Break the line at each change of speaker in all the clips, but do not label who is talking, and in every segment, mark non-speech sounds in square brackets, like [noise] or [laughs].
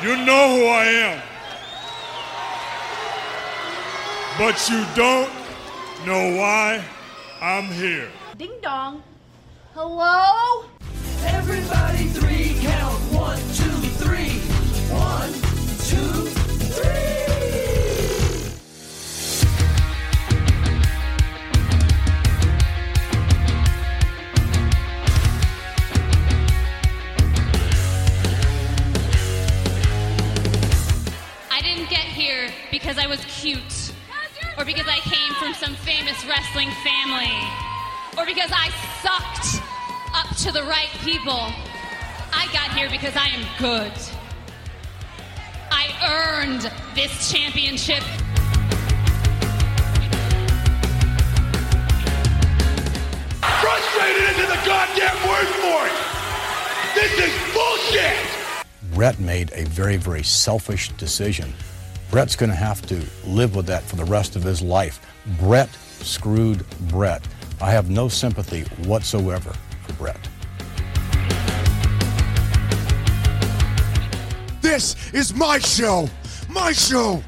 You know who I am. But you don't know why I'm here.
Ding dong. Hello?
Everybody three count. One, two, three. One, two, three.
I didn't get here because I was cute, or because I came from some famous wrestling family, or because I sucked up to the right people. I got here because I am good. I earned this championship.
Frustrated into the goddamn word for it. This is bullshit.
Brett made a very, very selfish decision. Brett's going to have to live with that for the rest of his life. Brett screwed Brett. I have no sympathy whatsoever for Brett.
This is my show. My show.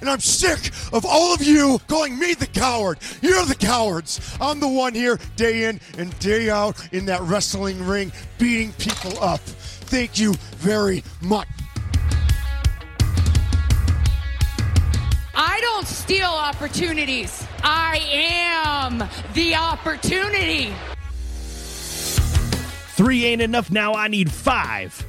And I'm sick of all of you calling me the coward. You're the cowards. I'm the one here day in and day out in that wrestling ring beating people up. Thank you very much.
I don't steal opportunities. I am the opportunity.
Three ain't enough. Now I need five.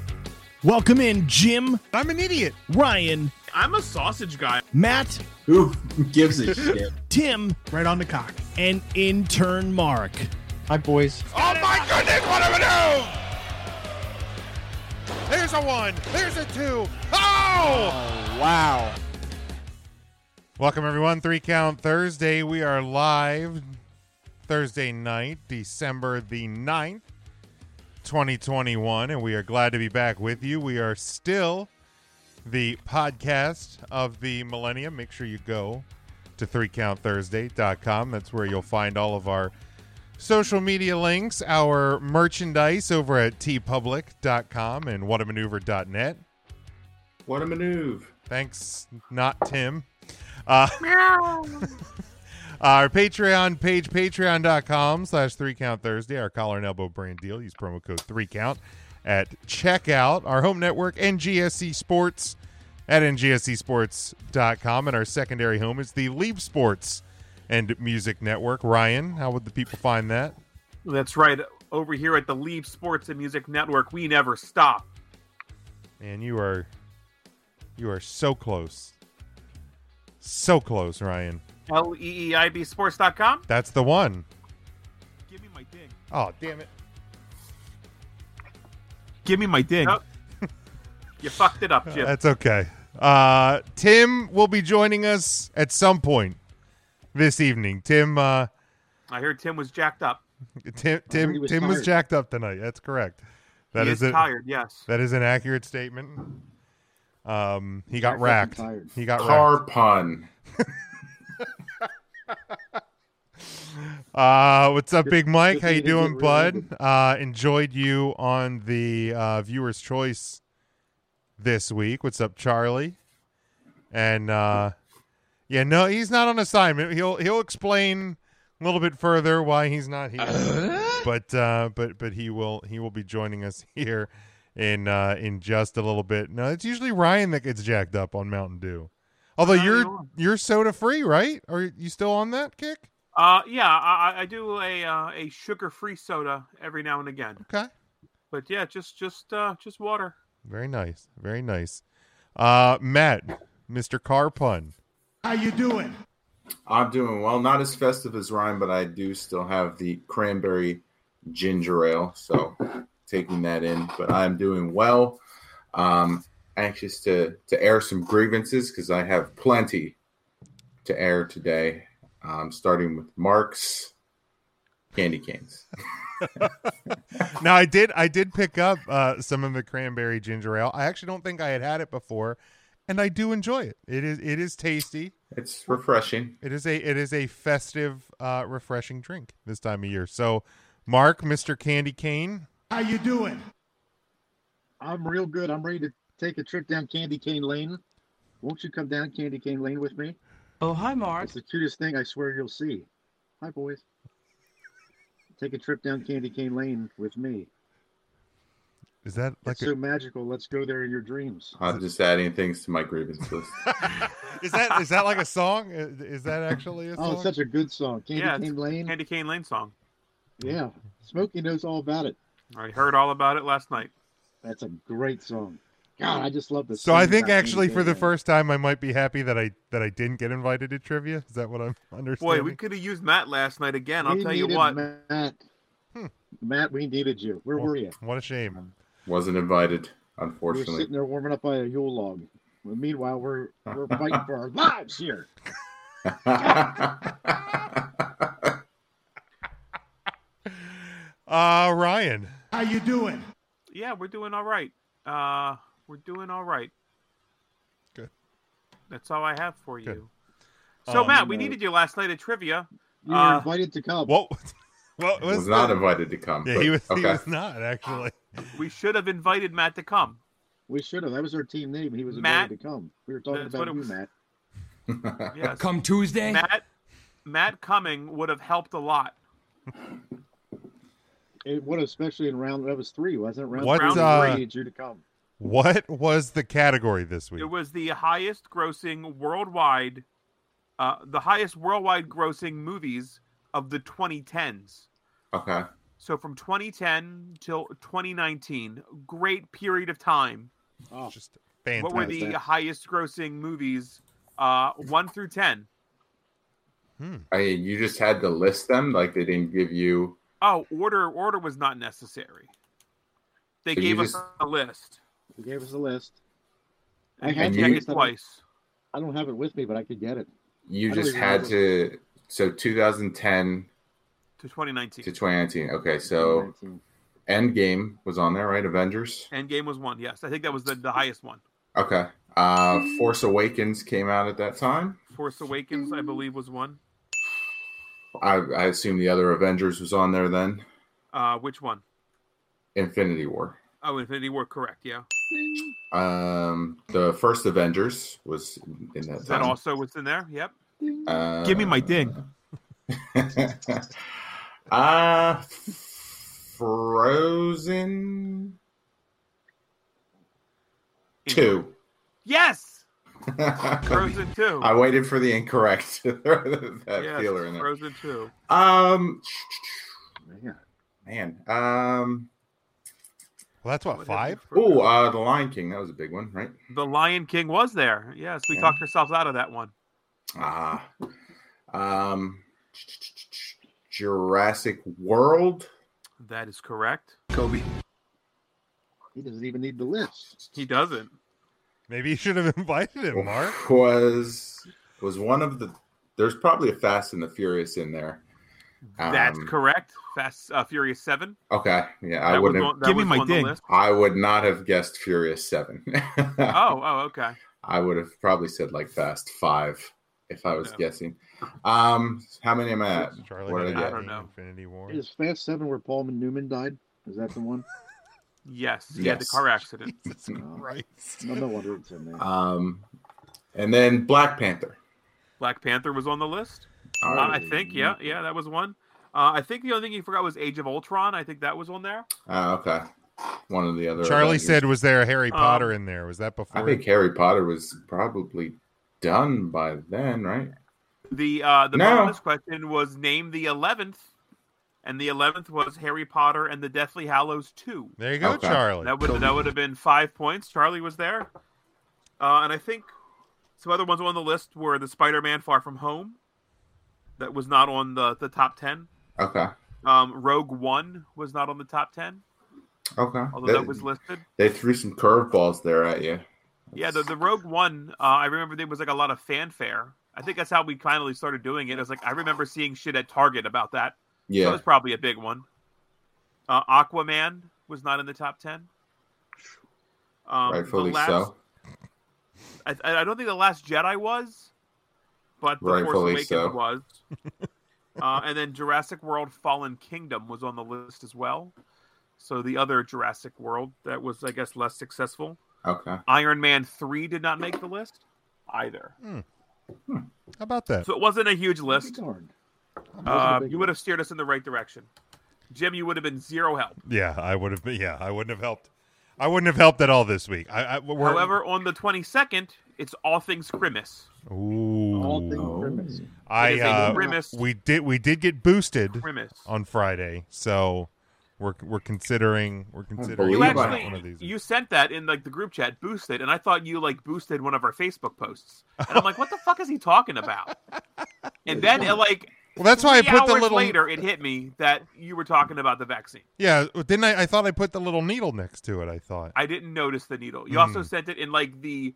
Welcome in, Jim. I'm an idiot. Ryan,
I'm a sausage guy.
Matt,
Who gives a shit?
Tim,
right on the cock.
and intern Mark.
Hi, boys.
Oh my goodness, what am I doing?
There's a one. There's a two. Oh!
Wow.
Welcome, everyone. Three Count Thursday. We are live Thursday night, December the 9th, 2021, and we are glad to be back with you. We are still the podcast of the millennium. Make sure you go to 3countthursday.com. That's where you'll find all of our social media links, our merchandise over at tpublic.com and whatamaneuver.net.
What a maneuver.
Thanks, not Tim. Uh, [laughs] our Patreon page, patreon.com slash three count Thursday, our collar and elbow brand deal. Use promo code three count at checkout. Our home network, NGSC E Sports at ngscsports.com. And our secondary home is the Leave Sports and Music Network. Ryan, how would the people find that?
That's right. Over here at the Leave Sports and Music Network, we never stop.
And you are you are so close. So close, Ryan.
L E E I B Sports.com.
That's the one.
Give me my ding.
Oh, damn it.
Give me my ding.
Nope. You fucked it up,
[laughs]
Jim.
That's okay. Uh, Tim will be joining us at some point this evening. Tim, uh,
I heard Tim was jacked up.
Tim, Tim,
he was
Tim was
tired.
jacked up tonight. That's correct. That
he
is
is
a,
tired, yes.
that is an accurate statement. Um, he got
I'm fucking
racked.
tired.
He got racked.
Car pun.
Uh, what's up, Big Mike?
good
How you
thing it didn't
doing,
get
bud?
reelected.
Uh, enjoyed you on the uh, viewers' choice this week. What's up, Charlie? And uh, yeah, no, he's not on assignment. He'll he'll explain a little bit further why he's not here. But uh, but but he will he will be joining us here in uh, in just a little bit. No, it's usually Ryan that gets jacked up on Mountain Dew. Although
No,
you're
you're-
you're soda free, right? Are you still on that kick?
Uh, yeah, I, I- I do a uh, a sugar free soda every now and again,
Okay.
but yeah, just just uh, just water.
Very nice. Very nice. Uh, Matt, Mr. Car Pun.
How you doing?
I'm doing well. Not as festive as Ryan, but I do still have the cranberry ginger ale. So taking that in, but I'm doing well. Um, anxious to to air some grievances because I have plenty to air today. Um, starting with Mark's candy canes.
now I did I did pick up uh, some of the cranberry ginger ale. I actually don't think I had had it before, and I do enjoy it. It is it is tasty.
It's refreshing.
It is a it is a festive, uh, refreshing drink this time of year. So, Mark, Mister Candy Cane,
How you doing? I'm real good. I'm ready to take a trip down Candy Cane Lane. Won't you come down Candy Cane Lane with me? Oh, hi, Mark. It's the cutest thing I swear you'll see. Hi, boys. Take a trip down Candy Cane Lane with me.
is that like
It's so magical. Let's go there in your dreams.
I'm just adding things to my grievance list.
is that is that like a song? Is is that actually a song?
Oh, it's such a good song. Candy
yeah,
Cane Lane.
Candy Cane Lane song.
Yeah. Smokey knows all about it.
I heard all about it last night.
That's a great song. God, I just love this.
[laughs] So I think actually for the first time I might be happy that I that I didn't get invited to trivia. Is that what I'm understanding?
Boy, we could have used Matt last night again. I'll
We
tell you
needed
what.
Matt.
Hmm.
Matt, we needed you. Where were you?
What a
Um,
shame.
Wasn't invited,
We're
unfortunately.
sitting there warming up by a Yule log. Well, meanwhile, we're we're fighting for our lives here.
Uh Ryan.
How you doing?
Yeah, we're doing all right. Uh, we're doing all right.
Good.
That's all I have for you.
Good.
So,
Um,
Matt, we
no.
needed you last night at trivia.
You were
Uh,
invited to come.
[laughs] Well, well,
was not invited to
[laughs]
come.
Yeah,
but-
he was he
okay.
was not actually.
we should have invited Matt to come.
We should have. That was our team name. He was
Matt?
invited to come. We were talking
That's
about
what it
you,
was.
Matt.
Yes.
Come Tuesday?
Matt, Matt coming would have helped a lot.
It would, especially in round. That was three, wasn't it? Round,
What,
round
uh,
three needed you to come.
What was the category this week?
It was the highest grossing worldwide, uh, the highest worldwide grossing movies of the 2010s.
Okay.
So from 2010 till 2019, great period of time.
Oh,
just
What were the
fantastic.
highest grossing movies? Uh, one through ten.
I mean, you just had to list them. Like they didn't give you.
Oh, order order was not necessary. They
So you
gave us
just-
a list.
He gave us a list.
I
had
can
the
you-
check
list.
it twice.
I don't have it with me, but I could get it.
You
I don't
just
even
had
know.
to. So 2010
To 2019.
to 2019. Okay, so Endgame was on there, right? Avengers.
Endgame was one. Yes, I think that was the, the highest one.
Okay. Uh, Force Awakens came out at that time.
Force Awakens, I believe, was one.
I, I assume the other Avengers was on there then.
Uh, which one?
Infinity War.
Oh, Infinity War. Correct. Yeah.
Um, the first Avengers was in that.
That
time.
also was in there. Yep.
Uh,
Give me my ding.
[laughs] uh Frozen Two. [laughs]
Yes.
Frozen
Two.
I waited for the incorrect [laughs] to throw that
yes.
feeler in there.
Frozen Two.
Um, man. Um,
well, that's what five.
Oh, uh, The Lion King. That was a big one, right?
The Lion King was there. Yes, we
Yeah.
talked ourselves out of that one.
Ah, um, Jurassic World.
That is correct.
Kobe.
He doesn't even need the list.
He doesn't.
Maybe you should have [laughs] invited him, Mark.
was was one of the there's probably a Fast and the Furious in there.
That's
Um,
correct. Fast uh, Furious Seven.
Okay, yeah, I
That was
would
on- that Give me was my on the ding. list.
I would not have guessed Furious Seven. [laughs]
Oh, oh, okay.
I would have probably said like Fast Five if I was guessing. Um, how many am I at?
Charlie
What did
had
I
a
get?
game, Infinity War.
Is Fast Seven where Paul Newman died? Is that the one?
Yes, he had the
Yes.
car accident.
[laughs] Right. No, no wonder it's in there.
Um, and then Black Panther.
Black Panther was on the list.
All
Uh, I
right.
think. Yeah, yeah, that was one. Uh, I think the only thing you forgot was Age of Ultron. I think that was on there.
Ah, okay, one of the other.
Charlie
Avengers.
said, "Was there a Harry
Um,
Potter in there? Was that before?"
I think Harry Potter was probably done by then, right?
The uh, the
No.
bonus question was name the eleventh, and the eleventh was Harry Potter and the Deathly Hallows Two.
There you go, Okay. Charlie.
That would that would have been five points. Charlie was there, uh, and I think some other ones on the list were the Spider-Man Far From Home, that was not on the, the top 10.
Okay.
Um, Rogue One was not on the top 10,
Okay.
although that was listed.
They threw some curveballs there at you.
Yeah, the, the Rogue One, uh, I remember there was like a lot of fanfare. I think that's how we finally started doing it. It was like I remember seeing shit at Target about that.
Yeah.
that was probably a big one. Uh, Aquaman was not in the top ten. Um, the
Rightfully
last-
so.
I, I don't think the Last Jedi was, but the
Rightfully
Force Awakens
so. [laughs]
was. uh, and then Jurassic World: Fallen Kingdom was on the list as well. So the other Jurassic World that was, I guess, less successful.
Okay.
Iron Man three did not make the list either.
Hmm. How about that?
So it wasn't a huge list.
Wasn't a
Uh,
big
you would have steered us in the right direction. Jim, you would have been zero help.
Yeah, I would have. been- Yeah, I wouldn't have helped. I wouldn't have helped at all this week. I, I we're,
However, on the 22nd, it's all things Grimace.
Ooh.
It
I
is a
uh,
grimace.
we did we did get boosted
Grimace.
on Friday, so we're we're considering we're considering
You
doing one of
actually
these.
you sent that in like the group chat, boosted, and I thought you like boosted one of our Facebook posts, and I'm like, what
[laughs]
the fuck is he talking about? And then it, like,
Well, that's why I
three
put the
hours
little-
later. It hit me that you were talking about the vaccine.
Yeah, didn't I? I thought I put the little needle next to it. I thought.
I didn't notice the needle. You
Mm.
also sent it in like the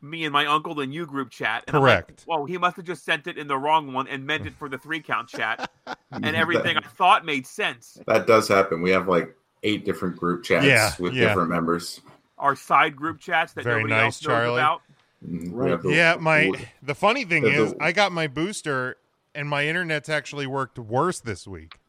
me and my uncle and you group chat. And
Correct.
I'm like, Whoa, he must have just sent it in the wrong one and meant it for the three
[laughs]
count chat, and everything I thought made sense.
That does happen. We have like eight different group chats
Yeah,
with
yeah.
different members.
Our side group chats that
Very
nobody
nice,
else knows
Charlie.
about.
Mm, we
Right.
have the-
yeah, my the funny thing
the-
is,
the-
I got my booster, and my internet's actually worked worse this week.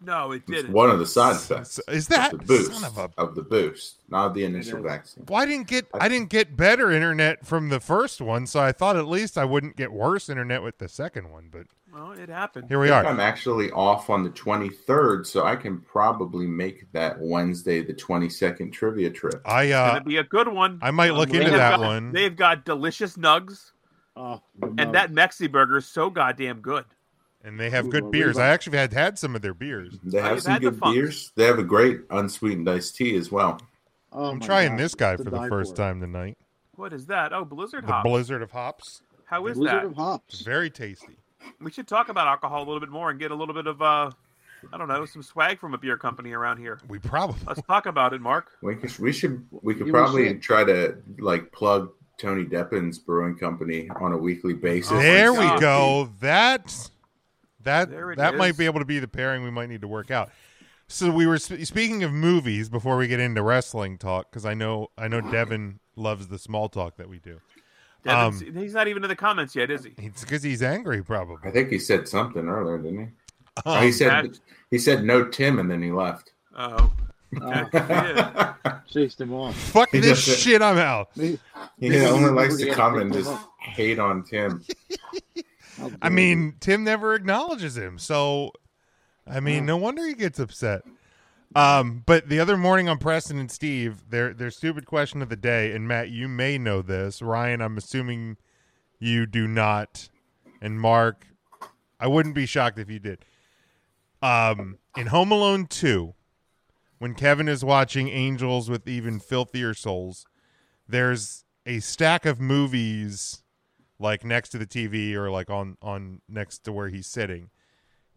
No, it didn't.
One of the side effects
is that-
the boost
son of
of, the boost, not the initial
is.
vaccine.
Well, I didn't get I didn't get better internet from the first one, so I thought at least I wouldn't get worse internet with the second one. But
Well, it happened.
Here we
I think
are.
I'm actually off on the 23rd, so I can probably make that Wednesday, the 22nd trivia trip.
I
It's gonna be a good one.
Uh, I might look
They
into
have
that
got-
one.
They've got delicious nugs, and that Mexi burger is so goddamn good.
and they have
Ooh,
good
what
beers.
about-
I actually had had some of their beers.
They have
I've
some
had the
good
Funks.
beers. They have a great unsweetened iced tea as well.
I'm trying this guy for the first time tonight.
What is that? Oh, Blizzard
The
hops.
Blizzard of Hops.
How is that?
It's very tasty.
We should talk about alcohol a little bit more and get a little bit of uh I don't know, some swag from a beer company around here.
We probably
Let's talk about it, Mark.
We could, we should we could
Yeah, we
probably
should.
try to like plug Tony Deppin's brewing company on a weekly
Oh
basis.
there we go. That that
There it
that might
is.
be able to be the pairing we might need to work out. So we were sp- speaking of movies before we get into wrestling talk because I know I know Devin loves the small talk that we do.
Devin's-
Um,
he's not even in the comments yet, is he?
It's because he's angry, probably.
I think he said something earlier, didn't he? Oh, he said
That's-
he said no Tim, and then he left.
Oh.
Chased him off.
Fuck
He
this
just-
shit! I'm out.
He
only likes to come and just hate on Tim.
I mean, Tim never acknowledges him, so I mean, no wonder he gets upset. Um, but the other morning on Preston and Steve, their their stupid question of the day, and Matt, you may know this. Ryan, I'm assuming you do not, and Mark, I wouldn't be shocked if you did. Um, in Home Alone two, when Kevin is watching Angels with even filthier souls, there's a stack of movies like next to the TV or like on on next to where he's sitting.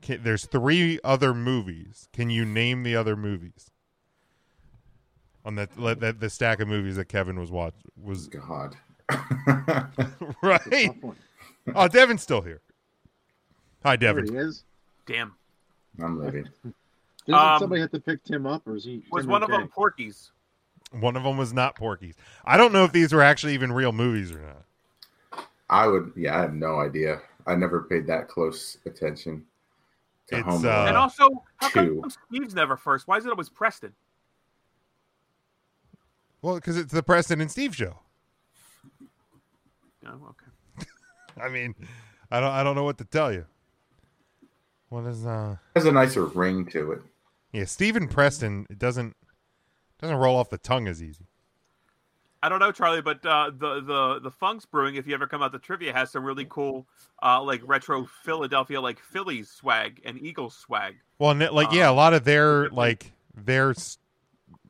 Can, there's three other movies. Can you name the other movies on that le- that the stack of movies that Kevin was watch was [laughs]
God
right? Oh, Devin's still here. Hi, Devin.
There he is.
Damn.
I'm leaving.
Doesn't
Um,
somebody have to pick Tim up, or is he?
Was
Tim
one
okay?
of them Porky's?
One of them was not Porky's. I don't know if these were actually even real movies or not.
I would. Yeah, I have no idea. I never paid that close attention to
It's,
Home
uh,
and also, how
two.
come Steve's never first? Why is it always Preston?
Well, because it's the Preston and Steve show.
Oh, okay.
I mean, I don't I don't know what to tell you. What is uh?
has a nicer ring to it.
Yeah, Stephen Preston it doesn't doesn't roll off the tongue as easy.
I don't know, Charlie, but uh, the the the Funk's Brewing, if you ever come out to trivia, has some really cool, uh, like retro Philadelphia, like Phillies swag and Eagles swag.
Well, and it-
Uh-uh.
like yeah, a lot of their like their s-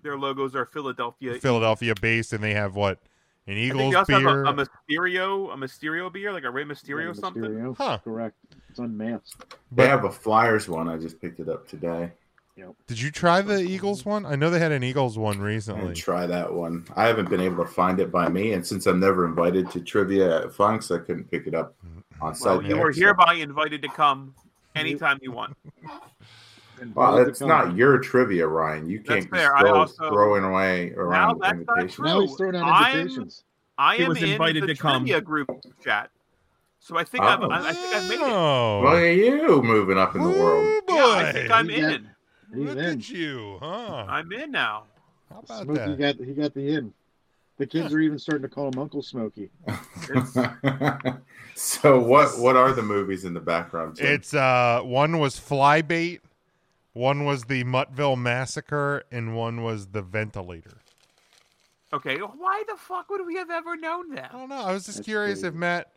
Their logos are Philadelphia.
Philadelphia based, and they have what an
I think
Eagles
they also
beer.
have a, a Mysterio, a Mysterio beer, like a Ray Mysterio, something.
Huh.
Correct. It's unmasked.
They have a Flyers one. I just picked it up today.
Did you try the Eagles one? I know they had an Eagles one
And
recently.
try that one. I haven't been able to find it by me, and since I'm never invited to trivia at Funks, I couldn't pick it up on site.
Well, you
there,
are
so-
hereby invited to come anytime you want.
Well, it's not your trivia, Ryan. You
That's
can't be
fair. I
throw,
also-
throwing away around
that's not
invitations.
true. Now he's throwing out I'm- invitations. I
He
am
was
in
invited
the
to come.
trivia group chat, so I think I've,
Oh.
I, I think I've made it.
Oh,
Look at you moving up in the world.
Yeah, I think I'm in.
Look
at
you, huh?
I'm in now.
How
about
Smokey got he got the in. The kids are even starting to call him Uncle Smokey.
[laughs] so what? What are the movies in the background? Jim?
It's uh, one was Flybait, one was the Muttville Massacre, and one was the Ventilator.
Okay, why the fuck would we have ever known that? I
don't know. I was just curious if Matt,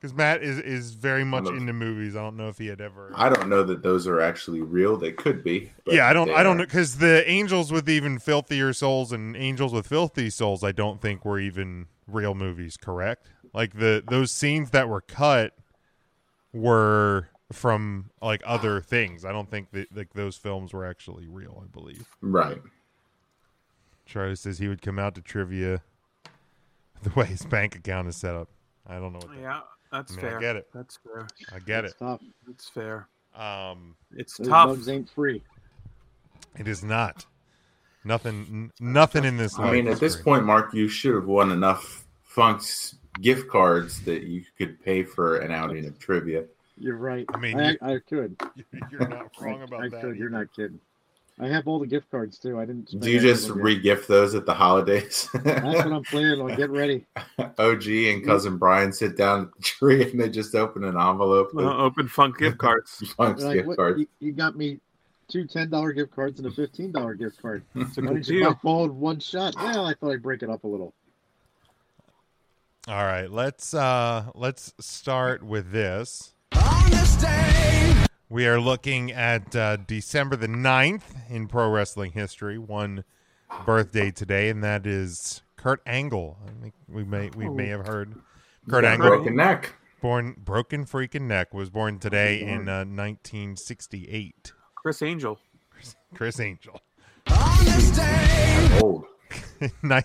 because Matt is is very much
don't-
into movies. I don't know if he had ever.
I don't know that those are actually real. They could be. but
yeah, I don't.
they
I don't
are.
know because the angels with even filthier souls and angels with filthy souls, I don't think were even real movies. Correct? Like the those scenes that were cut were from like other things. I don't think that like those films were actually real. I believe.
Right.
Charlie says he would come out to trivia. The way his bank account is set up, I don't know. What that-
Yeah, that's
I mean,
fair.
I get it.
That's fair.
I get it.
Tough.
That's fair.
Um,
it's
Those
tough.
bugs ain't free.
It is not. Nothing. n- nothing in this.
I
life
mean,
is
at this
free.
point, Mark, you should have won enough Funk's gift cards that you could pay for an outing of trivia.
You're right. I
mean,
I,
you-
could.
You're not wrong about
I
that
could. You're not kidding. I have all the gift cards too. I didn't. spend
Do you
any of
just
them yet.
re-gift those at the holidays? [laughs]
That's what I'm planning on. Get ready.
OG and cousin Brian sit down at the tree and they just open an envelope.
Uh, open Funk gift cards.
[laughs] Funk's
Like,
gift
what-
cards.
You, you got me two ten dollar gift cards and a fifteen dollar
[laughs]
gift card.
a
Why
good
did you buy
deal.
them all in one shot? Well, I thought I'd break it up a little.
All right, let's uh let's start with this. We are looking at uh, December the 9th in pro wrestling history, one birthday today, and that is Kurt Angle. I think we may we may have heard Kurt
got a
Angle
Oh. broken neck. Oh,
Born broken freaking neck was born today in uh, 1968.
Chris Angel.
Chris Angel.
I'm old.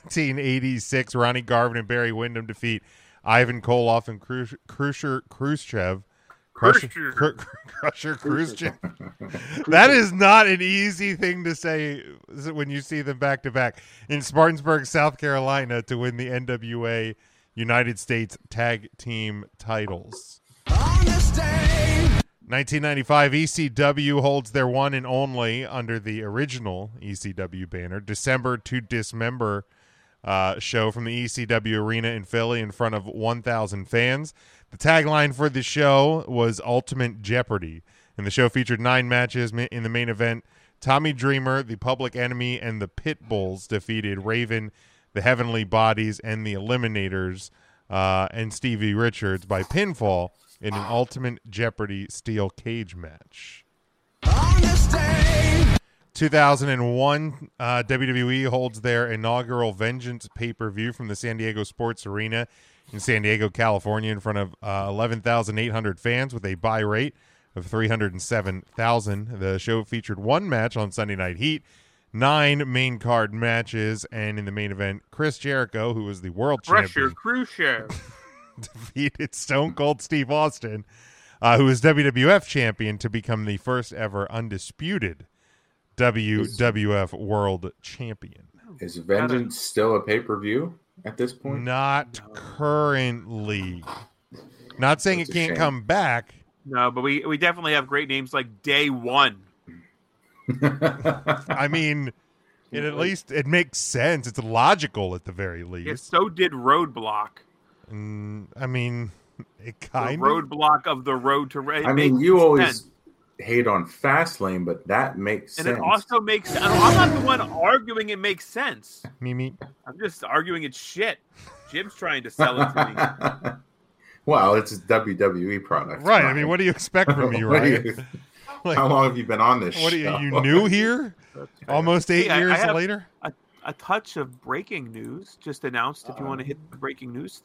1986, Ronnie Garvin and Barry Windham defeat Ivan Koloff and Khrush- Khrushchev. Khrushchev. Khrush-
Khrushchev.
Khru- Khrushchev. Khrushchev. [laughs] That is not an easy thing to say when you see them back to back in Spartanburg, South Carolina, to win the NWA United States Tag Team titles. 1995 ECW E holds their one and only under the original ECW banner December to Dismember uh, show from the ECW arena in Philly in front of 1,000 fans. The tagline for the show was Ultimate Jeopardy, and the show featured nine matches Ma- in the main event. Tommy Dreamer, the Public Enemy, and the Pit Bulls defeated Raven, the Heavenly Bodies, and the Eliminators, uh, and Stevie Richards by pinfall in an Ultimate Jeopardy steel cage match. 2001, uh, WWE holds their inaugural Vengeance pay per view from the San Diego Sports Arena in San Diego, California, in front of uh, 11,800 fans with a buy rate of 307,000. The show featured one match on Sunday Night Heat, nine main card matches, and in the main event, Chris Jericho, who was the world
Pressure
champion,
Khrushchev.
defeated Stone Cold Steve Austin, uh, who was WWF champion, to become the first ever undisputed WWF World Champion.
Is Vengeance still a pay per view at this point?
Not currently. Not saying
That's
it
a
can't
shame.
come back.
no, but we we definitely have great names like Day One. [laughs]
I mean, it at least it makes sense. It's logical at the very least.
Yeah, so did Roadblock.
Mm, I mean, it
The
kind of.
roadblock of the road to. it
I mean,
makes
you always
sense.
hate on Fastlane, but that makes
And
sense.
it also makes. I don't- I'm not the one arguing it makes sense.
Mimi.
I'm just arguing it's shit. Jim's trying to sell it to me.
[laughs] well, it's a WWE product.
Right. I mean, what do you expect from
[laughs]
me,
[laughs] What do
right?
you-
[laughs] Like,
How long have you been on this
What are you,
show?
you
[laughs]
new here? Almost eight
Hey, I- I
years
have
later?
A, a touch of breaking news just announced.
Uh,
If you want to hit the breaking news,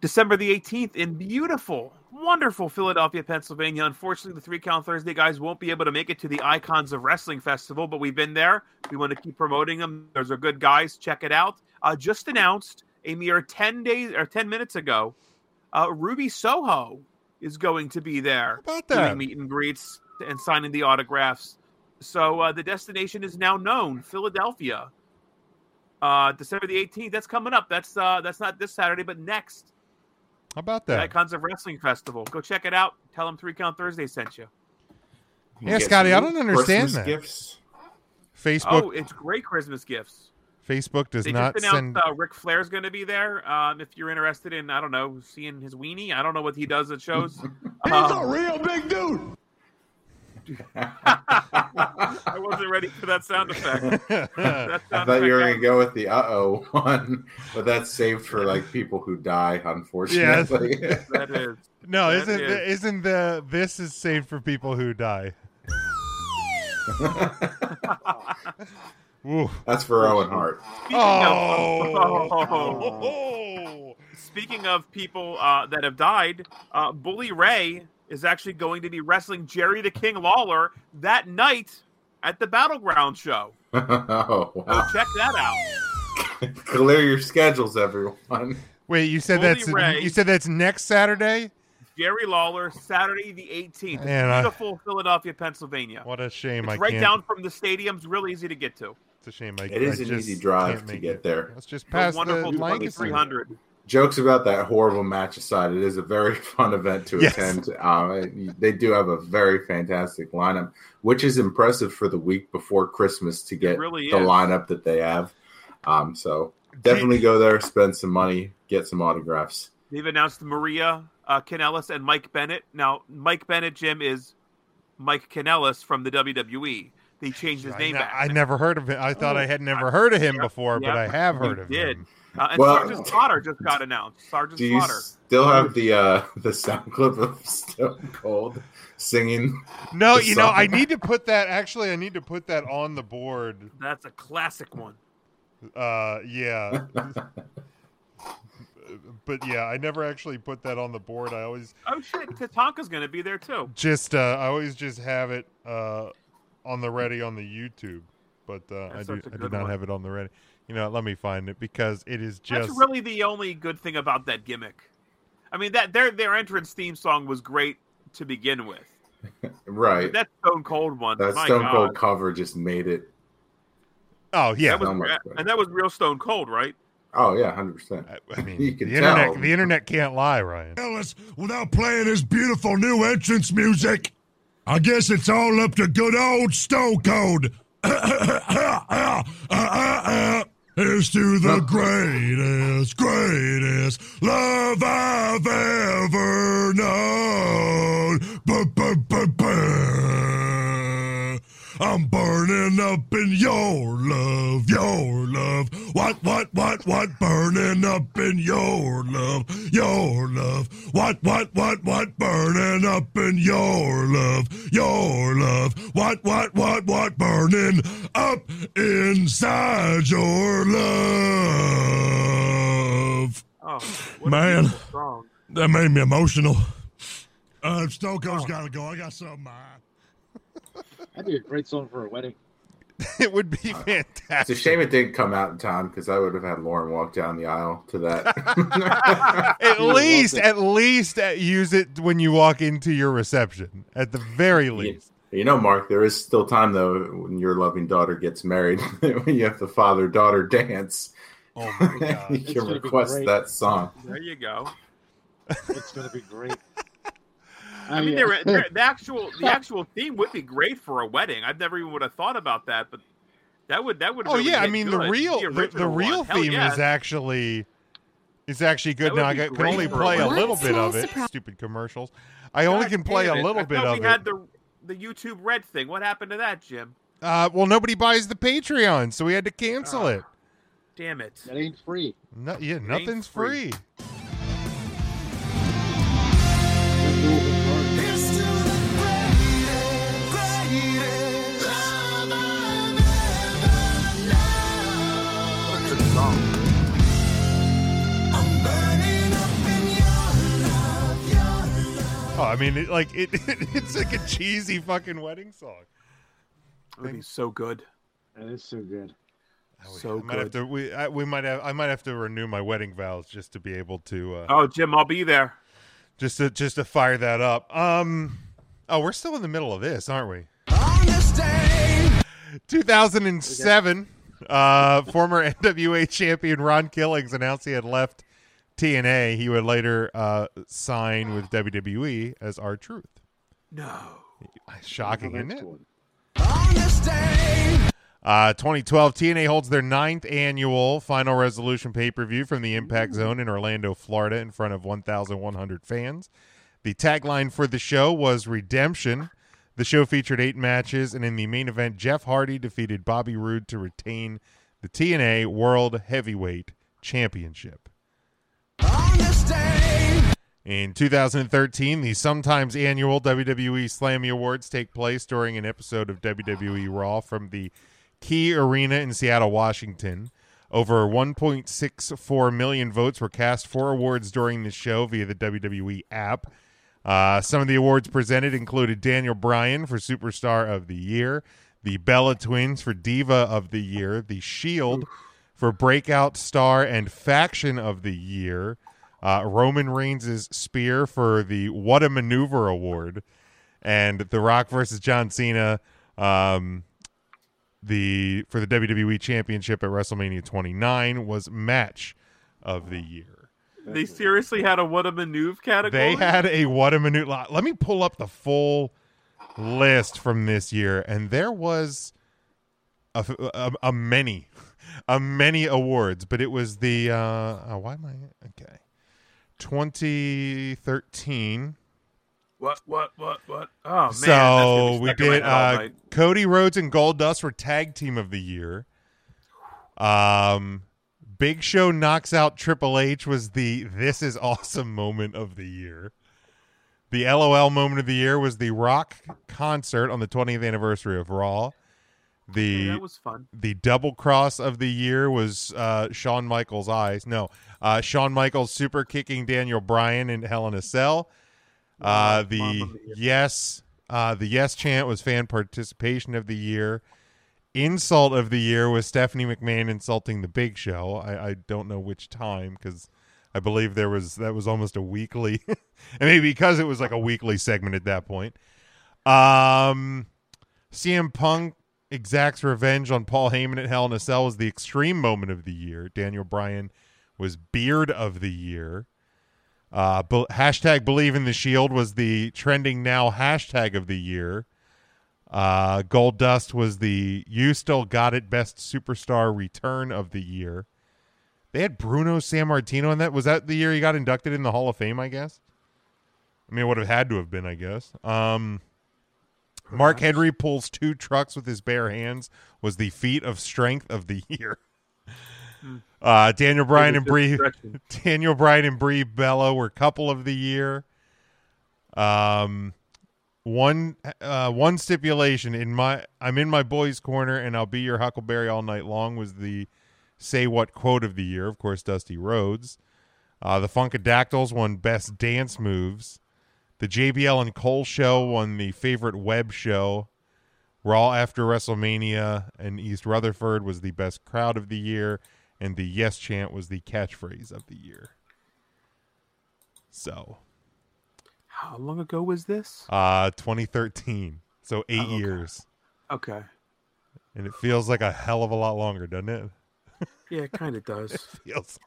December the 18th in beautiful, wonderful Philadelphia, Pennsylvania. Unfortunately, the Three Count Thursday guys won't be able to make it to the Icons of Wrestling Festival, but we've been there. We want to keep promoting them. Those are good guys. Check it out. Uh, just announced a mere 10 days or 10 minutes ago, uh, Ruby Soho is going to be there. about
that?
Doing meet and greets and signing the autographs. So uh, the destination is now known Philadelphia. Uh, December the 18th. That's coming up. That's uh, that's not this Saturday, but next.
How about
The
that?
Icons of Wrestling Festival. Go check it out. Tell them Three Count Thursday sent you.
Yeah, Scotty, I don't
Christmas
understand that.
Gifts.
Facebook
Oh, it's great Christmas gifts.
Facebook does
they
not
just announced
send
uh, Ric Flair's going to be there. Um, if you're interested in, I don't know, seeing his weenie. I don't know what he does
[laughs]
at shows. Um, He's
a
[laughs]
real big dude.
I wasn't ready for that
[laughs]
[laughs]
sound effect. That
I
sound
thought you were gonna
effect
go with the uh oh [laughs] one, but that's saved for like people who die, unfortunately.
Yes.
That is.
No,
That
isn't the,
is.
isn't the this is saved for people who die? Ooh.
that's for Owen Hart.
Speaking of,
Oh.
Oh. [laughs] speaking of people uh, that have died, uh, Bully Ray is actually going to be wrestling Jerry the King Lawler that night at the Battleground show.
[laughs] oh,
So
wow.
check that out.
Clear your schedules, everyone.
Wait, you said
Bully
that's
Ray.
you said that's next Saturday?
Jerry Lawler, Saturday the 18th,
Man, I-
beautiful Philadelphia, Pennsylvania.
What a shame! I
It's right
can't.
down from the stadium's real easy to get to.
It's a shame. I,
It is
I
an
just
easy drive
can't
to
make
get
it.
there.
Let's just
The
pass the,
wonderful
Lancaster.
2300.
Jokes about that horrible match aside, it is a very [laughs] fun event to
Yes.
attend. Um, it- they do have a very fantastic lineup, which is impressive for the week before Christmas to get
really
the
is.
lineup that they have. Um, so definitely go there, spend some money, get some autographs.
They've announced Maria uh, Kanellis and Mike Bennett. Now, Mike Bennett, Jim, is Mike Kanellis from the WWE. They changed his
I,
name
ne-
back.
I never heard of him. I thought I had never heard of him before, but I have heard
you
of
did.
him.
Uh, and
Well-
Sergeant Slaughter just got announced. Sergeant
Do you
Slaughter.
still have the uh, the sound clip of [laughs] Stone Cold singing?
No,
the
you know,
song?
I need to put that. Actually, I need to put that on the board.
That's a classic one.
Uh,
[laughs]
yeah. but yeah, I never actually put that on the board. I always
Oh, shit. Tatanka's going to be there, too.
just uh, I always just have it uh, on the ready on the YouTube, but uh, I
That's
do
such a
I do
good
not
one.
have it on the ready. You know, let me find it because it is just
That's really the only good thing about that gimmick. I mean, that their their entrance theme song was great to begin with.
[laughs] Right.
That Stone Cold one.
That
my
Stone
God.
Cold cover just made it.
Oh yeah,
That was,
Oh, my
re-
God.
and that was real Stone Cold, right?
Oh yeah, hundred percent.
I mean,
you can
the
tell.
internet. The internet can't lie, Ryan. [laughs]
Ellis without playing his beautiful new entrance music. I guess it's all up to good old Stone Cold. Here's to the greatest, greatest love I've ever known. Ba-ba-ba-ba. I'm burning up in your love, your love. What, what, what, what? Burning up in your love, your love. What, what, what, what? Burning up in your love, your love. What, what, what, what? Burning up inside your love.
[laughs] Oh,
man,
song.
that made me emotional. Uh, Stone Cold's got to go. I got something. I...
That'd be a great song for a wedding.
it would be
Uh,
fantastic.
It's a shame it didn't come out in time because I would have had Lauren walk down the aisle to that.
[laughs]
At least, at least, uh, use it when you walk into your reception. At the very least,
you know, Mark, there is still time though when your loving daughter gets married. [laughs] when you have the father daughter
[laughs]
dance,
oh
my God. you
It's
can
gonna be
request
great.
that song.
There you go.
It's gonna be great.
[laughs] I mean, they're, they're-
[laughs]
the actual the actual theme would be great for a wedding. I've never even would have thought about that, but that would that would.
oh
really
yeah. I
hit
mean, the
good.
real, the, the
original
real
one. Hell
theme
yeah.
is actually is actually
That
good.
would
Now I
be
got- can
great
only
for a
play a
wedding.
little
What
bit
small
of it.
surprise-
Stupid commercials. I only can play a
Damn it.
little
I
bit
thought
of
we
it.
had the the YouTube Red thing. What happened to that, Jim?
Uh, well, nobody buys the Patreon, so we had to cancel
Ah.
it.
Damn it!
That ain't free.
No, yeah, nothing's free.
free.
Good song.
burning up in
Oh, I mean, it, like it, [laughs] it's like a cheesy fucking wedding song.
It would be so good.
That is so good.
So
Oh, I might have
good.
to. We, I, we might have. I might have to renew my wedding vows just to be able to. Uh,
Oh, Jim, I'll be there.
just to just to fire that up. Um, oh, we're still in the middle of this, aren't we? 2007, uh, former [laughs] NWA champion Ron Killings announced he had left TNA. He would later uh, sign with WWE as R Truth.
No.
Shocking, isn't it?
On this day,
Uh, 2012, TNA holds their ninth annual Final Resolution pay per view from the Impact Zone in Orlando, Florida, in front of 1,100 fans. The tagline for the show was Redemption. The show featured eight matches, and in the main event, Jeff Hardy defeated Bobby Roode to retain the TNA World Heavyweight Championship.
on this day,
In 2013, the sometimes annual WWE Slammy Awards take place during an episode of WWE Raw from the Key Arena in Seattle, Washington. Over 1.64 million votes were cast for awards during the show via the WWE app. Uh, some of the awards presented included Daniel Bryan for Superstar of the Year, the Bella Twins for Diva of the Year, the Shield for Breakout Star and Faction of the Year, uh, Roman Reigns' Spear for the What a Maneuver Award, and The Rock versus John Cena um, the for the WWE Championship at WrestleMania 29 was Match of the Year.
They seriously had a what a maneuver category.
They had a what a minute lot. Let me pull up the full list from this year, and there was a, a, a many, [laughs] a many awards, but it was the uh, oh, why am I okay? 2013.
What? What? What? What? Oh man. that's gonna
so
be
we
stuck in
did.
my head all
Uh,
night.
Cody Rhodes and Gold Dust were tag team of the year. Um, Big Show knocks out Triple H was the this is awesome moment of the year. The LOL moment of the year was the Rock concert on the 20th anniversary of Raw. The
that was fun.
The double cross of the year was uh, Shawn Michaels' eyes. No, uh, Shawn Michaels super kicking Daniel Bryan in Hell in a Cell. Uh, the yes, uh, the yes chant was fan participation of the year. Insult of the year was Stephanie McMahon insulting the Big Show. I, I don't know which time because I believe there was that was almost a weekly, [laughs] and maybe because it was like a weekly segment at that point. Um, CM Punk exacts revenge on Paul Heyman at Hell in a Cell was the extreme moment of the year. Daniel Bryan was beard of the year. Uh, be- hashtag believe in the shield was the trending now hashtag of the year. Uh, Gold Dust was the you still got it best superstar return of the year. They had Bruno San Martino in that. Was that the year he got inducted in the Hall of Fame? I guess. I mean, it would have had to have been, I guess. Um, Mark Henry pulls two trucks with his bare hands was the feat of strength of the [laughs] year. Uh, Daniel Bryan and Brie [laughs] Daniel Bryan and Brie Bella were couple of the year. Um, one uh, one stipulation in my I'm in my boys' corner and I'll be your Huckleberry all night long was the say what quote of the year. Of course, Dusty Rhodes. Uh, the Funkadactyls won best dance moves. The JBL and Cole show won the favorite web show. Raw after WrestleMania and East Rutherford was the best crowd of the year, and the yes chant was the catchphrase of the year. So,
How long ago was this?
uh, 2013. So eight years,
Okay.
and it feels like a hell of a lot longer, doesn't it? [laughs]
Yeah, it kind of does.
feels.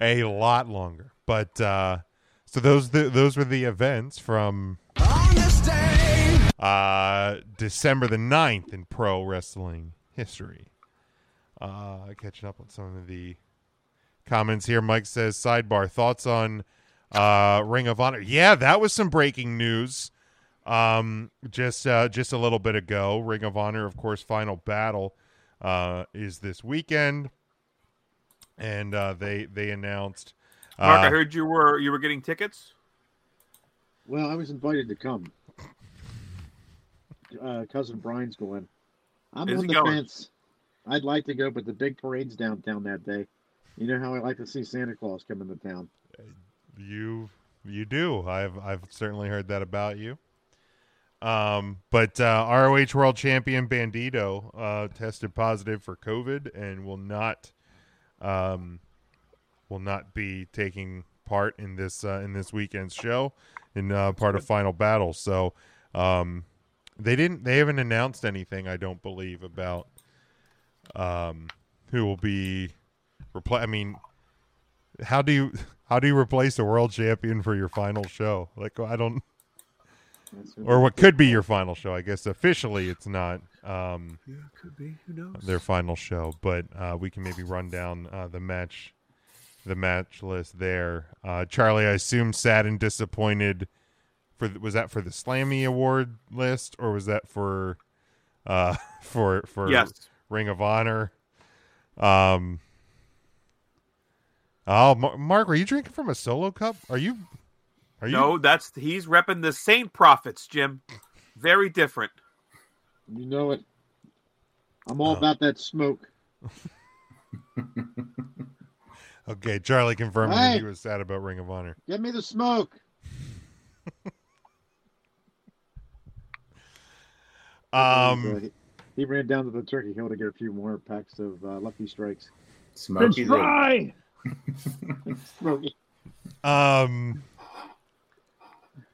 A lot longer. But uh, so those the, those were the events from
on this day,
uh, December the 9th in pro wrestling history. Uh, catching up on some of the comments here. Mike says, sidebar, thoughts on uh, Ring of Honor. Yeah, that was some breaking news um, just, uh, just a little bit ago. Ring of Honor, of course, final battle uh, is this weekend. And uh, they they announced.
Mark,
uh,
I heard you were you were getting tickets.
Well, I was invited to come. Uh, cousin Brian's going. I'm
Is
on
he
the
going?
fence. I'd like to go, but the big parade's downtown that day. You know how I like to see Santa Claus come into town.
you You do. I've I've certainly heard that about you. Um, but uh, ROH World Champion Bandito uh, tested positive for COVID and will not um, will not be taking part in this uh, in this weekend's show in uh, part of Final Battle. So um, they didn't they haven't announced anything. I don't believe about um, who will be repla I mean, how do you how do you replace a world champion for your final show? Like I don't or what could be your final show. I guess officially it's not um,
Yeah, could be. Who knows?
their final show, but uh, we can maybe run down uh, the match the match list there. Uh, Charlie, I assume sad and disappointed for the, was that for the Slammy Award list or was that for uh, [laughs] for for
Yes.
Ring of Honor? Um, oh, Mar- Mark, are you drinking from a solo cup? Are you? Are you?
No, that's he's repping the Saint Prophets, Jim. Very different.
You know it. I'm
Oh.
all about that smoke.
Okay, Charlie confirmed that he
Hey.
was sad about Ring of Honor.
Get me the smoke.
Um,
Um,
Uh, he- he ran down to the turkey hill to get a few more packs of uh, Lucky Strikes.
Smoky Lou. Fry!
[laughs] Smoky.
Um,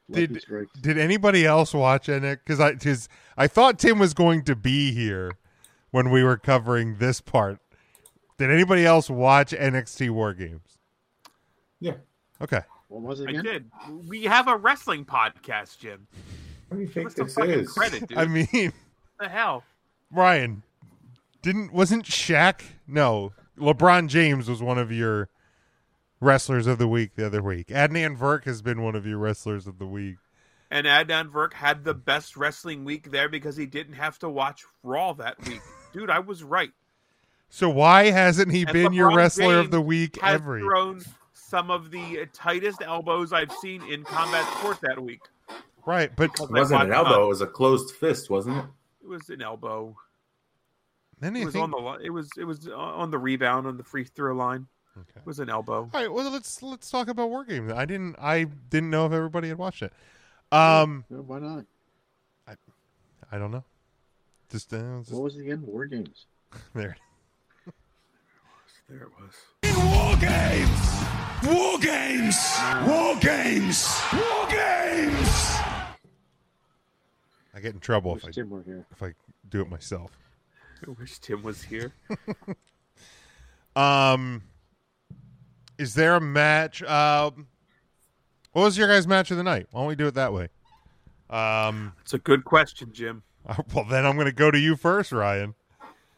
did did anybody else watch NXT? Because I because I thought Tim was going to be here when we were covering this part. Did anybody else watch NXT War Games?
Yeah.
Okay.
What was
I did. We have a wrestling podcast, Jim.
What do you think
the
this
fucking
is?
credit, dude?
I mean,
What the hell?
Ryan, didn't wasn't Shaq? No, LeBron James was one of your wrestlers of the week the other week. Adnan Verk has been one of your wrestlers of the week.
And Adnan Verk had the best wrestling week there because he didn't have to watch Raw that week. Dude, I was right.
So why hasn't he
And
been your
LeBron
wrestler of
James
the week
has
every?
thrown some of the tightest elbows I've seen in combat sport that week.
Right, but
It wasn't an elbow. It was a closed fist, wasn't it?
It was an elbow.
Then
it
you
was
think-
on the li- it was it was uh, on the rebound on the free throw line. It was an elbow.
All right, well let's let's talk about war games. I didn't I didn't know if everybody had watched it. Um,
Yeah, why not?
I don't know. Just, uh, just
What was the end? War games.
[laughs] there.
There it was.
War games! War games! War games! War games!
I get in trouble if
Wish
I
Tim were here.
if I do it myself.
I wish Tim was here.
Um, is there a match? Um, what was your guys' match of the night? Why don't we do it that way? Um, [laughs]
it's a good question, Jim.
Well, then I'm going to go to you first, Ryan.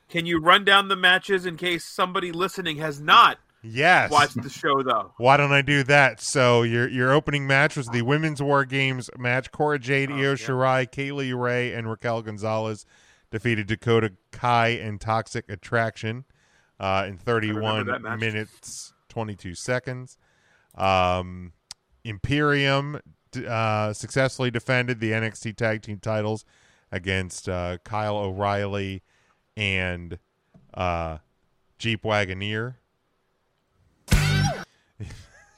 Can you run down the matches in case somebody listening has not
Yes.
watched the show though?
Why don't I do that? So your your opening match was the women's war games match. Cora Jade,
Oh,
Io Shirai, Kaylee Ray, and Raquel Gonzalez defeated Dakota Kai and Toxic Attraction uh, in
that
31
match.
minutes 22 seconds. Um, Imperium d- uh, successfully defended the NXT Tag Team titles against uh, Kyle O'Reilly and uh, Jeep Wagoneer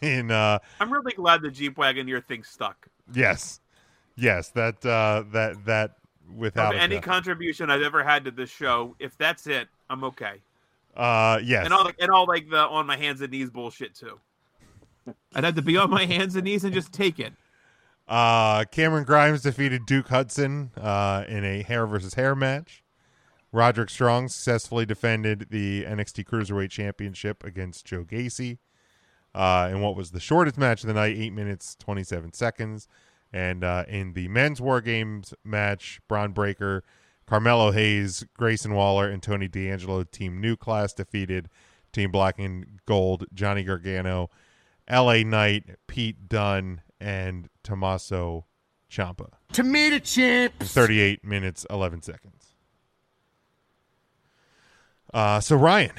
in uh
I'm really glad the Jeep Wagoneer thing stuck.
yes yes that uh that that without
Of
a
any
doubt.
contribution I've ever had to this show, if that's it, I'm okay.
uh yes
And all and all like the on my hands and knees bullshit too. I'd have to be on my hands and knees and just take it.
uh cameron grimes defeated duke hudson uh in a hair versus hair match roderick strong successfully defended the nxt cruiserweight championship against joe gacy uh in what was the shortest match of the night eight minutes 27 seconds and uh in the men's war games match braun breaker carmelo hayes grayson waller and tony d'angelo team new class defeated Team Black and Gold, Johnny Gargano, L.A. Knight, Pete Dunn, and Tommaso Ciampa.
Tomato chips.
38 minutes, 11 seconds. Uh, so, Ryan,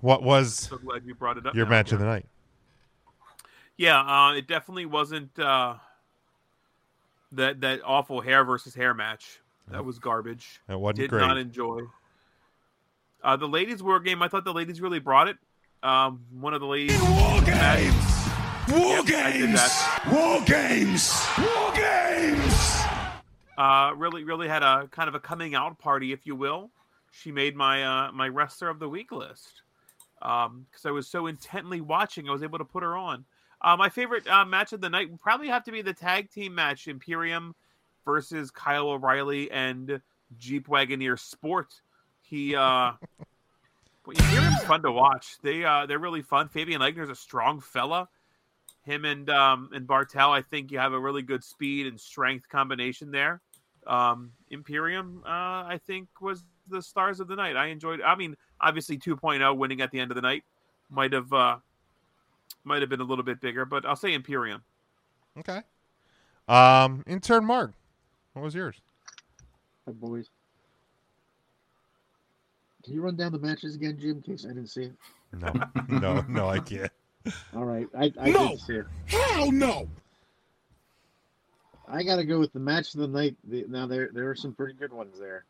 what was
So glad you brought it up.
your
now,
match
Jim.
of the night?
Yeah, uh, it definitely wasn't uh, that that awful hair versus hair match. That was garbage.
That wasn't
Did
great.
not enjoy. Uh, the ladies' war game. I thought the ladies really brought it. Um, one of the ladies. War games.
War
I did
games.
that.
War games. War games.
uh, really really had a kind of a coming out party, if you will. She made my uh, my wrestler of the week list because I was so intently watching, I was able to put her on. Uh, my favorite uh, match of the night would probably have to be the tag team match: Imperium versus Kyle O'Reilly and Jeep Wagoneer Sport. He uh, [laughs] well, Imperium's fun to watch. They uh, they're really fun. Fabian Eigner's a strong fella him and um and Bartel, I think you have a really good speed and strength combination there. Um Imperium, uh, I think was the stars of the night. I enjoyed I mean, obviously 2.0 winning at the end of the night might have uh might have been a little bit bigger, but I'll say Imperium.
Okay. Um, intern Mark, what was yours?
Oh, boys. Can you run down the matches again, Jim, in case I didn't see it?
No, [laughs] no, no, I can't.
All right. I, I
No.
did see it.
Hell no.
I got to go with the match of the night. The, now, there there are some pretty good ones there.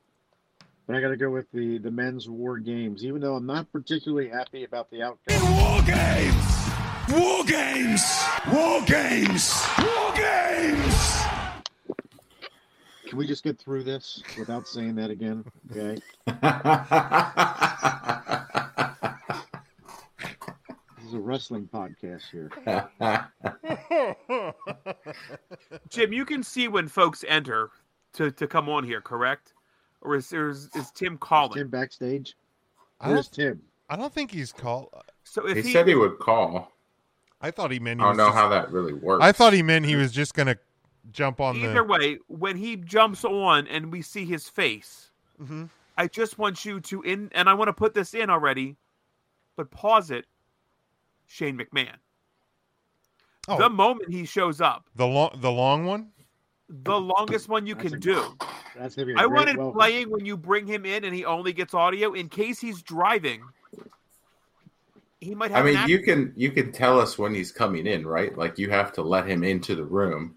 But I got to go with the, the men's war games, even though I'm not particularly happy about the outcome.
War games. War games. War games. War games.
Can we just get through this without saying that again?
[laughs]
Okay. this is a wrestling podcast here.
Jim, you can see when folks enter to to come on here, correct? Or is or is, is Tim calling?
Tim backstage.
I don't,
Tim?
I don't think he's called.
So
He, said he would call.
I thought he meant. He
I don't
was
know
just-
how that really works.
I thought he meant he was just gonna jump on
Either
the.
way, when he jumps on and we see his face, I just want you to in, and I want to put this in already, but pause it. Shane McMahon. The moment he shows up,
The long, the long one.
the longest one you can do.
That's gonna be a
I
great
wanted
welcome.
playing when you bring him in and he only gets audio in case he's driving. He might have.
I
an
mean, you
accident.
can you can tell us when he's coming in, right? Like you have to let him into the room.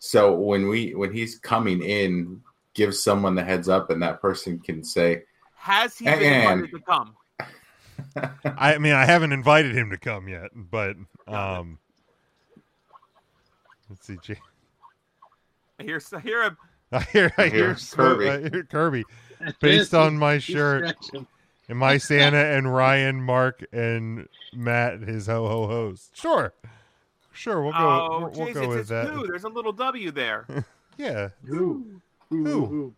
So when we when he's coming in, give someone the heads up, and that person can say,
Has he been
Hang on.
invited to come?
I mean, I haven't invited him to come yet, but um, let's see. J-
I hear. I hear him.
I hear, I
I
hear,
hear
so-
Kirby.
I hear
[laughs]
Kirby. Based on my
He's
shirt,
stretching.
and my Santa and Ryan, Mark and Matt, his ho ho hoes. Sure, sure, we'll go.
oh,
we'll, we'll
Jason,
go
it's
with that.
Who? There's a little W there.
Yeah.
Who? Who?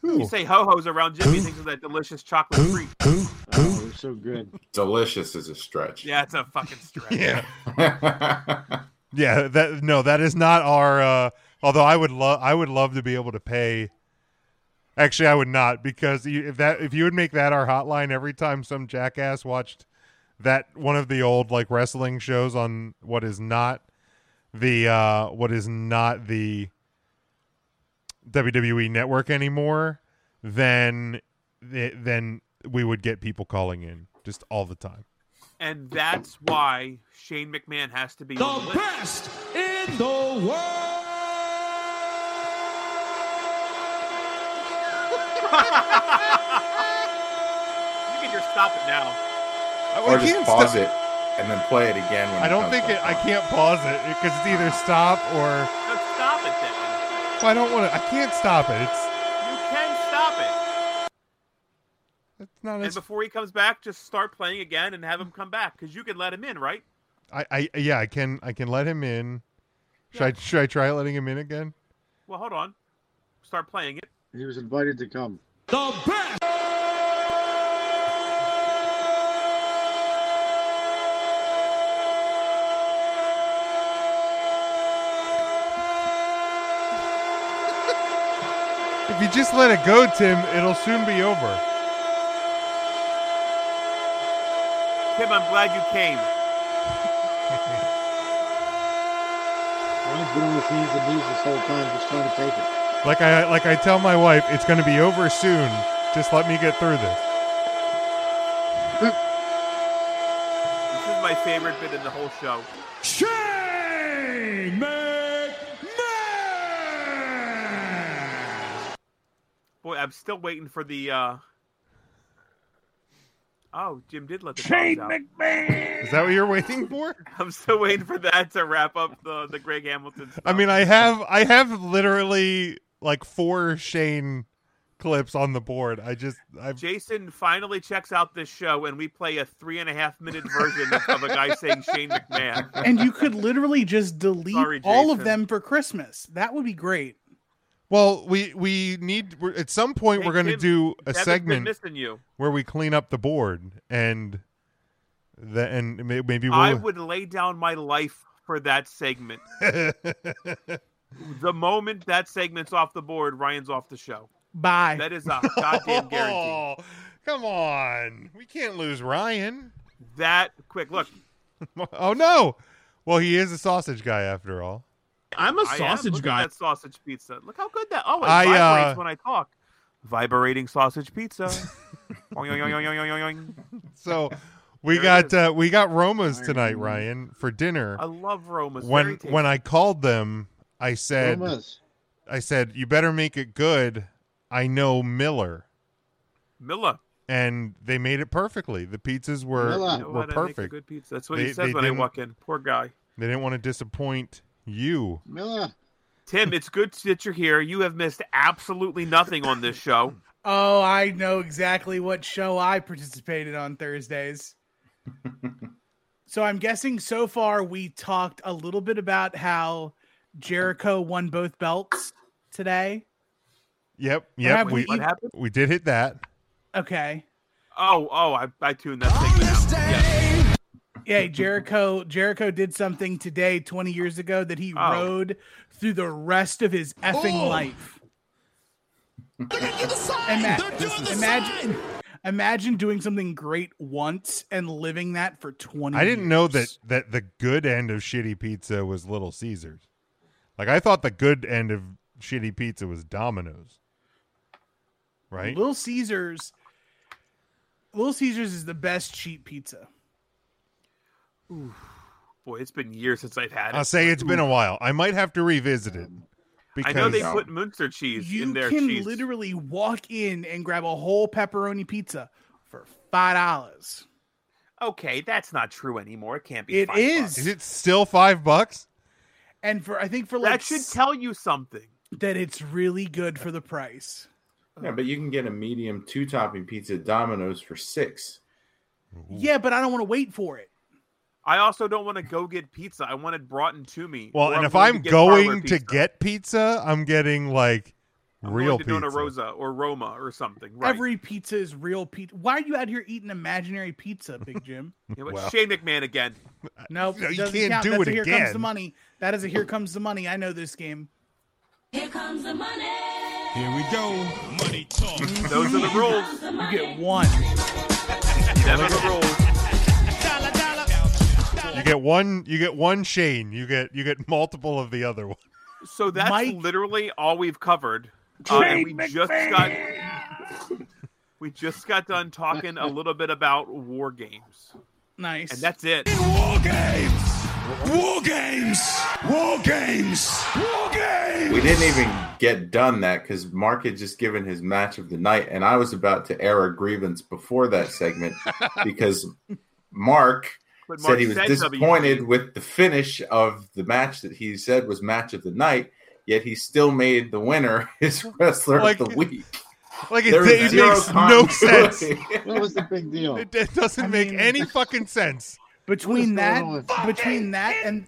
Who?
You say ho hos around Jimmy thinks of that delicious chocolate treat.
"Who?
Who? they're so good."
Delicious is a stretch.
Yeah, it's a fucking stretch.
Yeah. Yeah, that no, that is not our. Uh, although I would love, I would love to be able to pay. Actually, I would not because you- if that if you would make that our hotline every time some jackass watched that one of the old like wrestling shows on what is not the uh what is not the WWE network anymore, then eh, then we would get people calling in just all the time.
And that's why Shane McMahon has to be
The
on the list.
best in the world.
You can just stop it now.
or
I
just
can't
pause
stop-
it and then play it again. When
I
he
don't
comes
think
back
it, I
on.
can't pause it because it's either stop or
Just stop it then.
Well, I don't want to. I can't stop it. It's
You can stop it.
it's not.
And
As,
before he comes back, just start playing again and have him come back because you can let him in, right?
I, I yeah. I can I can let him in. Should I should I try letting him in again?
Well, hold on. Start playing it.
He was invited to come.
The best.
If you just let it go, Tim, it'll soon be over.
Tim, I'm glad you came.
Ryan's been on his hands and knees this whole time, just trying to take it.
Like I like I tell my wife, it's going to be over soon. Just let me get through this.
This is my favorite bit in the whole show.
Shane
Boy, I'm still waiting for the. uh Oh, Jim did let the
Shane
dogs out.
Is that what you're waiting for?
I'm still waiting for that to wrap up the the Greg Hamilton.
I mean, I have I have literally like four Shane clips on the board. I just I've
Jason finally checks out this show, and we play a three and a half minute version of a guy saying Shane McMahon.
[laughs]
and you could literally just delete
Sorry,
all of
Jason.
them for Christmas. That would be great.
well, we we need we're, at some point
Hey,
we're going to
Jim,
do a
Devin's been
segment
missing you.
where we clean up the board and the and may- maybe we'll,
I would lay down my life for that
[laughs]
segment. the moment that segment's off the board, Ryan's off the show.
Bye.
That is a
[laughs]
goddamn guarantee.
Oh, come on, we can't lose Ryan [laughs]
that quick. Look,
oh no. Well, he is a sausage guy after all.
I'm
a
am.
sausage
Look at
guy.
that sausage pizza. Look how good that. Oh, it
I, uh,
vibrates when I talk. Vibrating sausage
[laughs]
pizza. Oing, oing, oing, oing, oing, oing. [laughs]
So we
There it
got uh, we got Romas tonight, Ryan, for dinner.
I love Roma's.
When when I called them, I said
Roma's.
I said you better make it good. I know Miller,
Miller.
and they made it perfectly. The pizzas were
Miller. You know
were
what? I make a
perfect.
good pizza. That's what he
They-
says
they
when I
didn't-
walk in. Poor guy.
They didn't want to disappoint you.
Miller. Tim, it's good that you're here. You have missed absolutely nothing on this show.
Oh, I know exactly what show I participated on Thursdays. so I'm guessing so far we talked a little bit about how Jericho won both belts today.
Yep,
What
yep.
happened?
We
What happened?
we did hit that.
Okay.
Oh, oh, I, I tuned that segment out. Yes.
Yeah, Jericho Jericho did something today 20 years ago that he
Oh.
rode through the rest of his effing
Oh.
life.
sign!
Ima-
They're doing the
imagine imagine doing something great once and living that for 20
I didn't
years.
know that that the good end of shitty pizza was Little Caesars. Like I thought the good end of shitty pizza was Domino's. Right?
Little Caesars. Little Caesars is the best cheap pizza.
Boy, it's been years since I've had it.
I'll say it's been a while. I might have to revisit it. Because
I know they put Munster cheese
You
in their
can
cheese.
literally walk in and grab a whole pepperoni pizza for five dollars.
Okay, that's not true anymore. It can't be.
It
five
is,
Is it still five bucks?
and for I think for
That
like
should tell you something.
that it's really good for the price.
Yeah, but you can get a medium two topping pizza at Domino's for six.
Yeah, but I don't want to wait for it.
I also don't want to go get pizza. I want it brought in to me.
Well,
or
and if
willing to
I'm
get parlor
going
pizza.
to get pizza, I'm getting like
I'm
real
going to
pizza.
Dona Rosa or Roma or something, right?
Every pizza is real pizza. Why are you out here eating imaginary pizza, Big Jim?
You know what? Shane McMahon again.
No,
No, you
doesn't
can't
count.
do
That's
it
a here comes the
again.
money. That is a here comes the money. I know this game.
Here comes the money.
Here we go. Money talk.
Those are the rules.
You get one.
Never the rules.
You get one you get one Shane. You get you get multiple of the [laughs] other one.
So that's literally all we've covered. Uh, and we just got we just got done talking a little bit about war games,
Nice.
and that's it.
War games. War games. War games. War games.
We didn't even get done that because Mark had just given his match of the night, and I was about to air a grievance before that
[laughs]
segment because Mark,
But Mark
said he was
said
disappointed
WP.
with the finish of the match that he said was match of the night. Yet he still made the winner [laughs] his wrestler
Like-
of the week.
Like it,
There was
it
zero
makes no
[laughs]
sense.
continuity.
What was the big deal?
It, it doesn't make any
[laughs]
fucking sense.
between
What is
that
going
between that and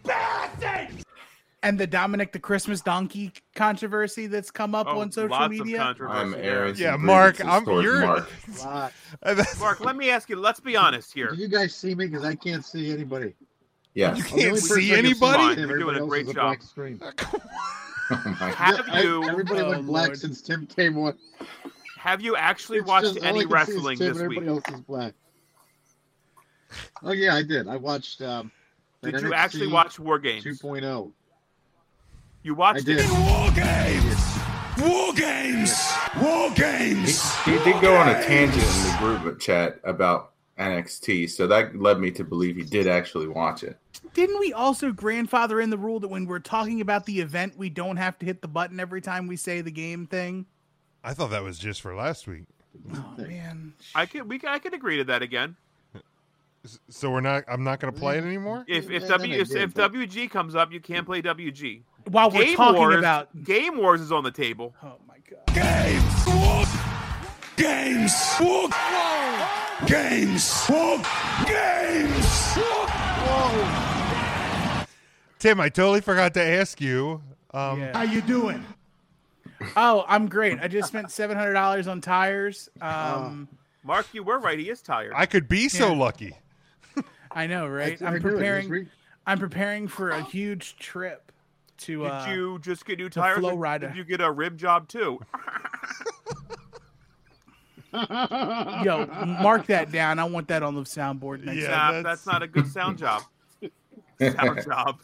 and the Dominic the Christmas donkey controversy that's come up
Oh,
on social
lots of
media.
controversy
I'm
there.
airing some
Yeah, Mark,
grievances
I'm-
towards
you're- [laughs]
Mark.
Mark, let me ask you. Let's be honest here.
Do you guys see me? Because I can't see anybody.
Yes. You
I'm the
can't
only person
see
I can
anybody?
is
Fine,
Tim.
you're doing
Everybody
a
else
great
is
job.
Black screen.
Have
Yeah, I-
you-
everybody
Oh,
went black
Lord.
since Tim came on.
Have you actually
It's
watched
just- all I
any
can see is
wrestling
Tim
this
and
week?
Everybody else is black. Oh yeah, I did. I watched. Um, that
Did you
NXT
actually watch War Games?
2.0?
You
I
watched
did.
it.
War games. War games. War games.
He did go on a tangent in the group chat about NXT, so that led me to believe he did actually watch it.
Didn't we also grandfather in the rule that when we're talking about the event, we don't have to hit the button every time we say the game thing?
I thought that was just for last week.
Oh man.
I could we could- I could agree to that again.
So we're not. I'm not going to play it anymore.
If if W if, if WG comes up, you can't play WG.
While we're talking about-
Game Wars is on the table.
Oh my
god.
Games. Whoa. Games. Whoa. Games.
Tim, I totally forgot to ask you. Um,
How you doing? Oh, I'm great. I just spent seven hundred dollars on tires. Um,
Mark, you were right. He is tired.
I could be so
Yeah.
lucky.
I know, right?
I
I'm
do it.
preparing.
Just read.
I'm preparing for a huge trip to.
Did
uh,
you just get new
the
tires?
Flow
or
Rider.
Did you get a rib
[laughs]
job too?
Yo, mark that down. I want that on the soundboard next
Yeah,
time.
that's... not a good sound job. sound job.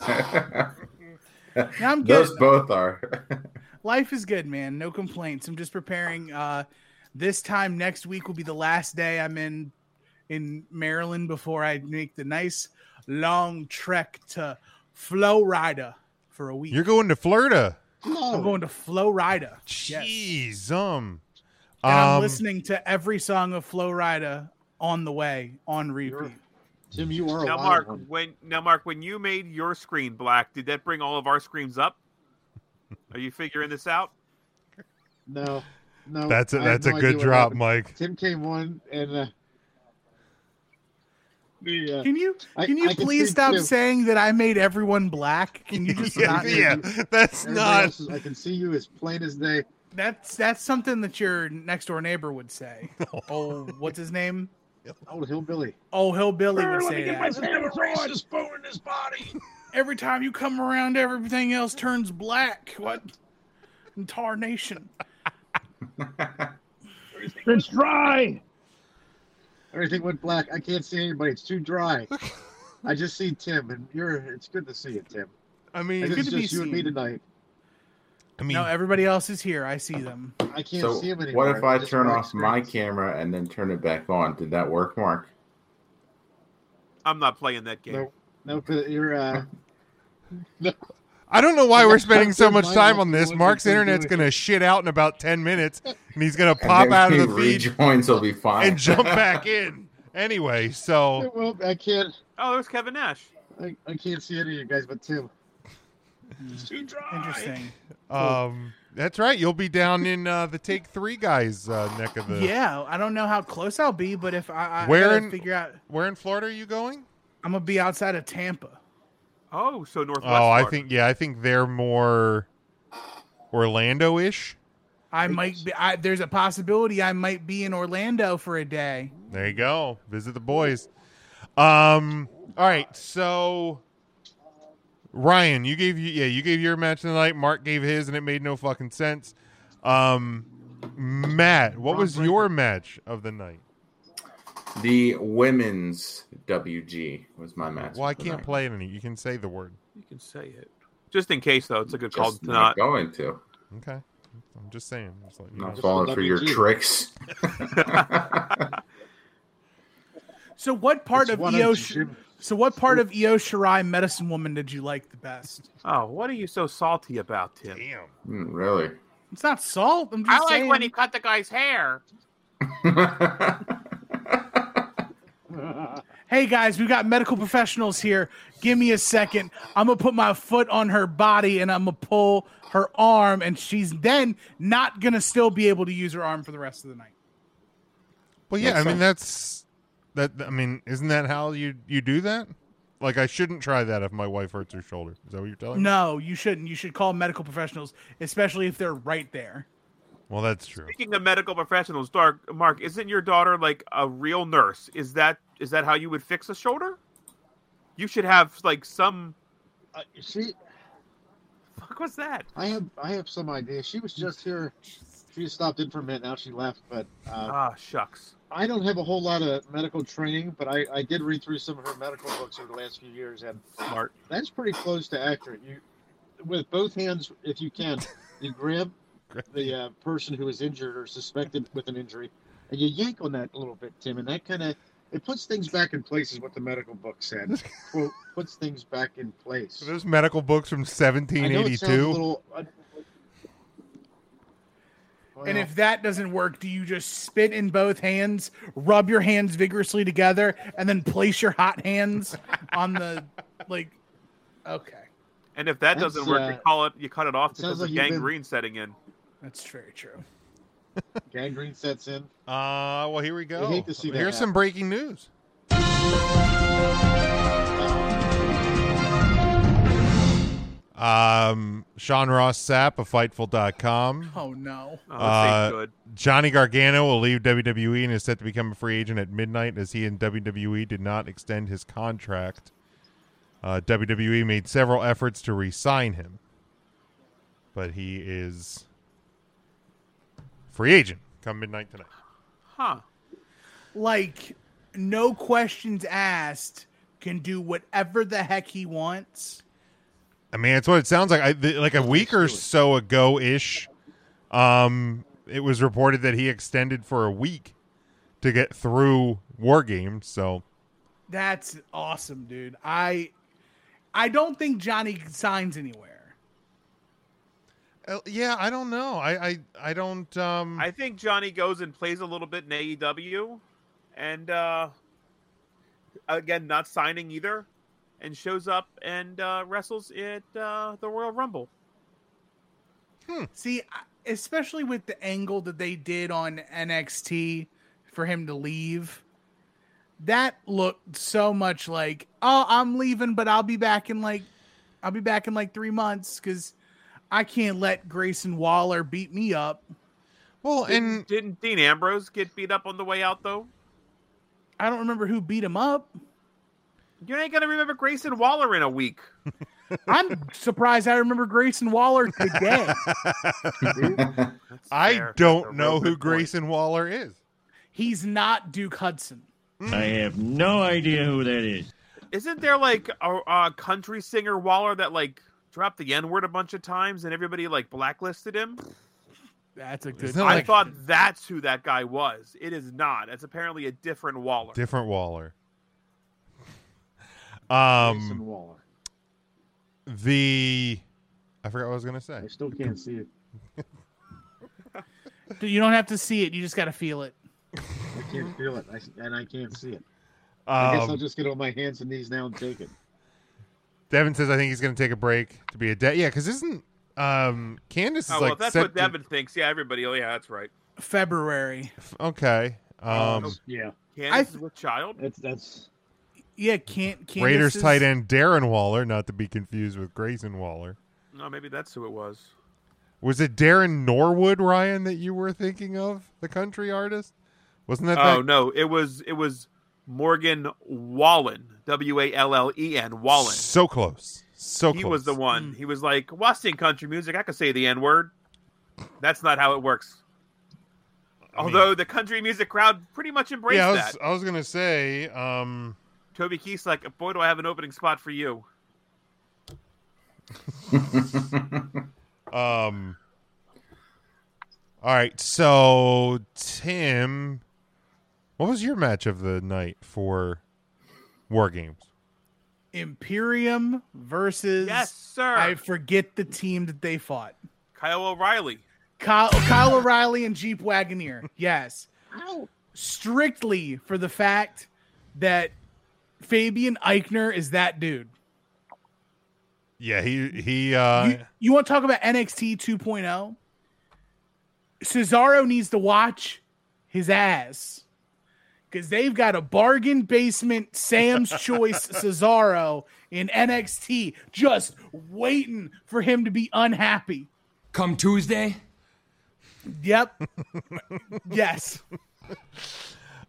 Now I'm
Those
good.
both are.
Life is good, man. No complaints. I'm just preparing. Uh, this time next week will be the last day I'm in in Maryland before I make the nice long trek to Florida for a week.
You're going to Florida.
I'm going to Florida.
Jeez, um,
And I'm
um,
listening to every song of Flowrider on the way on repeat.
Tim, you are
Now, Mark, when now Mark, when you made your screen black, did that bring all of our screens up? Are you figuring this out?
No, no.
That's a-
I have
that's a good
idea what
drop,
happened.
Mike.
Tim came on and. Uh, the, uh,
Can you
I-
can you
I
please
see
stop
Tim.
saying that I made everyone black? Can
[laughs]
you just not?
that's
Everybody
not-
else is- I can see you as plain as day.
That's that's something that your next door neighbor would say. Oh, what's his name?
Old hillbilly.
Oh, hillbilly would say that.
racist
bone in his body. Every time you come around, everything else turns black. What? In Tarnation.
[laughs] It's dry. Everything went black. I can't see anybody. It's too dry. I just see Tim, and you're. It's good to see you, Tim.
I mean,
it's
Good to be
just you and me
seen.
tonight.
I mean,
no, everybody else is here. I see them.
I can't
so
see him anymore.
what if I
Just
turn
my
off my camera and then turn it back on? Did that work, Mark?
I'm not playing that game.
No, no, because you're. Uh,
I don't know why we're spending so
Tim,
much
my
time
mouth
on this.
wasn't
Mark's
gonna do
internet's
it.
going to shit out in about 10 minutes and he's going to
[laughs] And
pop
then
out of the
he
feed
Rejoins will be fine.
and
[laughs]
jump back in. Anyway, so
well, I can't.
Oh, there's Kevin Nash.
I, I can't see any of you guys, but Tim.
Interesting.
um that's right. You'll be down in uh, the Take 3 guys uh, neck of the
Yeah, I don't know how close I'll be, but if I, I
Where
gotta
in-
figure out
where in Florida are you going?
I'm gonna be outside of Tampa.
Oh, so
Oh,
Northwest.
I
Florida.
think yeah, I think they're more Orlando-ish.
I might be. I, there's a possibility I might be in Orlando for a day.
There you go. Visit the boys. Um. All right. So, Ryan, you gave you yeah you gave your match tonight. Mark gave his, and it made no fucking sense. Um, Matt, what was your match of the night?
The women's WG was my match.
Well, I
of the
can't
night.
play it any. You can say the word.
You can say it. Just in case, though, it's a good call
Just
to
not
not.
going to.
Okay. I'm just saying. Just letting you
Not
know.
falling for your tricks.
So what part
It's
of
one
Io?
of
Sh-
Jim-
so what part of Io Shirai Medicine Woman did you like the best?
Oh, what are you so salty about, Tim?
Damn.
Mm, really?
It's not salt. I'm just saying.
cut the guy's hair.
Hey guys, we got medical professionals here. Give me a second. I'm gonna put my foot on her body and I'm gonna pull her arm, and she's then not gonna still be able to use her arm for the rest of the night.
Well, yeah.
Makes
I mean,
sense.
that's that. I mean, isn't that how you you do that? Like, I shouldn't try that if my wife hurts her shoulder. Is that what you're telling me?
No, you shouldn't. You should call medical professionals, especially if they're right there.
Well, that's true.
Speaking of medical professionals, Dark Mark, isn't your daughter like a real nurse? Is that is that how you would fix a shoulder? You should have like some. [laughs]
Uh, she.
Fuck was that?
I have I have some idea. She was just here. She stopped in for a minute. Now she left, but uh,
Ah, shucks.
I don't have a whole lot of medical training, but I, I did read through some of her medical books over the last few years, and
Smart.
that's pretty close to accurate. You, with both hands, if you can, you grab the uh, person who is injured or suspected with an injury, and you yank on that a little bit, Tim, and that kind of it puts things back in place, is what the medical book said. Quote, puts things back in place.
Those medical books from
uh,
I know it sounds a
1782.
little- I-
and if that doesn't work, do you just spit in both hands, rub your hands vigorously together, and then place your hot hands on the like? Okay,
And if that
That's,
doesn't work, you
uh,
call it you cut it off
it sounds
because of
like you've been-
gangrene setting in.
that's very true.
Gangrene sets in.
Uh, well, here we go.
hate to see that
Here's some
happen.
breaking news. Um, Sean Ross Sapp of Fightful.com.
Oh no.
Uh, Johnny Gargano will leave WWE and is set to become a free agent at midnight as he and WWE did not extend his contract. Uh, WWE made several efforts to re sign him, but he is free agent come midnight tonight.
Huh.
Like, no questions asked, can do whatever the heck he wants.
I mean, it's what it sounds like. I, th- like a week or so ago ish, um, it was reported that he extended for a week to get through War Games. So
That's awesome, dude. I I don't think Johnny signs anywhere.
Uh, yeah, I don't know. I I, I don't. Um,
I think Johnny goes and plays a little bit in AEW, and uh, again, not signing either, and shows up and uh, wrestles at uh, the Royal Rumble.
See, I- especially with the angle that they did on NXT for him to leave, that looked so much like, oh, I'm leaving, but I'll be back in like, I'll be back in like three months because I can't let Grayson Waller beat me up.
Well,
Didn't- didn't Dean Ambrose get beat up on the way out though?
I don't remember who beat him up.
You ain't gonna remember Grayson Waller in a week.
[laughs] I'm surprised I remember Grayson Waller today.
[laughs] I
fair. That's
don't
a
know
real good
who
point.
Grayson Waller is.
He's not Duke Hudson.
I have no idea who that is.
Isn't there like a, a country singer Waller that like dropped the N word a bunch of times and everybody like blacklisted him?
That's a
Isn't it
I
like-
thought that's who that guy was. It is not. It's apparently a different Waller.
Different [laughs] Waller. Um,
Grayson Waller.
the I forgot what I was gonna say. I
still can't see it.
Dude, You don't have to see it; you just got to feel it.
I can't feel it, I, s- and I can't see it. I guess I'll
Um,
just get on my hands and knees now and take it.
Devin says I think he's gonna take a break to be a debt. Yeah, because isn't um Candace is
Oh, well,
like
if that's
set
what
to-
Devin thinks. Yeah, everybody. Oh, yeah, that's right.
February.
okay.
Oh,
Um,
yeah.
Candace is with child.
That's that's.
Yeah, can't Candace
Raiders
is-
tight end Darren Waller, not to be confused with Grayson Waller.
No, maybe that's who it was.
Was it Darren Norwood Ryan that you were thinking of, the country artist? Wasn't that?
Oh
that-
no, it was it was Morgan Wallen. W a l l e n Wallen.
So close. So
he
close.
was the
Hmm.
one. He was like, Washington country music. I could say the N word. That's not how it works. Although the country music crowd pretty much embraced
yeah, I was, uh,
that.
I was gonna say. Um,
Toby Keith's like, boy, do I have an opening spot for you.
um. All right, so Tim, what was your match of the night for War Games?
Imperium versus
Yes, sir.
I forget the team that they fought.
Kyle O'Reilly.
Kyle, Kyle O'Reilly and Jeep Wagoneer. [laughs] Yes. Strictly for the fact that Fabian Eichner is that dude.
Yeah, he he. Uh,
you, you want to talk about NXT 2.0? oh. Cesaro needs to watch his ass because they've got a bargain basement Sam's Choice Cesaro in NXT just waiting for him to be unhappy.
Come Tuesday?
Yep. yes.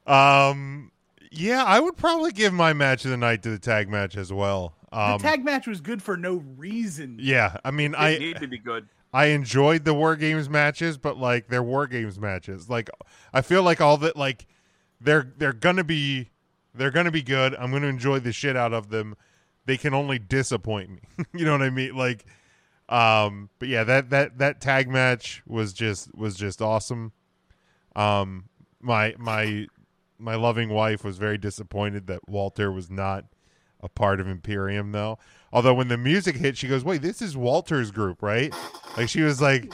Um, yeah, I would probably give my match of the night to the tag match as well. Um,
the tag match was good for no reason.
yeah, I mean, I
They need to be good.
I enjoyed the War Games matches, but like they're War Games matches. Like I feel like all that like they're they're gonna be they're gonna be good. I'm gonna enjoy the shit out of them. They can only disappoint me. [laughs] you know what I mean? Like, um, but yeah, that that that tag match was just was just awesome. Um, my my my loving wife was very disappointed that Walter was not a part of Imperium though. Although when the music hit, she goes, "Wait, this is Walter's group, right?" Like she was like,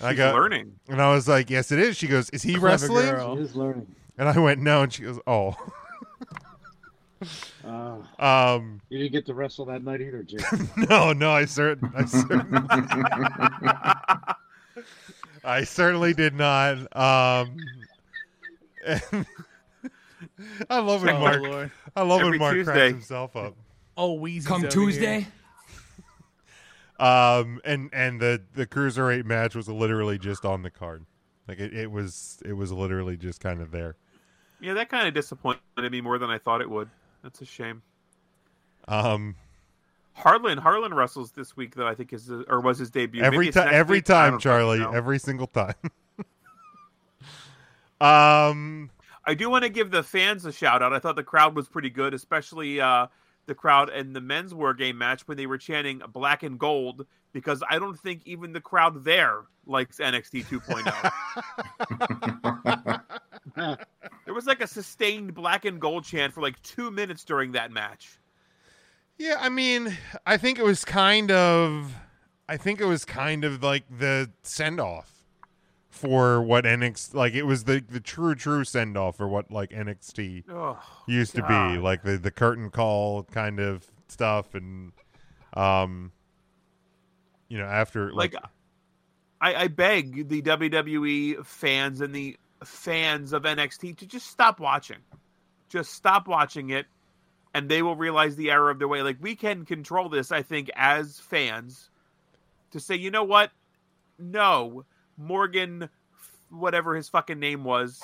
I
She's
go,
learning.
And I was like, yes, it is. She goes, is he
Clever
wrestling?
girl. She is
learning.
And I went, no. And she goes,
[laughs]
oh.
Uh,
Um,
you didn't get to wrestle that night either, Jim.
[laughs] no, no, I, certain, I, certain, [laughs] I certainly did not. Um, [laughs] and- I love when
Oh,
Mark.
Lord.
I love
Every
when Mark
Tuesday.
cracks himself up.
Oh, Weezy's
Come
over
Tuesday?
here.
Um, and and the the cruiserweight match was literally just on the card. Like it, it was it was literally just kind of there.
Yeah, that kind of disappointed me more than I thought it would. That's a shame.
Um,
Harlan Harlan wrestles this week though. I think is or was his debut. Maybe
every
it's
time,
next
every
week. I
time,
don't
Charlie,
know.
every single time. [laughs] um,
I do want to give the fans a shout out. I thought the crowd was pretty good, especially uh, the crowd in the men's war game match when they were chanting "Black and Gold" because I don't think even the crowd there likes NXT 2.0. oh. there was like a sustained "Black and Gold" chant for like two minutes during that match.
Yeah, I mean, I think it was kind of, I think it was kind of like the send off for what NXT, like it was the the true true send off for what like NXT
Oh,
used to
God.
be, like the the curtain call kind of stuff, and um, you know, after like,
Like, I, I beg the WWE fans and the fans of NXT to just stop watching. Just stop watching it, and they will realize the error of their way. Like, we can control this, I think, as fans to say, you know what? No, Morgan, whatever his fucking name was.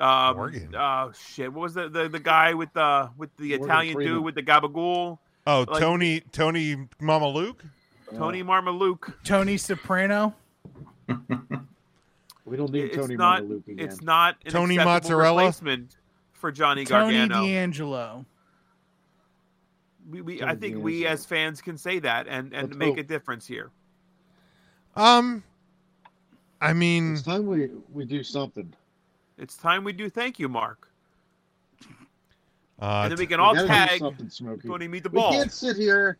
Um,
Morgan.
Oh shit! What was the, the, the guy with the with the
Morgan
Italian
Freeman.
dude with the gabagool?
oh
Like,
Tony Tony Mama Luke,
Tony Marmaluke.
Tony Soprano.
we don't need
it's
Tony
not
Montaluke again.
it's not an
Tony
acceptable
Mozzarella?
replacement for Johnny
Tony
Gargano.
D'Angelo.
we, we,
Tony
I think we
D'Angelo.
as fans can say that and and
Let's
make
hope.
a difference here.
um, I mean,
it's time we we do something.
It's time we do thank you, Mark,
uh,
and then we can
We
all
gotta do
tag
something, Smokey.
Tony meet the
We
ball.
can't sit here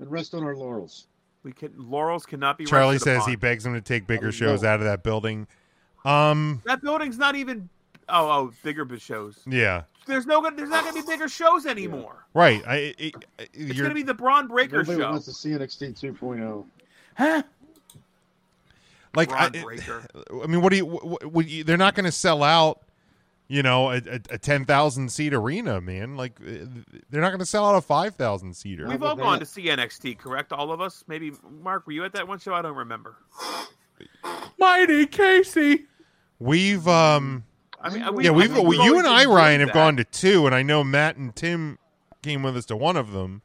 and rest on our laurels.
We can laurels cannot be.
Charlie
rested
says
upon.
he begs him to take bigger
we
shows
go.
out of that building. Um,
that building's not even. Oh, oh, bigger b- shows.
yeah.
There's no. gonna- There's not going to be bigger shows anymore.
Right. I, it, it,
It's
you're-
going to be the Braun Breaker
Nobody
show.
wants to see NXT 2.0.
Huh?
like I, [laughs]
Braun Breaker.
I mean, what do you? What, what, you they're not going to sell out. You know, a, a, a ten thousand seat arena, man. Like uh, they're not going to sell out a five thousand seater.
We've all gone to see NXT, correct? All of us. Maybe Mark, were you at that one show? I don't remember.
Mighty Casey.
We've um,
I mean, we-
yeah,
I
we've
mean, we've
well, you
always
and I,
enjoyed
Ryan, have
that.
gone to two, and I know Matt and Tim came with us to one of them.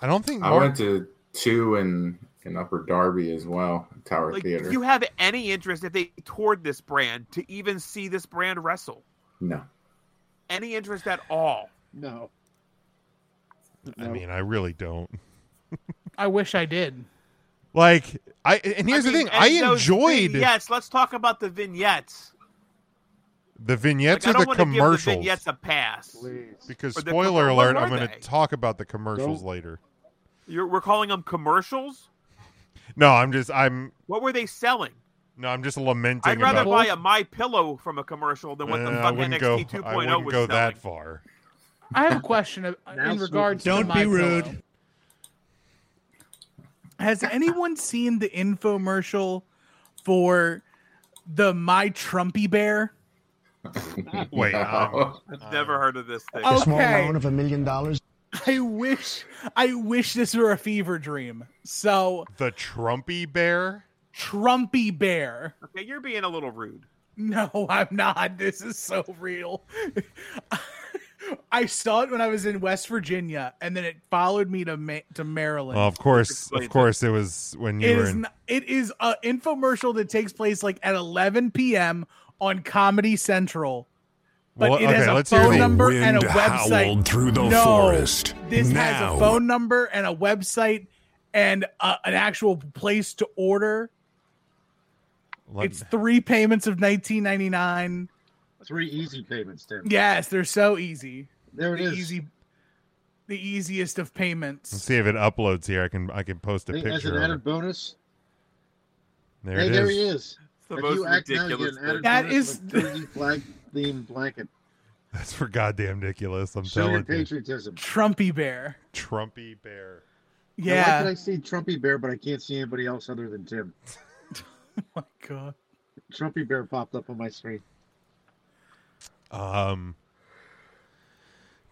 I don't think
I
Mark-
went to two in in Upper Darby as well, Tower
Like,
Theater.
do you have any interest if they toured this brand to even see this brand wrestle?
no,
Any interest at all?
No.
I mean, I really don't.
I wish I did.
Like I, and here's the thing: I
And those
enjoyed
vignettes. Let's talk about the vignettes.
the vignettes
Like, I
or
don't
the
want to give the
commercials.
vignettes a pass.
Because
Or the-
spoiler
what
alert,
were
I'm going to
they?
talk about the commercials later.
You're, we're calling them commercials.
No, I'm just I'm
What were they selling?
no, I'm just lamenting.
I'd rather
about,
buy a My Pillow from a commercial than what the
Uh, I
fuck
wouldn't
NXT
go.
2.0
I wouldn't
was
go
selling.
that far.
I have a question of-
Now
in regards
Smokey.
to
Don't be
My
rude.
Pillow. Has anyone seen the infomercial for the My
[laughs]
Trumpy Bear?
Wait,
um, I've never heard of this thing.
Oh.
A small Okay. loan
of a million dollars.
I wish I wish this were a fever dream. So
The Trumpy Bear.
Trumpy Bear.
Okay, you're being a little rude.
No, I'm not. This is so real. [laughs] I saw it when I was in West Virginia, and then it followed me to Ma- to Maryland.
Well, of course, of course, it was when you
It
were
is
in.
n- it is a infomercial that takes place like at 11 p.m. on Comedy Central. But
Well,
it has
okay,
a
let's hear
phone
it.
number
The
and a
wind
website.
howled through the
no,
forest.
This has
Now.
a phone number and a website and uh an actual place to order.
Let-
It's three payments of 19.99.
Three easy payments, Tim.
Yes, they're so easy.
There it
the
is.
Easy, the easiest of payments.
Let's see if it uploads here. I can I can post a
Hey, As
picture.
an
of it.
added bonus,
There
hey,
it
there
is.
he is.
the
If
most
you act now, you get
ridiculous
an Adam
thing. That
Curtis
is-
with a Jersey flag themed blanket.
[laughs] That's for goddamn ridiculous. I'm
Show your
telling you.
patriotism.
Trumpy bear.
Trumpy bear.
Now,
Yeah.
Why can I see Trumpy Bear, but I can't see anybody else other than
[laughs]
Tim?
Oh my God.
Trumpy Bear popped up on my screen.
Um,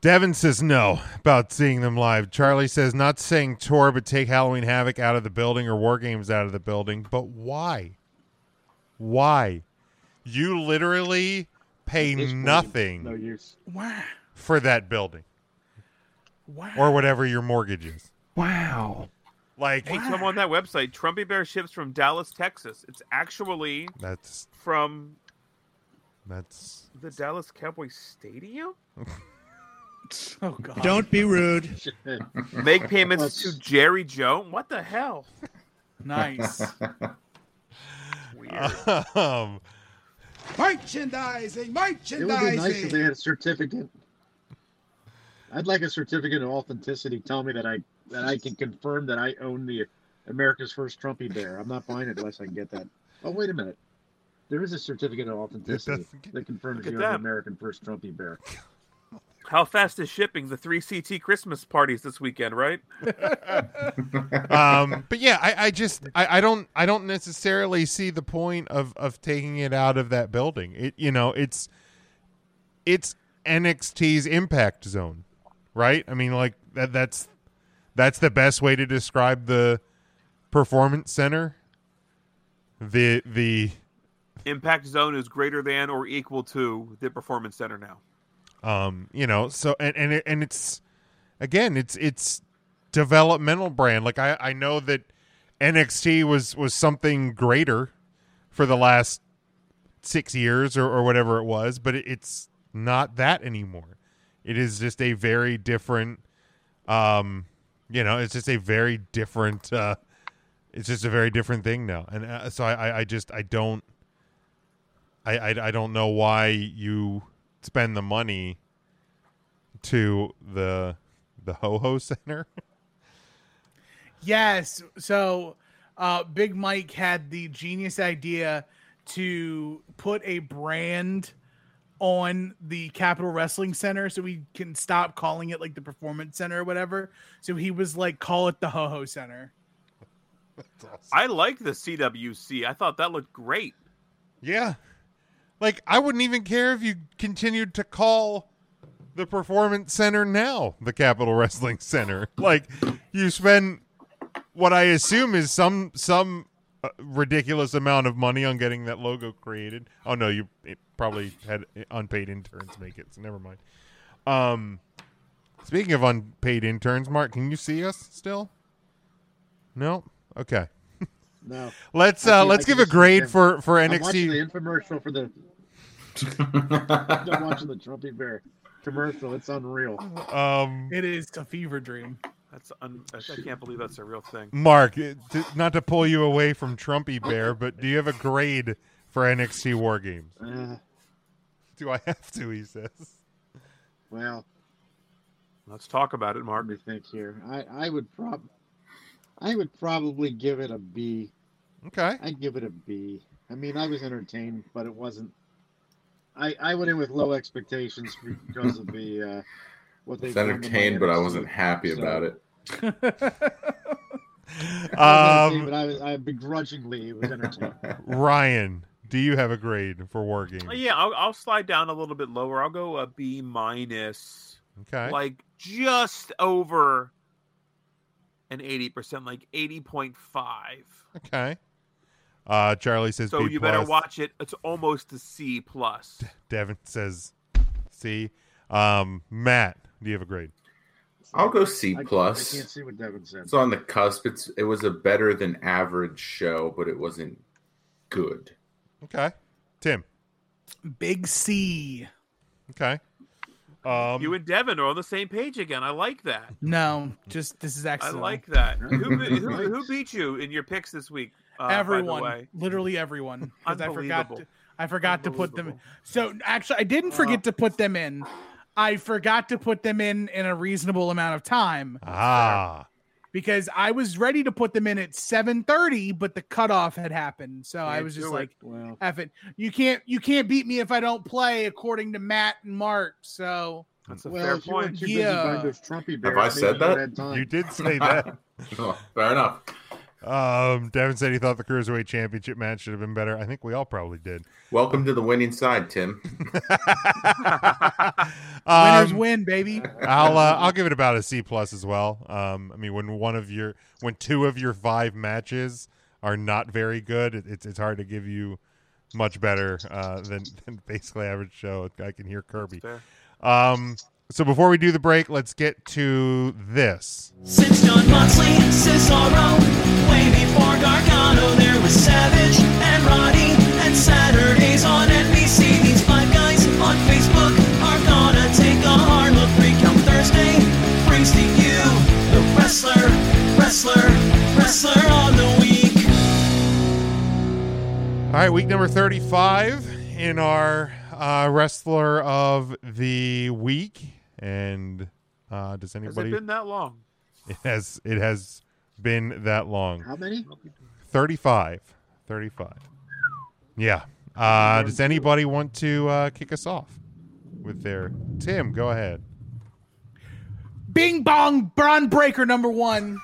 Devin says no about seeing them live. Charlie says not saying tour, but take Halloween Havoc out of the building or War Games out of the building. But why? Why? You literally pay nothing
No use.
Wow.
for that building
Wow.
or whatever your mortgage is.
Wow.
Like,
Hey, come on that website. Trumpy Bear ships from Dallas, Texas. It's actually
That's
from
that's
the Dallas Cowboys Stadium.
Oh God.
Don't be rude.
[laughs]
Make payments to Jerry Joe. What the hell?
Nice.
[laughs] um,
Merchandising,
It would be nice if they
merchandising.
had a certificate. I'd like a certificate of authenticity. Tell me that I that I can confirm that I own the America's first Trumpy Bear. I'm not buying it unless I can get that. Oh wait a minute, there is a certificate of authenticity that confirms
Look at
you own the
that.
American first Trumpy Bear.
How fast is shipping the three CT Christmas parties this weekend, right?
um, but yeah, I, I just I, I don't I don't necessarily see the point of of taking it out of that building. It you know it's it's NXT's impact zone, right? I mean, like that that's that's the best way to describe the performance center. The the
Impact Zone is greater than or equal to the Performance Center now.
um you know so and and it, and it's again it's it's developmental brand like i i know that NXT was was something greater for the last 6 years or or whatever it was but it, it's not that anymore it is just a very different um you know it's just a very different uh it's just a very different thing now and uh, so I, I i just i don't I, I I don't know why you spend the money to the the ho ho center.
Yes. So uh, Big Mike had the genius idea to put a brand on the Capital Wrestling Center so we can stop calling it like the Performance Center or whatever. So he was like, call it the Ho Ho Center.
I like the CWC. I thought that looked great.
yeah, like I wouldn't even care if you continued to call the performance center now the Capital Wrestling Center. [laughs] Like you spend what I assume is some some uh, ridiculous amount of money on getting that logo created. Oh no, you it probably had unpaid interns make it. So never mind. Um, speaking of unpaid interns, Mark, can you see us still? No. Okay.
No.
[laughs] Let's uh
I can-
let's
I can
give a
just see
grade
Tim.
for for
I'm watching
NXT.
the infomercial for the. I'm watching the Trumpy Bear commercial. It's unreal.
Um,
it is a fever dream.
That's un- I can't believe that's a real thing.
Mark, it- t- not to pull you away from Trumpy Bear, but do you have a grade for NXT War Games?
Uh,
Do I have to? He says.
Well,
let's talk about it, Mark.
Let me think here. I I would prob, I would probably give it a B. [laughs]
Okay.
I'd give it a B. I mean, I was entertained, but it wasn't. I I went in with low expectations because of the uh, what they.
It's entertained, but I wasn't happy about it.
Um,
but I, was- I begrudgingly was entertained.
Ryan, do you have a grade for War Games?
Uh, Yeah, I'll, I'll slide down a little bit lower. I'll go a B minus.
Okay.
Like just over an 80%, like 80.5.
Okay. Uh, Charlie says
So
B
you better
plus.
watch it. It's almost a C plus.
Devin says C. Um, Matt, do you have a grade?
I'll go C
I-
plus.
I can't see what Devin
[laughs]
said.
It's on the cusp. It's it was a better than average show, but it wasn't good.
Okay. Tim.
Big C.
Okay. Um,
you and Devin are on the same page again. I like that.
No, just this is
I
excellent.
like that. Who, be- who, who beat you in your picks this week? Uh, by the
everyone,
way?
literally everyone. 'cause I forgot.
Unbelievable.
To, I forgot to put them. In. So actually, I didn't forget
Uh.
to put them in. I forgot to put them in in a reasonable amount of time
Ah.
because I was ready to put them in at 7:30, but the cutoff had happened. So I
Can't
was
do
just
it.
like,
Wow.
F it. You can't you can't beat me if I don't play, according to Matt and Mark. So
that's a
Well, fair if you weren't point. too busy buying those Trumpy
Have I said that?
You
[laughs]
did say that.
Oh, fair enough.
Um, Devin said he thought the Cruiserweight Championship match should have been better. I think we all probably did.
Welcome to the winning side,
[laughs]
Tim.
Winners
[laughs] Um,
win, baby.
I'll uh, I'll give it about a C plus as well. Um, I mean, when one of your when two of your five matches are not very good, it, it's it's hard to give you much better uh, than [laughs] than basically average show. I can hear Kirby. Um, so before we do the break, let's get to this.
Since John Moxley, Cesaro, way before Gargano, there was Savage and Roddy and Saturdays on NBC. These five guys on Facebook are gonna take a hard look. Freak out Thursday brings to you the wrestler, wrestler, wrestler on the week.
All right, week number 35 in our uh, wrestler of the week. And uh, does
Has
anybody.
it been that long?
It has, it has been that long.
How many?
35. 35. Yeah. Uh, does anybody want to uh, kick us off with their. Tim, go ahead.
Bing bong, Braun Breaker number one.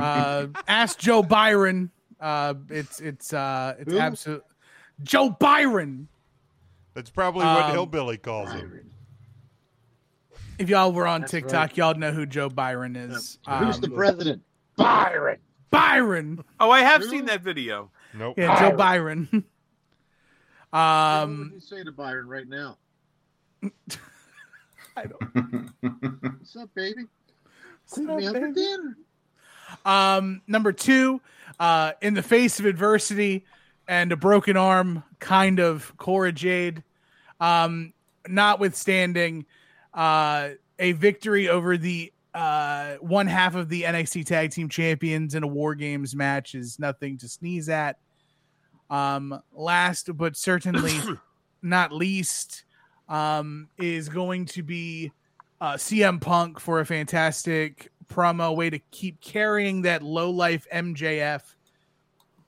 Uh, ask Joe Byron. Uh, it's it's uh, it's
Who?
absolute Joe Byron.
That's probably what
Um,
Hillbilly calls him.
If y'all were on
That's
TikTok,
right.
y'all know who Joe Byron is.
Who's the
Um,
president? Byron.
Byron.
Oh, I have seen that video.
Nope.
Yeah, Joe Byron. [laughs]
what
um,
would you say to Byron right now?
I
don't. What's up, baby? What's
up,
me up for
baby?
dinner.
Um, number two, uh, in the face of adversity and a broken arm, kind of Cora Jade. Um, notwithstanding uh, a victory over the uh, one half of the NXT Tag Team Champions in a War Games match is nothing to sneeze at. Um, last
[coughs]
but certainly not least, um, is going to be uh, CM Punk for a fantastic promo way to keep carrying that low life MJF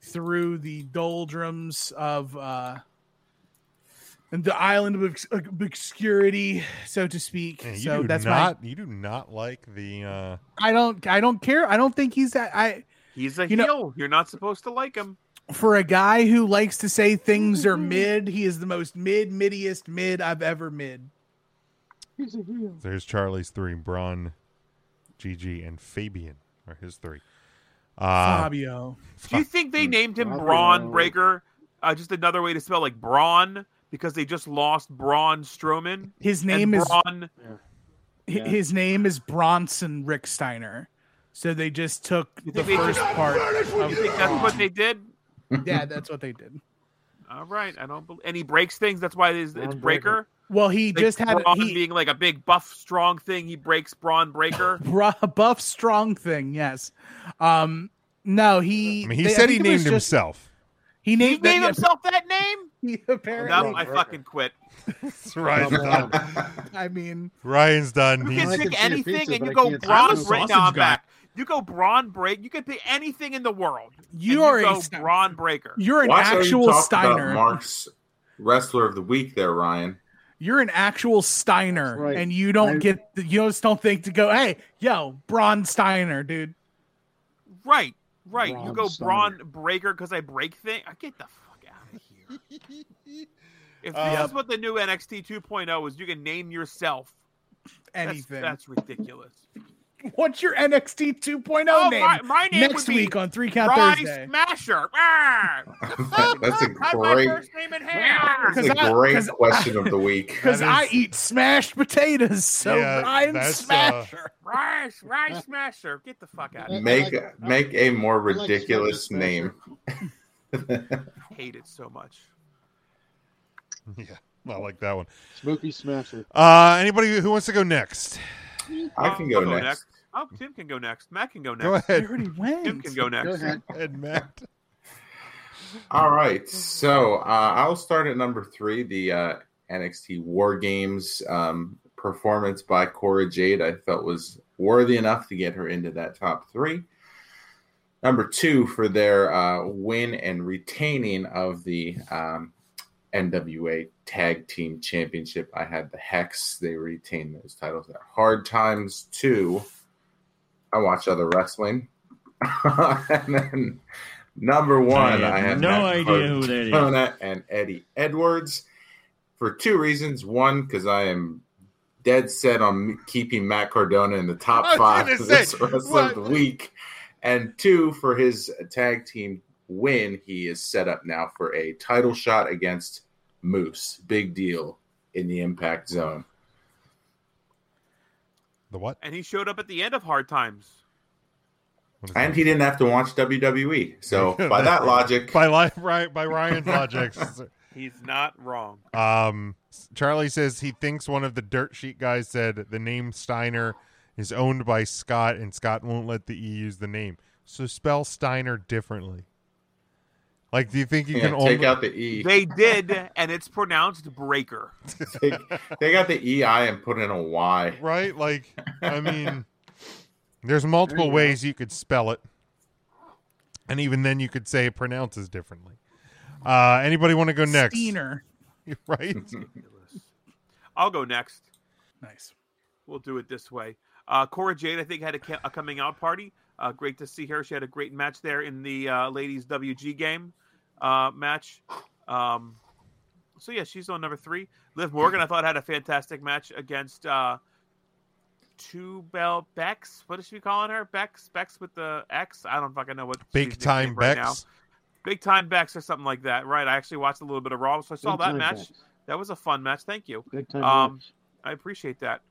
through the doldrums of uh, and the island of, obs- of obscurity, so to speak.
Man, you
so
do
that's
not. You do not like the. Uh,
my. I don't. I don't care. I don't think he's that. I
He's a
You know-
heel. You're not supposed to like him.
for a guy who likes to say things are mid, he is the most mid, middiest mid I've ever mid.
He's a heel.
There's Charlie's three. Braun, Gigi, and Fabian are his three. Uh,
Fabio.
Do you think they named him
Fabio.
Braun Breaker? Uh, just another way to spell like Braun because they just lost Braun Strowman.
His
And
name is-
Braun.
Hi- His name is Bronson Ricksteiner. So they just took the
think they
first
just-
part.
You think that's what they did?
[laughs]
yeah, that's what they did.
All right, I don't. Believe, and he breaks things. That's why it is, it's
Braun
Breaker.
Breaker. Well, he
Like
just had a-
Braun
he-
being like a big buff, strong thing. He breaks Braun Breaker.
[laughs] Bra- buff strong thing, yes. Um no, he
I mean, he
they-
said he
think it was
named
just-
himself.
He named,
Name
yeah,
himself that name?
[laughs] He apparently
No, I fucking quit.
Ryan's
Oh,
[laughs] done.
I mean
Ryan's done.
You can
He's-
pick anything, and you
I
go
can't-
Braun
I'm a
Breaker.
sausage
No, I'm
guy.
back. You go Braun Break. You can pick anything in the world.
You
and
are a
you go
st-
Braun Breaker.
You're an
Why don't you
actual
talk about
Steiner.
Mark's wrestler of the week there, Ryan.
You're an actual Steiner,
right.
and you don't
I-
get you just don't think to go, hey, yo, Braun Steiner, dude.
Right, right. you
Braun
go
Steiner.
Braun Breaker because I break things. I get the fuck out of here.
[laughs]
if this
Uh,
is what the new NXT 2.0 is, you can name yourself That's-
Anything.
That's, ridiculous.
What's your NXT 2.0
Oh,
name?
my- my name
next
would be
week [laughs] on Three Count
Fry
Thursday.
Smasher. Ah!
That's a
Had my
great,
first name in
[laughs]
hand.
that's a great question of the week.
Because I eat smashed potatoes, so
Yeah,
Ryan
that's, uh,
Smasher.
Rice, Rice Smasher. Get the fuck out of here.
make make a more
I like
ridiculous name.
I hate it so much.
yeah, I like that one.
Smokey Smasher.
Uh, anybody who wants to go next?
I can go
I'll
next.
Oh, Tim can go next. Matt can go next.
Go ahead. You
already went.
Tim can go next.
Matt.
All right, so uh, I'll start at number three. The uh, NXT War Games um, performance by Cora Jade, I felt was worthy enough to get her into that top three. Number two for their uh, win and retaining of the um, NWA Tag Team Championship. I had the Hex. They retained those titles at Hard Times 2. I watch other wrestling. [laughs] and then number one, I have,
I have no
Matt
idea who that is.
Cardona And Eddie Edwards for two reasons. One, because I am dead set on keeping Matt Cardona in the top
I was
five
gonna
for
say,
this wrestling
what?
week, and two for his tag team win. He is set up now for a title shot against Moose. Big deal in the Impact Zone.
The what?
And he showed up at the end of Hard Times.
And he didn't have to watch WWE. So by that logic,
by li- right by Ryan's logic,
[laughs]
[laughs]
He's not wrong.
um, Charlie says he thinks one of the dirt sheet guys said the name Steiner is owned by Scott, and Scott won't let the E use the name. So spell Steiner differently. Like, do you think you
Yeah,
can
take
only
out the E. [laughs]
They did, and it's pronounced breaker.
they, they got the EI and put in a Y.
[laughs] Right? Like,
[laughs]
I mean, there's multiple
There you go.
ways you could spell it, and even then, you could say it pronounces differently. Uh, anybody want to go next?
Steiner.
[laughs] Right?
I'll go next.
Nice.
We'll do it this way. Uh, Cora Jade, I think, had a, ca- a coming out party. Uh, great to see her. She had a great match there in the uh, ladies WG game uh, match. Um, so yeah, she's on number three. Liv Morgan, I thought had a fantastic match against uh, Two Bell Bex. What is she calling her? Bex, Bex with the X. I don't fucking know what. she's
Big time
nicknamed right now.
Bex.
Big Time Bex or something like that, right? I actually watched a little bit of Raw, so I saw
Big
that
Time
match.
Bex.
That was a fun match. Thank you.
Big Time
um, I appreciate that.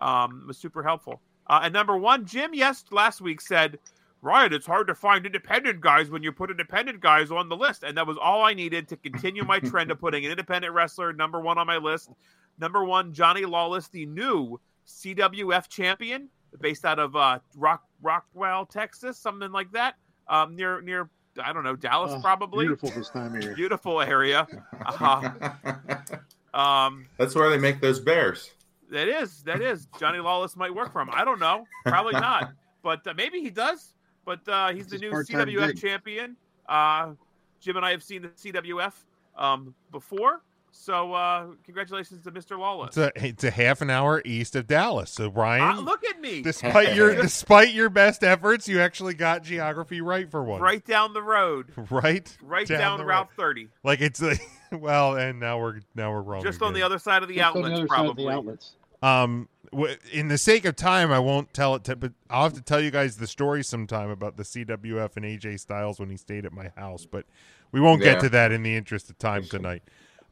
Um, it was super helpful. Uh, and number one, Jim, yes, last week said, Ryan, it's hard to find independent guys when you put independent guys on the list. And that was all I needed to continue my trend of putting an independent wrestler number one on my list. Number one, Johnny Lawless, the new CWF champion, based out of uh, Rock Rockwell, Texas, something like that, um, near near I don't know Dallas,
Oh,
probably.
Beautiful this time of year.
Beautiful area.
[laughs]
Uh, um,
That's where they make those bears.
that is that is Johnny Lawless might work for him. I don't know, probably not, but uh, maybe he does. But uh, he's the
his
new
part-time
CWF
gig.
champion. Uh, Jim and I have seen the CWF um, before, so uh, congratulations to Mr. Lawless.
It's a it's a half an hour east of Dallas. So Brian,
Ah, look at me.
Despite your
[laughs] Just
despite your best efforts, you actually got geography right for one.
right down the road,
Right.
right
Down
down,
the
Route
road. Oh
Thirty,
Like [laughs] it's a, well, and now we're now we're wrong.
just
again.
on the other side of the
Just on the
outlets,
other side of the
probably.
outlets.
Um, w- in the sake of time, I won't tell it, to, but I'll have to tell you guys the story sometime about the CWF and AJ Styles when he stayed at my house. But we won't
Yeah.
get to that in the interest of time tonight.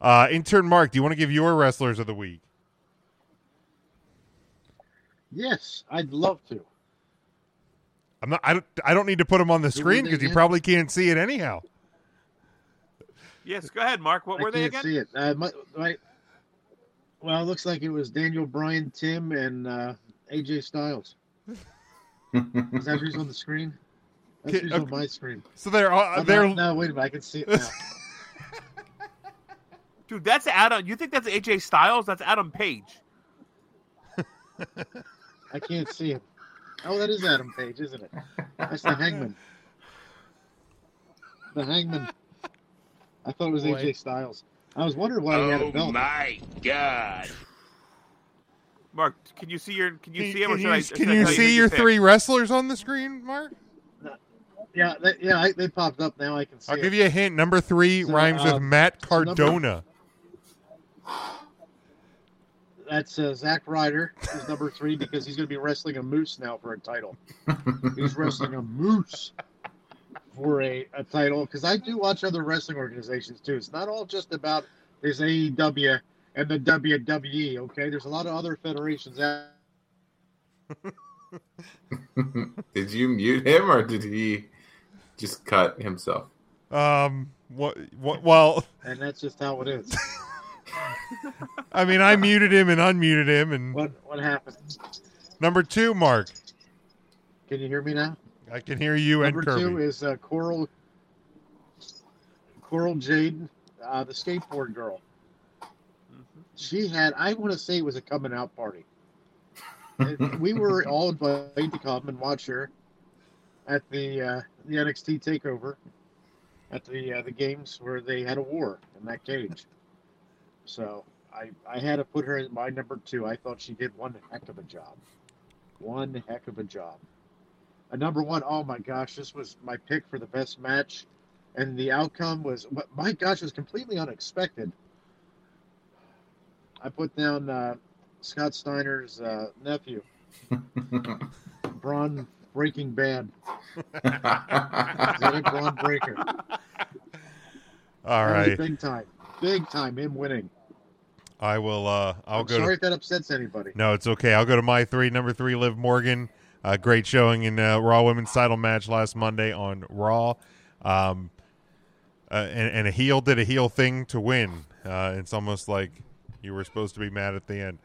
Uh, intern Mark, do you want to give your wrestlers of the week?
Yes, I'd love to.
I'm not. I don't. I don't need to put them on the
Who were
screen
they
because you
again?
probably can't see it anyhow.
Yes, go ahead, Mark. What
I
were they
can't
again?
see it. Uh, my, my, well, it looks like it was Daniel Bryan, Tim, and uh, AJ Styles. Is that who's on the screen? That's
Kid- uh,
who's
okay.
on my screen.
So they're all-
Oh,
they're-
no, no, wait a minute, I can see it now.
[laughs] Dude, that's Adam. You think that's AJ Styles? That's Adam Page.
I can't see him. Oh, that is Adam Page, isn't it? That's the Hangman. The Hangman. I thought it was
Boy.
AJ Styles. I was wondering why he had a belt.
my god. Mark, can you see your can you
Can-
see him or
can
should
you-
I
can
should I
you
tell
see
who
your
picked?
three wrestlers on the screen, Mark?
Yeah, they, yeah, I, they popped up now. I can see.
I'll
it.
give you a hint. Number three
So,
rhymes
uh,
with Matt
so number-
Cardona.
That's uh, Zack Ryder is number three because he's going to be wrestling a moose now for a title. he's wrestling a moose for a, a title because I do watch other wrestling organizations too. It's not all just about there's AEW and the WWE. Okay, there's a lot of other federations out.
did you mute him or did he just cut himself?
Um, what? What? Well,
And that's just how it is.
[laughs] I mean, I muted him and unmuted him, and
What what happens?
number two, Mark.
Can you hear me now?
I can hear you and
Number two
Kirby.
is uh, Coral Coral Jade, uh, the skateboard girl. She had, I want to say it was a coming out party. And we were all invited to come and watch her at the uh, the NXT Takeover at the uh, the games where they had a war in that cage. So I I had to put her as my number two. I thought she did one heck of a job, one heck of a job. A number one. Oh my gosh, this was my pick for the best match, and the outcome was my gosh it was completely unexpected. I put down uh, Scott Steiner's uh, nephew, Braun Breaking Bad. Is that it, Braun Breaker?
All
That was
right.
Big time. Big time. Him winning.
I will. Uh, I'll
I'm
go.
sorry
to-
if that upsets anybody.
No, it's okay. I'll go to my three. Number three, Liv Morgan. Uh, great showing in uh, Raw Women's title match last Monday on Raw. Um, uh, and, and a heel did a heel thing to win. Uh, it's almost like you were supposed to be mad at the end.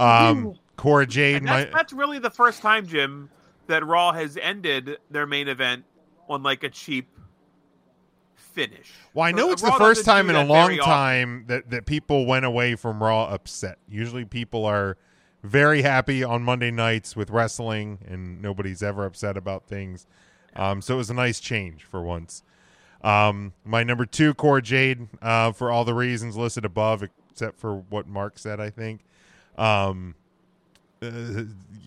Um, Cora Jade.
And that's,
My,
that's really the first time, Jim, that Raw has ended their main event on like a cheap finish.
well, I know
Uh,
it's the
Raw
first
doesn't
time
do
in a
that
long
very often.
time that, that people went away from Raw upset. Usually people are very happy on Monday nights with wrestling, and nobody's ever upset about things. Um, so it was a nice change for once. Um, my number two, Core Jade, uh, for all the reasons listed above, except for what Mark said, I think. Um, uh,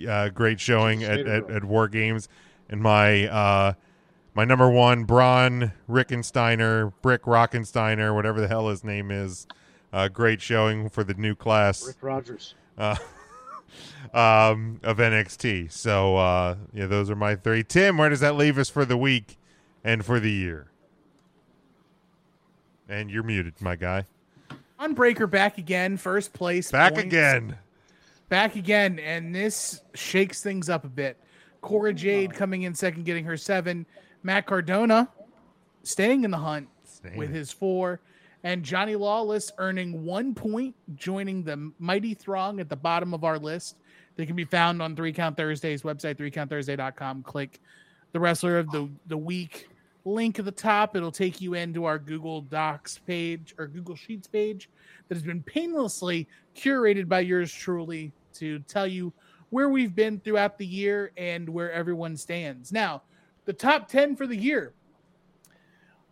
uh, great showing at, at, at War Games. And my uh, my number one, Braun Rickensteiner, Brick Rockensteiner, whatever the hell his name is. Uh, great showing for the new class.
Rick Rogers.
Uh, [laughs] um, of NXT. So uh, yeah, those are my three. Tim, where does that leave us for the week and for the year? And you're muted, my guy.
On Breaker back again, first place.
Back
points.
again.
Back again, and this shakes things up a bit. Cora Jade coming in second, getting her seven. Matt Cardona staying in the hunt with
in.
his four. And Johnny Lawless earning one point, joining the mighty throng at the bottom of our list. They can be found on Three Count Thursday's website, threecountthursday.com. Click the wrestler of the, the week link at the top. It'll take you into our Google Docs page or Google Sheets page that has been painlessly curated by yours truly to tell you where we've been throughout the year and where everyone stands. Now, the top 10 for the year.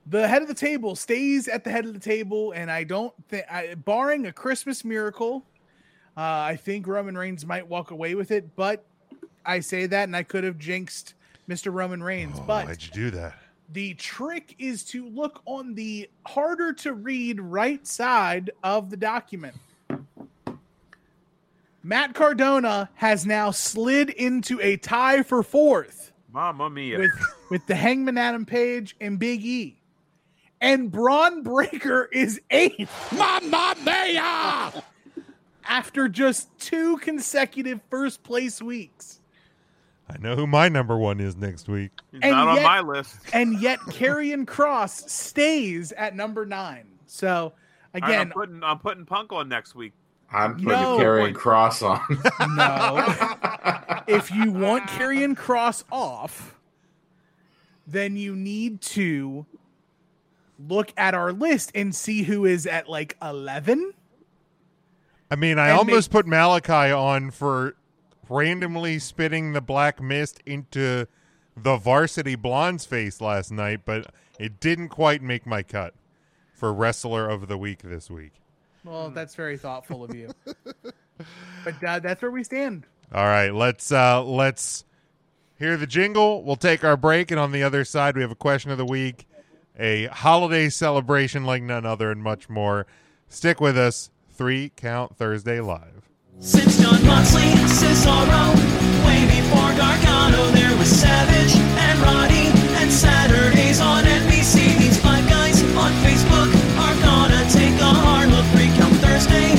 The head of the table stays at the head of the table, and I don't think, barring a Christmas miracle, uh, I think Roman Reigns might walk away with it. But I say that, and I could have jinxed Mr. Roman
Oh,
Reigns. but
Why'd you do that?
the trick is to look on the harder to read right side of the document. Matt Cardona has now slid into a tie for fourth
Mamma mia.
with, with the Hangman Adam Page and Big E. And Braun Breaker is eighth. Mamma mia! After just two consecutive first place weeks.
I know who my number one is next week.
He's not on my list.
And
[laughs]
yet Carrion Cross stays at number nine. So
All right,
again,
I'm putting I'm putting Punk on next week.
I'm putting
No.
Karrion Cross on.
[laughs] if you want Carrion Cross off, then you need to look at our list and see who is at like eleven.
I mean, I
And
almost put Malachi on for randomly spitting the black mist into the varsity blonde's face last night, but it didn't quite make my cut for wrestler of the week this week.
Well, that's very thoughtful of you. but uh, that's where we stand.
All right, let's uh let's hear the jingle. We'll take our break and on the other side we have a question of the week, a holiday celebration like none other and much more. Stick with us. 3 Count Thursday live.
Since John Moxley, Cesaro, way before Gargano, there was Savage and Roddy, and Saturdays on NBC. These five guys on Facebook are gonna take a hard look. Three Count Thursday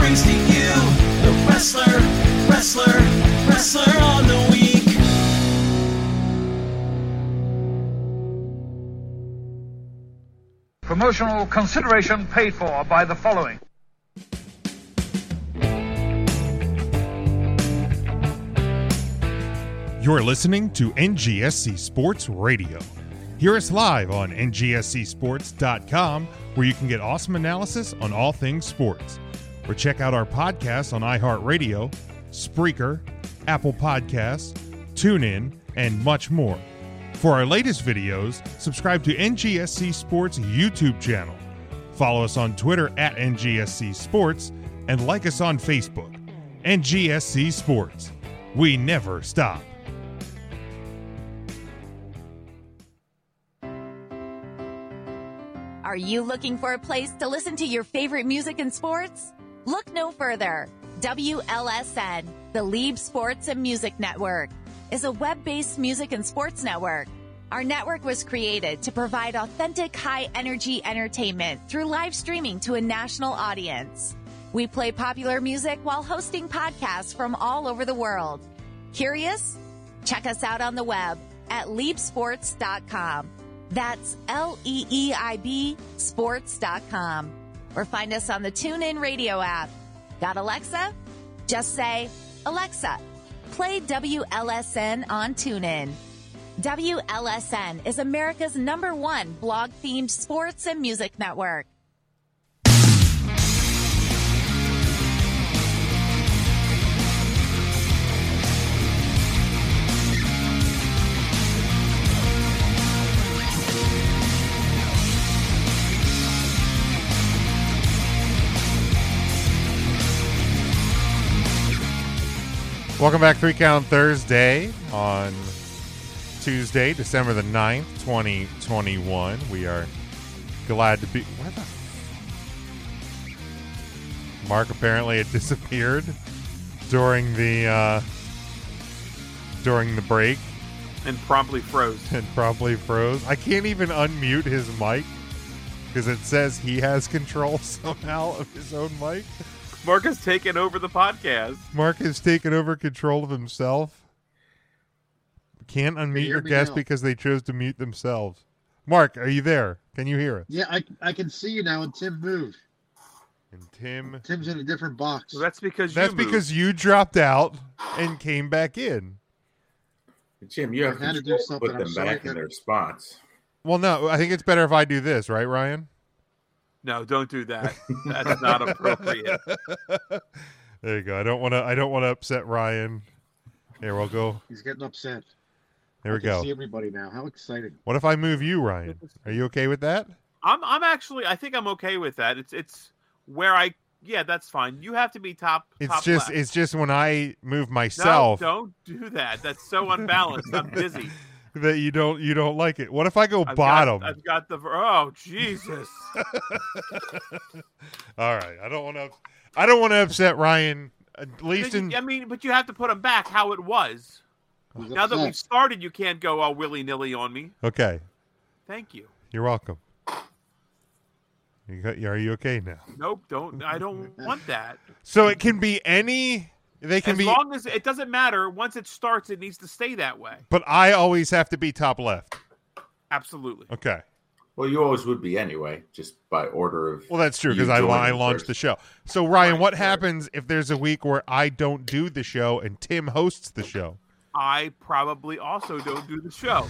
brings to you the wrestler, wrestler, wrestler on the week.
Promotional consideration paid for by the following.
You're listening to NGSC Sports Radio. Hear us live on ngscsports.com, where you can get awesome analysis on all things sports. Or check out our podcasts on iHeartRadio, Spreaker, Apple Podcasts, TuneIn, and much more. For our latest videos, subscribe to NGSC Sports YouTube channel. Follow us on Twitter at NGSC Sports and like us on Facebook. NGSC Sports. We never stop.
Are you looking for a place to listen to your favorite music and sports? Look no further. WLSN, the Lieb Sports and Music Network, is a web based music and sports network. Our network was created to provide authentic high energy entertainment through live streaming to a national audience. We play popular music while hosting podcasts from all over the world. Curious? Check us out on the web at leapsports.com. That's L E E I B sports.com. Or find us on the TuneIn Radio app. Got Alexa? Just say, Alexa, play WLSN on TuneIn. WLSN is America's number one blog themed sports and music network.
Welcome back, Three Count Thursday on Tuesday, December the 9th, 2021. We are glad to be. Where the. Mark apparently had [laughs] disappeared during the uh, during the break
and promptly froze.
and probably froze. I can't even unmute his mic because it says he has control [laughs] somehow of his own mic.
Mark has taken over the podcast.
Mark has taken over control of himself. Can't unmute
hear
your
me
guests
now?
because they chose to mute themselves. Mark, are you there? Can you hear us?
Yeah, I, I can see you now, and Tim moved.
And Tim.
Tim's in a different box.
that's because
That's because you dropped out and came back in.
Jim, you have
I had to do
control to
something.
put
I'm
them
sorry,
back in their spots.
Well, no, I think it's better if I do this, right, Ryan?
No, don't do that. That's not appropriate.
There you go. I don't want to. I don't want to upset Ryan. Here we'll go.
He's getting upset.
There
I
we
can
go.
See everybody now. How exciting!
What if I move you, Ryan? Are you okay with that?
I'm I'm actually I think I'm okay with that. It's it's where I yeah, that's fine. You have to be top
It's
top
just.
left.
It's just when I move
No,
myself.
don't do that. That's so unbalanced. I'm
[laughs]
dizzy.
that you don't you don't like it. What if I go
I've got-
bottom?
I've got the oh Jesus.
All right, I don't want to. I don't want to upset Ryan. uh, At least in
I mean, but you have to put them back how it was. Now that we've started, you can't go all willy nilly on me.
okay.
Thank you.
You're welcome. You got, are you okay now?
Nope, don't. I [laughs] don't want that.
So it can be any. They can
as
be,
long as it doesn't matter. Once it starts, it needs to stay that way.
but I always have to be top left.
Absolutely.
Okay.
Well, you always would be anyway, just by order of.
Well, that's true
you
because I, la- I
joining
launched the
first.
show. So Ryan, what happens if there's a week where I don't do the show and Tim hosts the show?
I probably also don't do the show.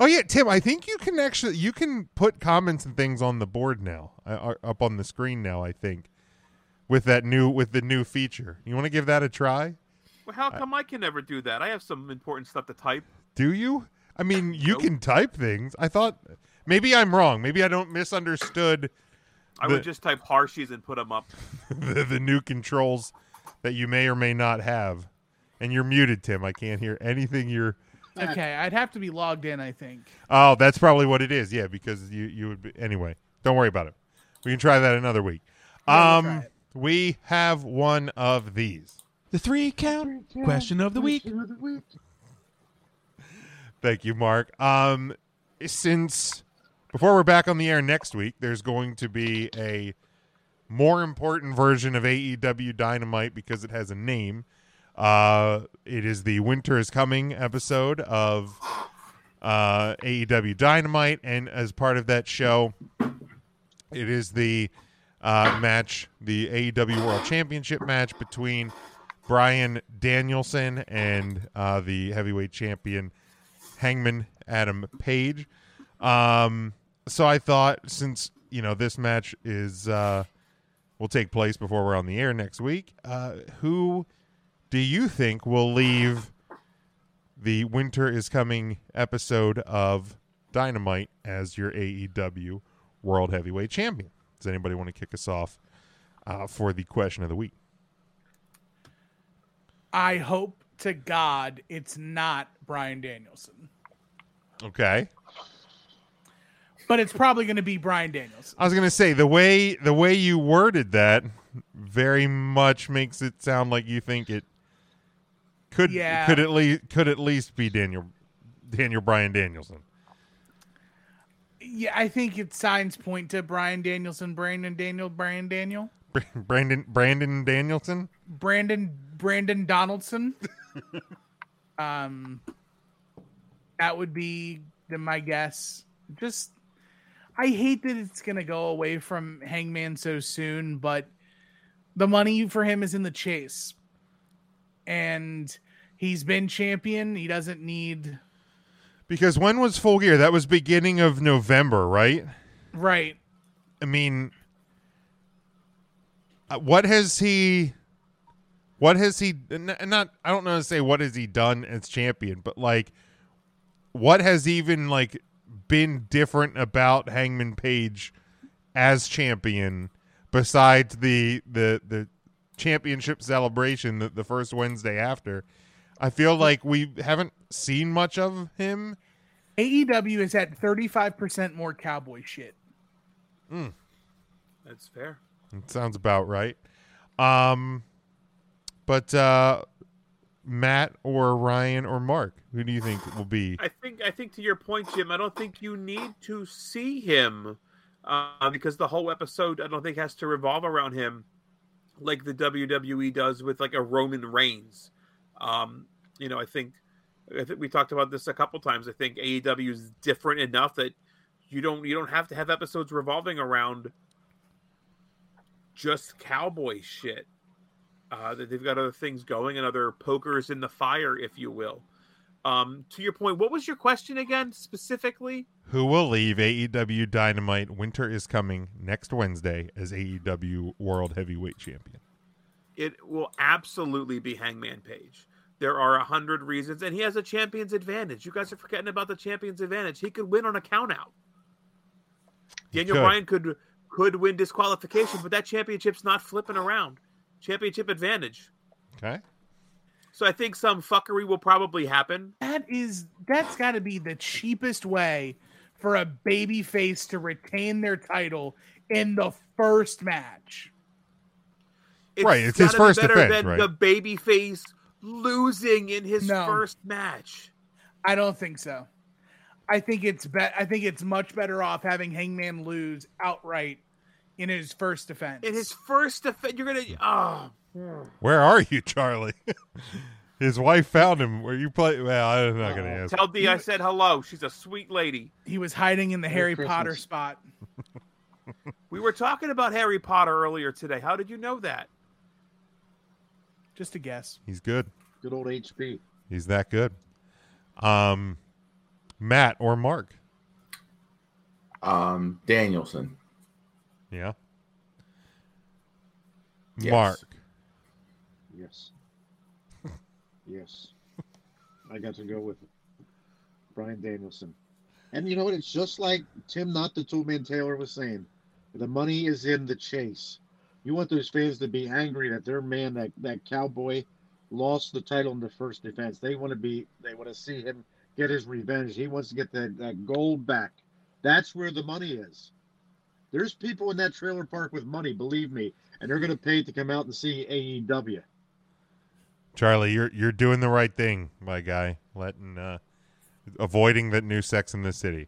Oh yeah, Tim. I think you can actually you can put comments and things on the board now, uh, uh, up on the screen now. I think with that new with the new feature. You want to give that a try?
Well, how come I can never do that? I have some important stuff to type.
Do you? I mean, you can type things. I thought maybe I'm wrong. Maybe I don't misunderstood
I
the,
would just type Harshies and put them up.
[laughs] the, the new controls that you may or may not have. And you're muted, Tim. I can't hear anything you're.
Okay, I'd have to be logged in, I think.
Oh, that's probably what it is. Yeah, because you you would be anyway. Don't worry about it. We can try that another week. Um, we have one of these.
The three count question of the week.
Thank you, Mark. Um, since before we're back on the air next week, there's going to be a more important version of AEW Dynamite because it has a name. Uh, it is the Winter is Coming episode of uh, AEW Dynamite, and as part of that show, it is the uh, match, the AEW World Championship match between Brian Danielson and uh, the heavyweight champion Hangman Adam Page. Um, so I thought since you know this match is uh, will take place before we're on the air next week, uh, who do you think will leave the Winter is Coming episode of Dynamite as your AEW World Heavyweight Champion? Does anybody want to kick us off uh, for the question of the week?
I hope to God it's not Brian Danielson,
Okay.
but it's probably going to be Brian Danielson.
I was gonna say the way the way you worded that very much makes it sound like you think it could
Yeah.
could at least could at least be Daniel Daniel Bryan Danielson.
Yeah, I think its signs point to Brian Danielson, Brandon Daniel, Brian Daniel,
Brandon Brandon Danielson.
Brandon Brandon Donaldson. um, that would be the, my guess. Just, I hate that it's gonna go away from Hangman so soon, but the money for him is in the chase, and he's been champion. He doesn't need
Because when was Full Gear? That was beginning of November, right?
right.
I mean, uh, what has he? What has he? n- Not I don't know to say what has he done as champion, but like, what has even like been different about Hangman Page as champion besides the the the championship celebration the, the first Wednesday after? I feel like we haven't seen much of him.
AEW E is at thirty five percent more cowboy shit.
That's fair.
It sounds about right. Um, but uh, Matt or Ryan or Mark, who do you think will be?
I think I think to your point, Jim. I don't think you need to see him uh, because the whole episode I don't think has to revolve around him, like the WWE does with like a Roman Reigns. Um, you know, I think I think we talked about this a couple times. I think AEW is different enough that you don't you don't have to have episodes revolving around just cowboy shit. Uh, that they've got other things going and other pokers in the fire, if you will. Um, to your point, what was your question again specifically?
Who will leave AEW Dynamite? Winter is coming next Wednesday as AEW World Heavyweight Champion.
It will absolutely be Hangman Page. There are a hundred reasons, and he has a champion's advantage. You guys are forgetting about the champion's advantage. He could win on a countout. Daniel
could.
Bryan could could win disqualification, but that championship's not flipping around. Championship advantage.
Okay.
So I think some fuckery will probably happen.
That is that's got to be the cheapest way for a baby face to retain their title in the first match.
Right, it's his
gotta be
first
better
defense,
than
right?
The baby face losing in his
No.
first match.
I don't think so. I think it's bet I think it's much better off having Hangman lose outright in his first defense.
In his first defense, you're gonna oh.
Where are you, Charlie? [laughs] His wife found him. Where you play? Well, I'm not gonna ask.
Tell D I said hello. She's a sweet lady.
He was hiding in the Harry Potter spot.
We were talking about Harry Potter earlier today. How did you know that?
Just a guess.
He's good.
Good old HP.
He's that good. Um, Matt or Mark?
Um, Danielson.
Yeah.
Yes.
Mark.
Yes. yes. I got to go with Brian Danielson. And you know what? It's just like Tim, not the two man Taylor, was saying. The money is in the chase. You want those fans to be angry that their man, that, that cowboy, lost the title in the first defense. They want to be. They want to see him get his revenge. He wants to get that, that gold back. That's where the money is. There's people in that trailer park with money, believe me, and they're going to pay to come out and see AEW.
Charlie, you're you're doing the right thing, my guy. Letting uh avoiding that new Sex in the City.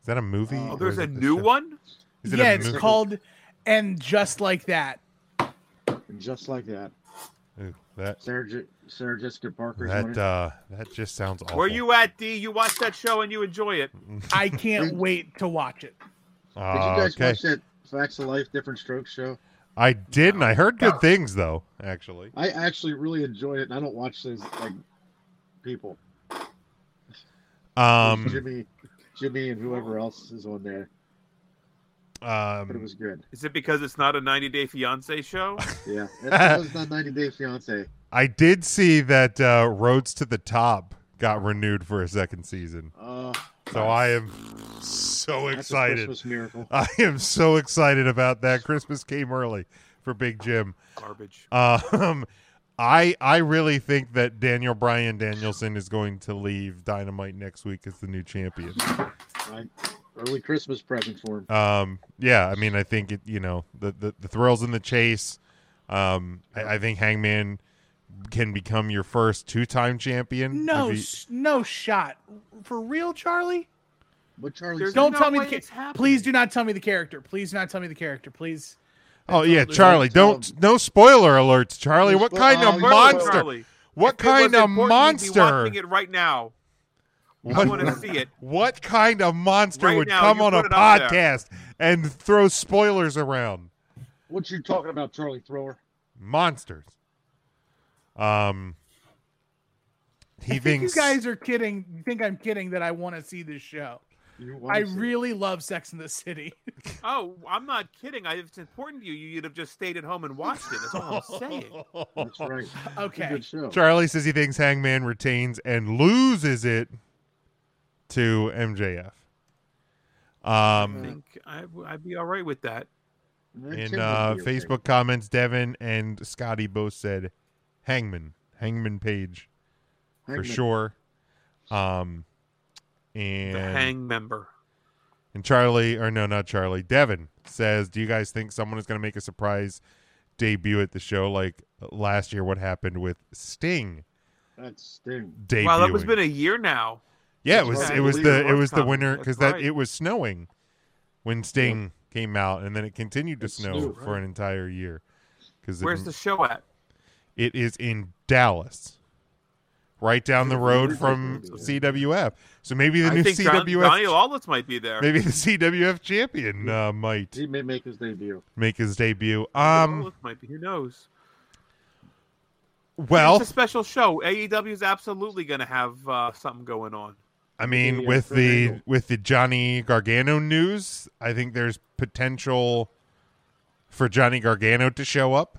Is that a movie?
Oh,
or
there's
is
a
it the
new
show?
one?
Is it a
yeah, it's
movie?
called and just like that.
And just like that,
Ooh, that
Sarah, Je- Sarah Jessica Parker's
that
winning.
uh that just sounds awful.
Where you at, D? You watch that show and you enjoy it.
[laughs]
I can't wait to watch it.
Did you
Ah,
guys
okay.
watch that Facts of Life Different Strokes show?
I didn't. I heard good things though, actually.
I actually really enjoyed it, and I don't watch those like people.
Um
Jimmy, Jimmy, and whoever else is on there.
um
But it was good.
[laughs]
Is it because it's not a 90 Day Fiance show?
Yeah, it was not 90 Day Fiance.
I did see that uh, Roads to the Top got renewed for a second season.
Uh,
So I am so
That's a
excited.
Christmas miracle.
[laughs] I am so excited about that. Christmas came early for Big Jim.
Garbage.
Um, I I really think that Daniel Bryan Danielson is going to leave Dynamite next week as the new champion.
I, early Christmas present for him.
Um, yeah, I mean, I think it. You know, the the, the thrills in the chase. Um, I, I think Hangman can become your first two-time champion.
No,
If he-
s no shot for real, Charlie.
What Charlie?
There's
Don't
no
tell me
way
the
it's
ca-
happening.
Please do not tell me the character. Please do not tell me the character. Please.
oh yeah, Charlie. Don't no spoiler alerts, Charlie. What kind of monster?
uh, Charlie,
What
if it was
kind of
important, you'd be
monster?
watching it right now.
What-
I want
[laughs]
to see it.
What kind of monster
Right
would
now,
come
you
on a
put it up there.
podcast and throw spoilers around?
What you talking about, Charlie Thrower?
Monsters. Um, he
I think you
thinks
guys are kidding. You think I'm kidding that I want to see this show?
wanna
I
see it.
really love Sex in the
[laughs]
City.
Oh, I'm not kidding. I, if it's important to you, you'd have just stayed at home and watched it. That's all I'm saying. Oh.
That's right.
Okay.
Charlie says he thinks Hangman retains and loses it to MJF.
I
Um,
think I, w- I'd be all right with that.
in uh, Facebook comments, Devin and Scotty both said Hangman, Hangman Page, for
Hangman.
sure. Um,
The
and
hang member.
And Charlie, or no, not Charlie, Devin says, Do you guys think someone is going to make a surprise debut at the show like last year? What happened with Sting?
That's Sting.
Debuting.
Wow, that was been a year now.
yeah, it
That's
was
right.
it was
Unbelievable.
the it was the
Coming.
winter
That's
because that
right.
it was snowing when Sting came out, and then it continued to snow
snowed,
for
right.
an entire year. Because
Where's the show at?
It is in Dallas, right down
[laughs]
the road from CWF. So maybe the
I
new
think John-
CWF
Johnny Lawless might be there.
Maybe the CWF champion uh, might
He may make his debut.
make his debut.
Johnny
Um,
Lawless might be. Who knows?
well,
it's a special show. AEW is absolutely going to have uh, something going on.
I mean, with the with the Johnny Gargano news, I think there's potential for Johnny Gargano to show up.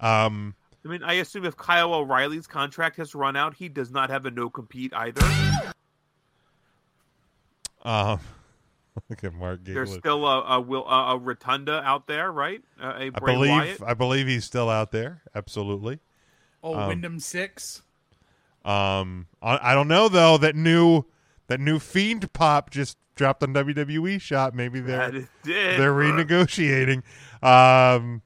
Um,
I mean, I assume if Kyle O'Reilly's contract has run out, he does not have a no compete either.
um, [laughs] look at Mark
There's
Gable.
still a a, will, a, a Rotunda out there, right? Uh, a
I
Bray
believe
Wyatt.
I believe he's still out there. Absolutely.
Oh,
Um,
Wyndham Six.
Um, I, I don't know though. That new that new fiend pop just dropped on WWE shop. Maybe they're
That it did.
[laughs] they're renegotiating. Um,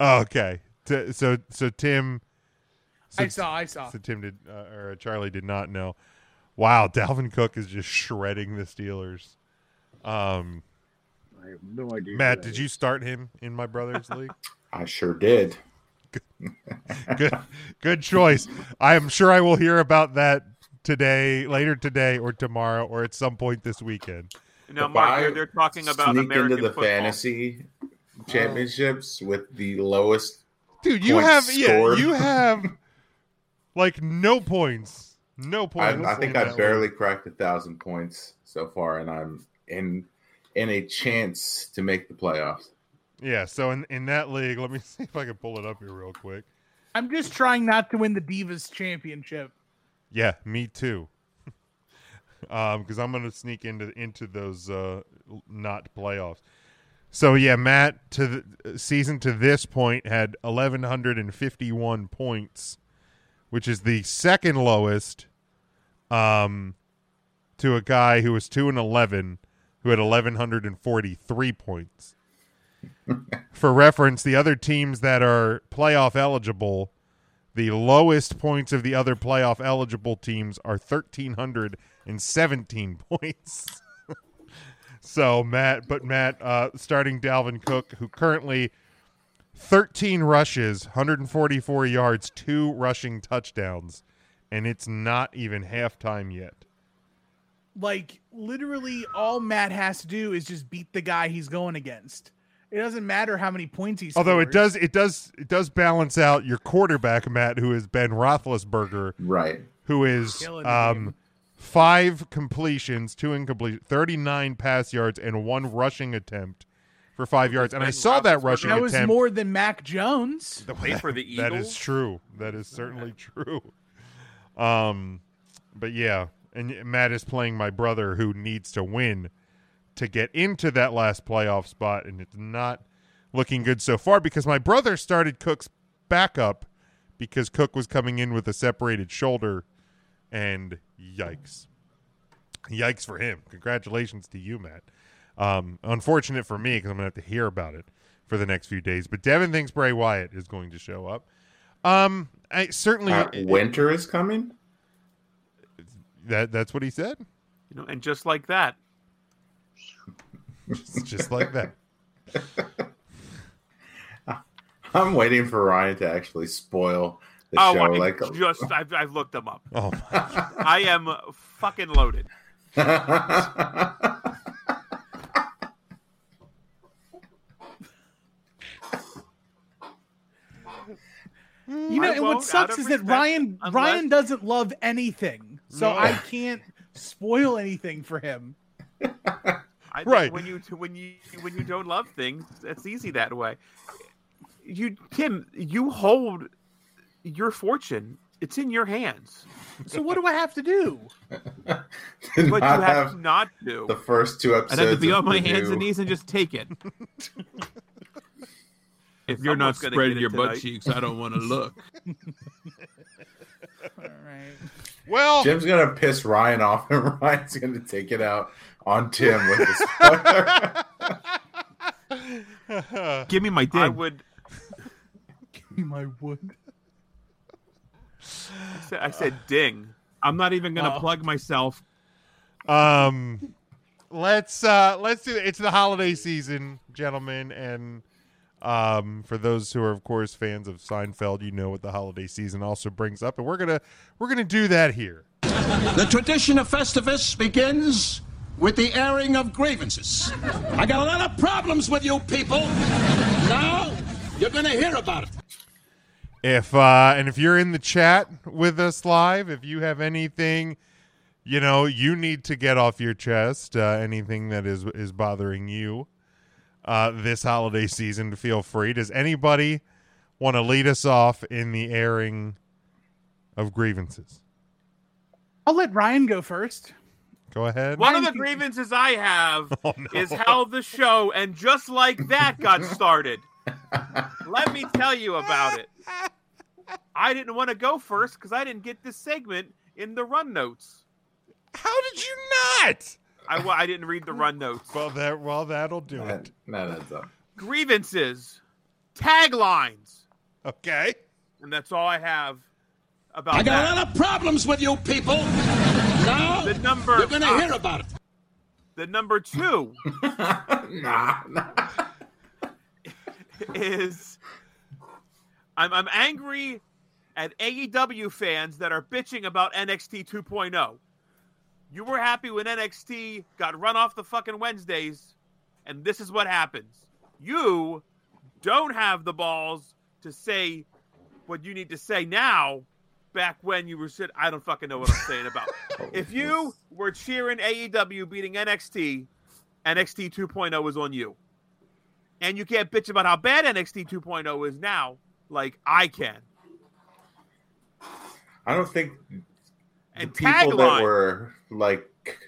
okay. T- so so Tim, so,
I saw, I saw.
So Tim did uh, or Charlie did not know. Wow, Dalvin Cook is just shredding the Steelers. Um,
I have no idea. who
Matt,
that
did
is.
you start him in my
[laughs]
brother's league?
I sure did.
good, good choice. I am sure I will hear about that today, later today, or tomorrow, or at some point this weekend.
Now,
If
Mark,
I
they're, they're talking about
sneak
American
into the
football.
fantasy championships with the lowest.
Dude, you
points
have
scored.
yeah, you [laughs] have like no points, no
I,
points.
I think
in
I
that
barely cracked a thousand points so far, and I'm in in a chance to make the playoffs.
league. Yeah, so in in that league, let me [laughs] see if I can pull it up here real quick.
I'm just trying not to win the Divas Championship.
Yeah, me too. [laughs] um, because I'm gonna sneak into into those uh l- not playoffs. So yeah, Matt to the uh, season to this point had 1151 points, which is the second lowest. Um, to a guy who was two and eleven, who had 1143 points. For reference, the other teams that are playoff eligible, the lowest points of the other playoff eligible teams are 1,317 [laughs] points. so, Matt, but Matt, uh, starting Dalvin Cook, who currently 13 rushes, 144 yards, two rushing touchdowns, and it's not even halftime yet.
Like literally, all Matt has to do is just beat the guy he's going against. It doesn't matter how many points he
Although it
scores.
does, it does, it does balance out your quarterback, Matt, who is Ben Roethlisberger,
right?
Who is
Killing the
um, five completions, two incomplete, thirty-nine pass yards, and one rushing attempt for five yards. And I saw that rushing
That was
attempt.
more than Mac Jones.
[laughs] That is true. That is
[laughs]
certainly true. Um, but yeah, and Matt is playing my brother who needs to win to get into that last playoff spot, and it's not looking good so far because my brother started Cook's backup because Cook was coming in with a separated shoulder, and yikes. Yikes for him. Congratulations to you, Matt. Um, unfortunate for me because I'm going to have to hear about it for the next few days. But Devin thinks Bray Wyatt is going to show up. Um, I certainly
Uh, winter is coming.
That that's what he said.
You know, and just like that,
Just, just like that.
I'm waiting for Ryan to actually spoil the
oh,
show.
I
like,
just I've, I've looked them up.
Oh
I am fucking loaded.
You know,
I
and what
won't, out
sucks
of
is
respect,
that Ryan
unless-
Ryan doesn't love anything, so
No.
I can't spoil anything for him.
I think
Right.
when you when you when you don't love things, it's easy that way. You Tim, you hold your fortune. It's in your hands.
[laughs]
So what do I have to do?
What you
not
have
have
to not do.
the first two
I'd have to
episodes
be
of
on my
the
hands
new-
and knees and just take it.
If you're not
Someone's gonna
spreading
get it
your butt
tonight.
cheeks, I don't want to look.
Well,
Jim's gonna piss Ryan off, and Ryan's gonna take it out on Tim with his spoiler.
Give me my dick. I would.
Give me my wood.
I said, I said ding. I'm not even gonna
Oh.
plug myself.
Um, let's uh, let's do. It's the holiday season, gentlemen, and um, for those who are, of course, fans of Seinfeld, you know what the holiday season also brings up, and we're gonna we're gonna do that here.
The tradition of Festivus begins with the airing of grievances. I got a lot of problems with you people. Now you're going to hear about it.
If uh, and if you're in the chat with us live, if you have anything, you know, you need to get off your chest, uh, anything that is is bothering you uh, this holiday season, feel free. Does anybody want to lead us off in the airing of grievances?
I'll let Ryan go first.
Go ahead.
One of the grievances I have is how the show and just like that got started. Let me tell you about it. I didn't want to go first because I didn't get this segment in the run notes.
How did you not?
I, well, I didn't read the run notes.
Well, that well that'll do it.
No, that's up.
Grievances, taglines.
Okay.
And that's all I have about
I got
that.
a lot of problems with you people. Now
The number
you're going
Ah.
to hear about it.
The number two. is I'm I'm angry at AEW fans that are bitching about NXT 2.0. oh. You were happy when NXT got run off the fucking Wednesdays, and this is what happens. You don't have the balls to say what you need to say now. Back when you were sitting, I don't fucking know what I'm
[laughs]
saying about.
Oh,
if you were cheering AEW beating NXT, NXT 2.0 was oh on you and you can't bitch about how bad NXT 2.0 is now, like I can.
I don't think
And
people
tagline.
that were like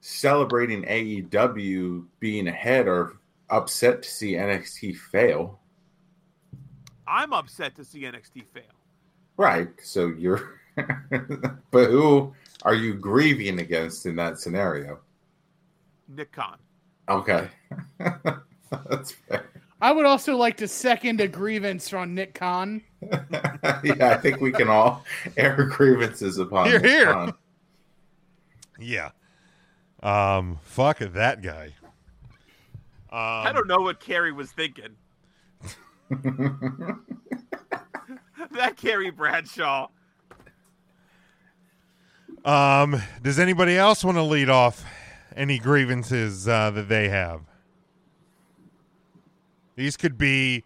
celebrating AEW being ahead are upset to see NXT fail.
I'm upset to see NXT fail.
Right. So you're, [laughs] but who are you grieving against in that scenario?
Nick Khan.
Okay. [laughs] That's fair.
I would also like to second a grievance from Nick Khan.
yeah, I think we can all air grievances upon
Here,
this
here.
con.
Yeah. Um, fuck that guy.
I don't know what Carrie
[laughs]
was thinking. that Carrie Bradshaw.
Um, does anybody else want to lead off any grievances uh, that they have? These could be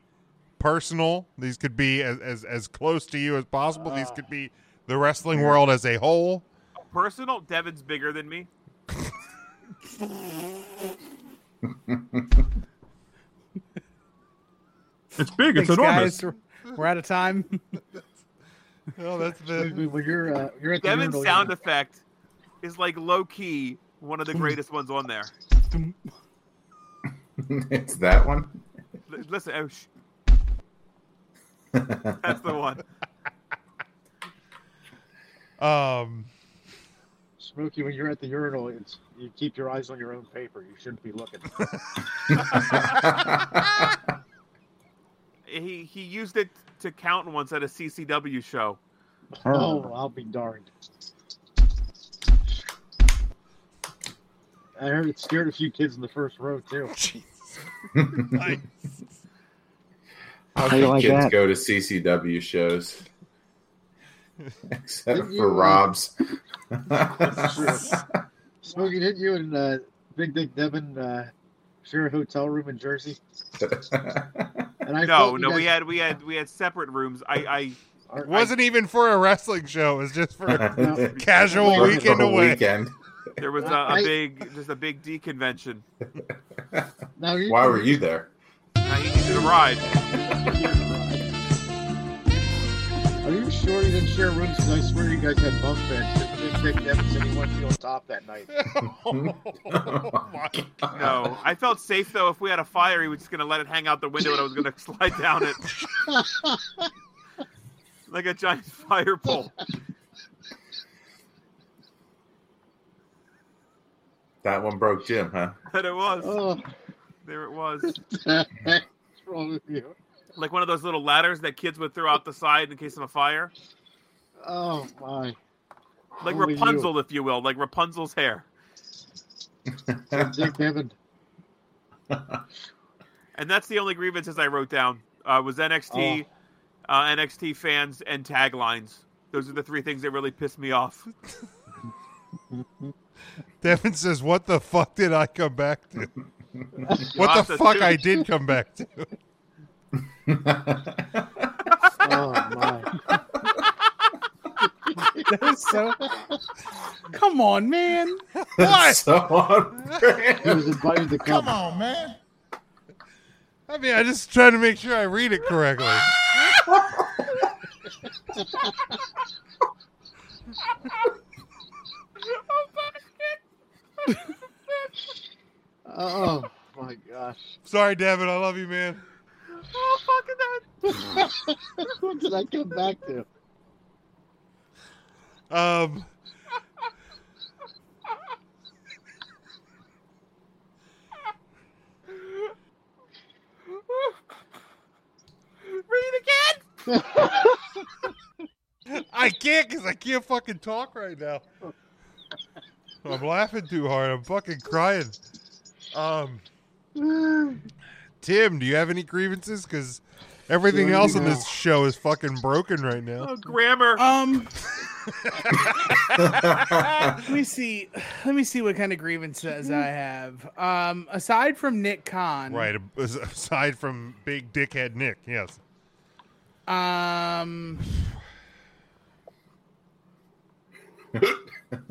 personal. These could be as as, as close to you as possible. These could be the wrestling world as a whole.
Personal, Devin's bigger
[laughs]
than me. It's big.
Thanks,
it's enormous.
guys. We're- We're out of time. [laughs]
oh, that's
Well, you're, uh, you're at the
Devin's
urinal,
sound effect is like low key one of the greatest ones on there.
it's that one.
L- Listen, oh, sh- that's the one.
Um,
Smokey, when you're at the urinal, it's, you keep your eyes on your own paper. You shouldn't be looking.
He he used it to count once at a CCW show.
oh, I'll be darned. I heard it scared a few kids in the first row [laughs] too.
How
do
can
you like
kids
that?
go to CCW shows?
[laughs]
Except
Didn't
for
you-
Rob's.
Smokey, didn't you and uh, Big Dick Devin uh, share a hotel room in Jersey? And I
no,
thought you
no, we
guys-
had we had we had separate rooms. I I
wasn't even for a wrestling show. It was just for a casual
For a
weekend away.
weekend.
There
[laughs]
was a, a
I-
big just a big D convention.
[laughs] Now you-
Why were you there?
I needed a ride.
Are you sure you didn't share rooms? 'Cause I swear you guys had bunk beds. 'cause Big Dick Devin said he wanted to be on top that night.
No, I felt safe though. If we had a fire, he was just gonna let it hang out the window, and I was gonna [laughs] slide
[laughs]
down it like a giant fire pole.
That one broke Jim, huh?
That it was.
Oh. [laughs]
There it was.
What's wrong with you?
Like one of those little ladders that kids would throw out the side in case of a fire,
Oh my!
like
Only you.
Rapunzel, if you will, like Rapunzel's hair.
Big Dick Devin.
[laughs] And that's the only grievances I wrote down uh, was NXT, uh, NXT fans, and taglines. Those are the three things that really pissed me off. [laughs]
Devin says, "What the fuck did I come back to? what
Lots
the
of
fuck I
twos.
did come back to?"
Oh my!
that was so. Come on, man.
[laughs]
What?
um,
He was invited to come.
Come on, man. I mean, I just trying to make sure I read it correctly.
[laughs] Oh my gosh!
Sorry, Devin. I love you, man.
Oh
fucking that! [laughs] what did I come back to?
Um.
Read
again. I can't because I can't fucking talk right now. I'm laughing too hard. I'm fucking crying. Um, Tim, do you have any grievances? Because everything
Yeah,
else in
no.
this show is fucking broken right now.
Oh, grammar. [laughs]
Um. let me see. Let me see what kind of grievances I have. Um, aside from Nick Khan,
Right. ab- Aside from big dickhead Nick, yes.
Um.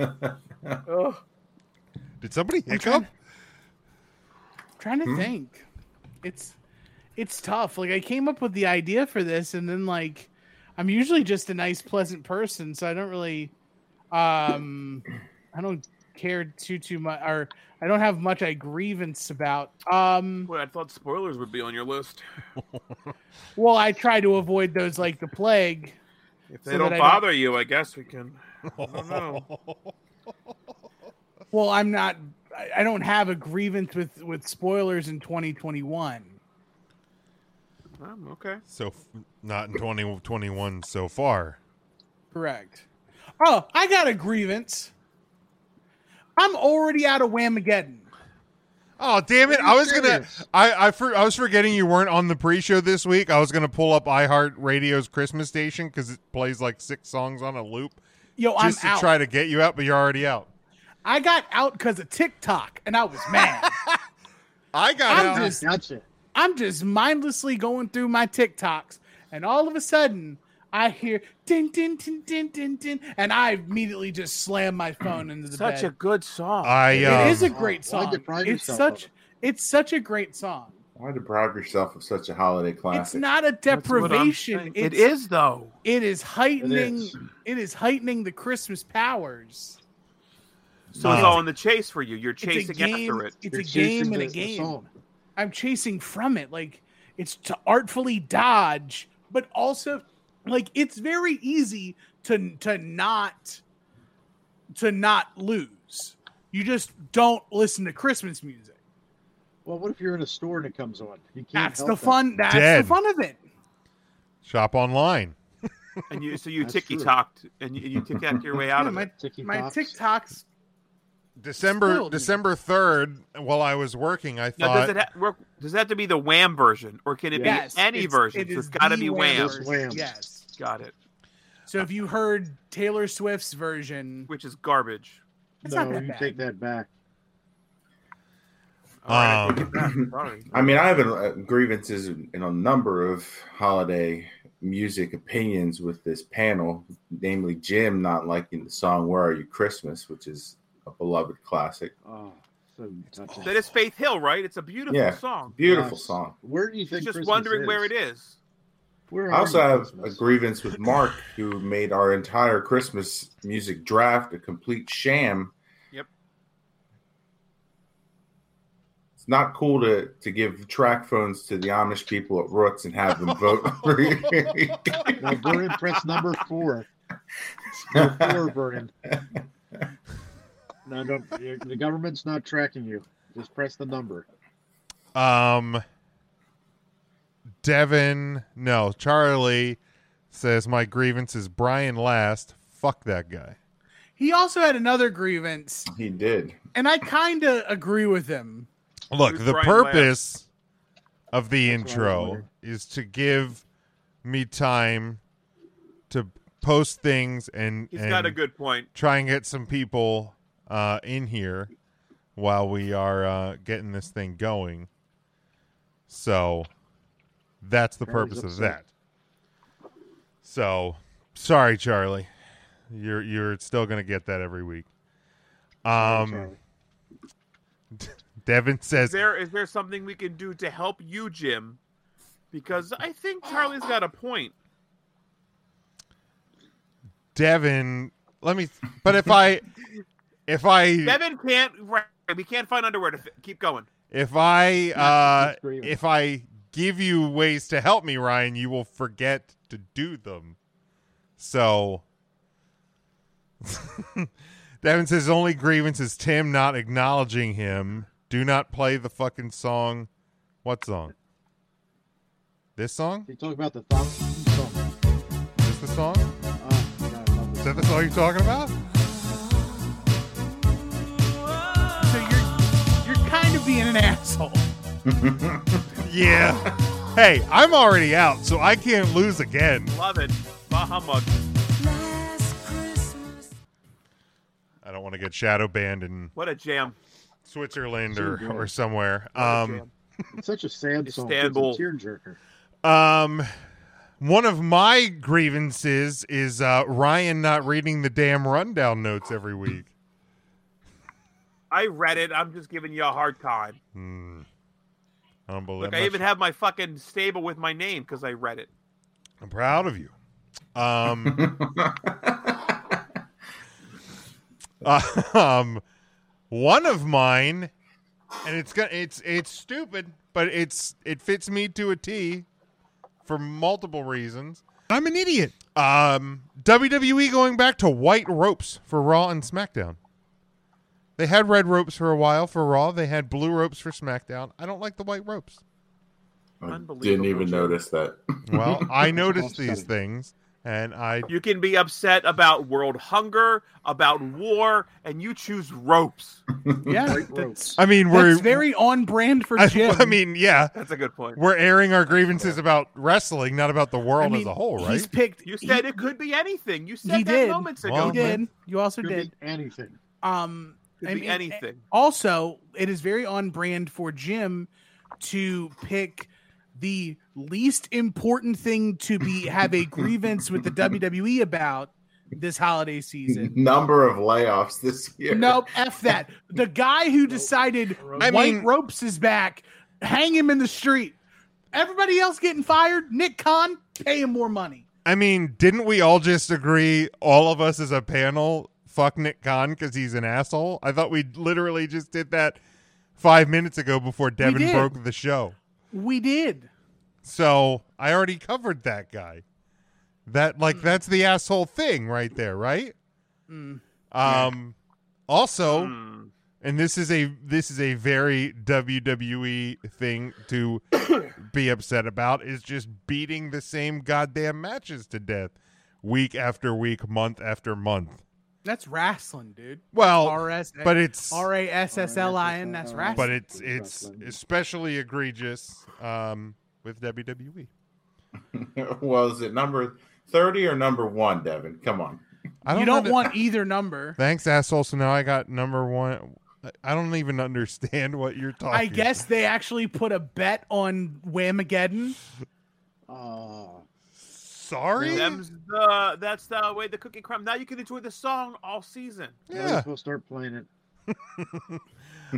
ugh,
Did somebody hiccup?
trying to
Hmm?
think. It's it's tough. Like I came up with the idea for this, and then like I'm usually just a nice, pleasant person, so I don't really, um, I don't care too too much, or I don't have much I grievance about. Um.
Wait, I thought spoilers would be on your list.
Well, I try to avoid those like the plague.
If they
so that
don't
I
bother you, I guess we can. I don't know.
Well, I'm not. I- I don't have a grievance with with spoilers in 2021.
Um, okay.
So f- not in 2021 so far.
Correct. Oh, I got a grievance. I'm already out of Whamageddon.
Oh damn it!
Are you
I was gonna.
serious?
I I, for, I was forgetting you weren't on the pre-show this week. I was gonna pull up iHeartRadio's Christmas station because it plays like six songs on a loop.
Yo, I'm
just to
out.
try to get you out, but you're already out.
I got out because of TikTok, and I was mad.
[laughs] I got
I'm
out.
Just, I'm just mindlessly going through my TikToks, and all of a sudden, I hear din din din din din din, and I immediately just slam my phone into the
Such
bed.
a good song.
I,
it
um,
is a great
Why
song.
deprive
It's
yourself of
such it's such a great song.
Why deprive yourself of such a holiday classic?
It's not a deprivation.
saying. It
it's-
is, though.
It is heightening. It is.
is.
heightening the Christmas powers.
So it's
Uh,
all in the chase for you. You're
It's a
chasing
game.
after it.
It's a game and a game. I'm chasing from it. Like it's to artfully dodge, but also like it's very easy to to not to not lose. You just don't listen to Christmas music.
Well, what if you're in a store and it comes on? You can't
That's
help
the
that.
fun. That's
Dead.
the fun of it.
Shop online.
And you, so you ticky tocked and you, you tick tacked your way out
Yeah,
of
my,
it.
my TikToks.
December
Spoiled me.
December third, while I was working, I
Now,
thought
does it ha- work, does it have to be the Wham version, or can it
Yes,
be any
it's-
version?
it
so
is
it's got to
the
be
Wham
Wham.
Just Wham. Yes.
got it.
So if you heard Taylor Swift's
[laughs]
version,
which is garbage,
it's
No,
not that
you
bad.
take that back.
[clears throat] Um, I mean, I have uh, grievances in in a number of holiday music opinions with this panel, namely Jim not liking the song "Where Are You Christmas," which is a beloved classic.
Oh, so touching.
that is Faith Hill, right? It's a beautiful
yeah,
song.
beautiful
Yes.
song.
Where do you
She's
think?
just
Christmas
wondering
is?
where it is.
Where
I
are
also
you,
have
Christmas?
a grievance with Mark, who made our entire Christmas music draft a complete sham.
Yep.
It's not cool to, to give track phones to the Amish people at Roots and have them vote.
Now, Vernon, press number four. No, four, Vernon. No, don't. The government's not tracking you. Just press the number.
Um, Devin, no, Charlie says my grievance is Brian last. Fuck that guy.
He also had another grievance,
[laughs] he did.
and I kind of agree with him.
Look,
Who's
the
Brian
purpose of the
what I was
intro is to give me time to post things and
He's
and
got a good point.
Try and get some people uh, in here while we are uh, getting this thing going. So that's the
Charlie's
purpose of that.
upset.
So sorry, Charlie. You're you're still gonna get that every week. Um, [laughs] Devin
Is
says
there is there something we can do to help you, Jim? Because I think Charlie's got a point.
Devin. Let me. But if I, if I,
Devin can't. Right, we can't find underwear to fit. keep going.
if I, uh,
disagree with
if I give you ways to help me, Ryan, you will forget to do them. So, [laughs] Devin says only grievance is Tim not acknowledging him. Do not play the fucking song. What song? This song?
You talk about the thousand song.
Is this the song?
Oh, God, I love
Is that
this.
the song you're talking about?
So you're you're kind of being an asshole.
Yeah. Hey, I'm already out, so I can't lose again.
Love it. Bah humbug.
I don't want to get shadow banned in
What a jam.
Switzerland or,
Sure, yeah.
or somewhere. Um,
It's such a sad song. It's a
Istanbul.
tearjerker.
um, one of my grievances is uh, Ryan not reading the damn rundown notes every week.
I read it. I'm just giving you a hard time.
Hmm. Unbelievable.
Look, I even have my fucking stable with my name because I read it.
I'm proud of you.
[laughs]
Um, uh, um, one of mine, and it's gonna, it's it's stupid, but it's it fits me to a T for multiple reasons.
I'm an idiot.
Um, WWE going back to white ropes for Raw and SmackDown. They had red ropes for a while for Raw. They had blue ropes for SmackDown. I don't like the white ropes.
I didn't
Unbelievable,
even
Jim.
notice that. [laughs]
Well,
[laughs]
I noticed these things, and I
You can be upset about world hunger, about war, and you choose ropes.
Yeah,
Great
that's,
I mean, we're-
that's very on brand for
[laughs] I,
Jim.
[laughs] I mean, yeah,
That's a good point.
we're airing our grievances about wrestling, not about the world
I
as
mean,
a whole, right?
He's picked.
You
he-
said it could be anything. You said
he
that
did.
moments ago.
Well,
he did. You also
Could
did.
be anything.
Um,
Could
I
be
[laughs]
mean,
anything.
Also, it is very on brand for Jim to pick the least important thing to be have a grievance with the WWE about this holiday season.
Number of layoffs this year.
Nope, f that. The guy who decided
I
white
mean-
ropes is back hang him in the street. Everybody else getting fired. Nick Khan, pay him more money.
I mean, didn't we all just agree, all of us as a panel, fuck Nick Khan because he's an asshole? I thought we literally just did that five minutes ago before Devin
did.
broke the show.
We did.
So I already covered that guy. That like that's the asshole thing right there, right?
Mm.
Um, also, and this is a this is a very WWE thing to
[coughs]
be upset about is just beating the same goddamn matches to death week after week, month after month.
That's wrestling, dude.
Well,
RS,
Oh, but it's-
R A S S L I N. That's wrestling.
But it's it's especially egregious um, with E. WWE.
well, is it number thirty or number one, Devin? Come on.
I
you
know
don't
that-
want either number.
Thanks, asshole. So now I got number one. I don't even understand what you're talking.
I guess they actually put a bet on Whamageddon.
Uh,
Oh,
sorry.
Them's the, that's the way the cookie crumb. Now you can enjoy the song all season.
Yeah. We'll start playing it.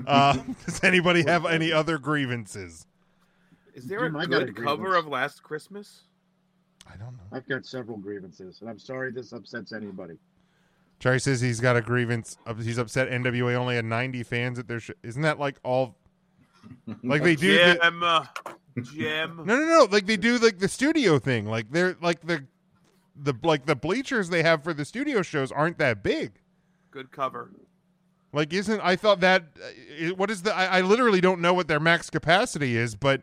Uh, [laughs] does anybody have any other grievances?
Is there
Jim, I
a
got a
good cover
grievance.
of Last Christmas?
I've got several grievances, and I'm sorry this upsets anybody.
Charlie says he's got a grievance. Up- He's upset NWA only had 90 fans at their show. Isn't that like all? Like they
[laughs]
do. the-
Jim, uh, Jim.
[laughs]
no, no, no. Like they do like the studio thing. Like they're like the the like the bleachers they have for the studio shows aren't that big.
Good cover.
Like, isn't I thought that uh, what is the? I, I literally don't know what their max capacity is, but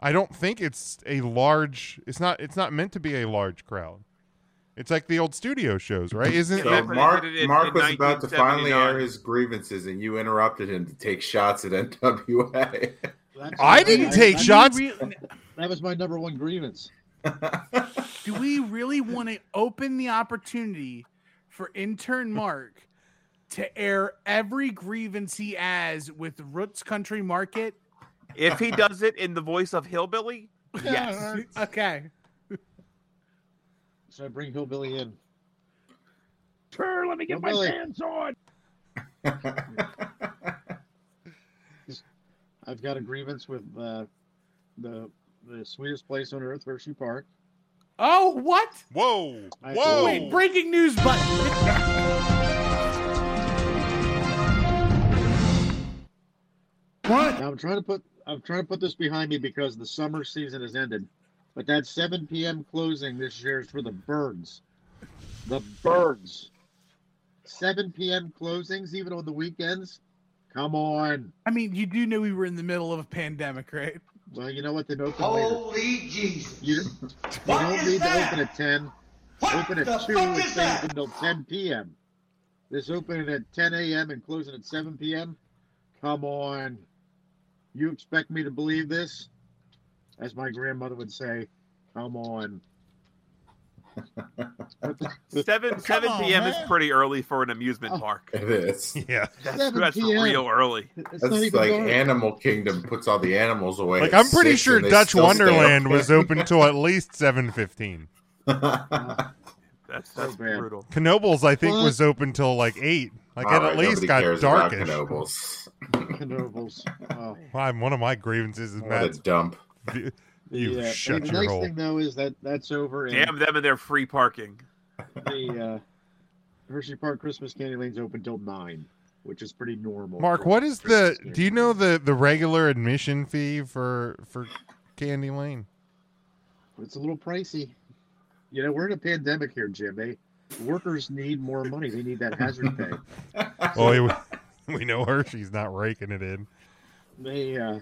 I don't think it's a large. It's not. It's not meant to be a large crowd. It's like the old studio shows, right? Isn't
So
that-
Mark, Mark was about to finally air his grievances, and you interrupted him to take shots at NWA.
I didn't take shots.
That was my number one
[laughs]
grievance.
Do we really want to open the opportunity for intern Mark to air every grievance he has with Roots Country Market?
If he does it in the voice
[laughs]
of Hillbilly, yes.
okay.
Should I bring Hillbilly in?
Sure, let me get my
Hillbilly.
pants on.
I've got a grievance with uh, the the sweetest place on earth, Hershey Park.
Oh, what?
Whoa!
I-
Whoa! Wait, breaking news button.
What? I'm trying to put I'm trying to put this behind me because the summer season has ended. But that 7 p.m. closing this year is for the birds. The birds. 7 p.m. closings, even on the weekends. Come on.
I mean, you do know we were in the middle of a pandemic, right?
Well, you know what? They open
Holy Jesus!
You, you don't need to open at 10. open
the
at 2
fuck
and
is
stay open until 10 p.m. This opening at 10 a.m. and closing at 7 p.m. Come on. You expect me to believe this? As my grandmother would say, come on.
[laughs] Seven seven
on,
p.m. is
man.
pretty early for an amusement park.
[laughs] It is.
Yeah,
That's,
7
that's
p.m..
real early.
It's
That's
not even
like
dark.
Animal Kingdom puts all the animals away.
Like
at
I'm pretty
six,
sure
and they
Dutch
still stay
Wonderland
open.
was open till at least 7:15.
[laughs]
That's that's brutal.
Knobles I think was open till like 8. Like
All
it
right,
at least
nobody
got
cares about
darkish.
Knoebels.
Knoebels. Oh.
Why, one of my grievances is
What a
Matt's
dump.
[laughs]
You shut
the
your
nice
hole.
thing though is that that's over. And
Damn them and their free parking.
[laughs] The uh, Hershey Park Christmas Candy Lane's open till nine, which is pretty normal.
Mark,
for
what is the?
Christmas
Do you know the the regular admission fee for for Candy [laughs] Lane?
candy. It's a little pricey. You know, we're in a pandemic here, Jim. They workers need more money. They need that hazard pay.
Oh, [laughs] we, we know Hershey's not raking it in.
They, uh,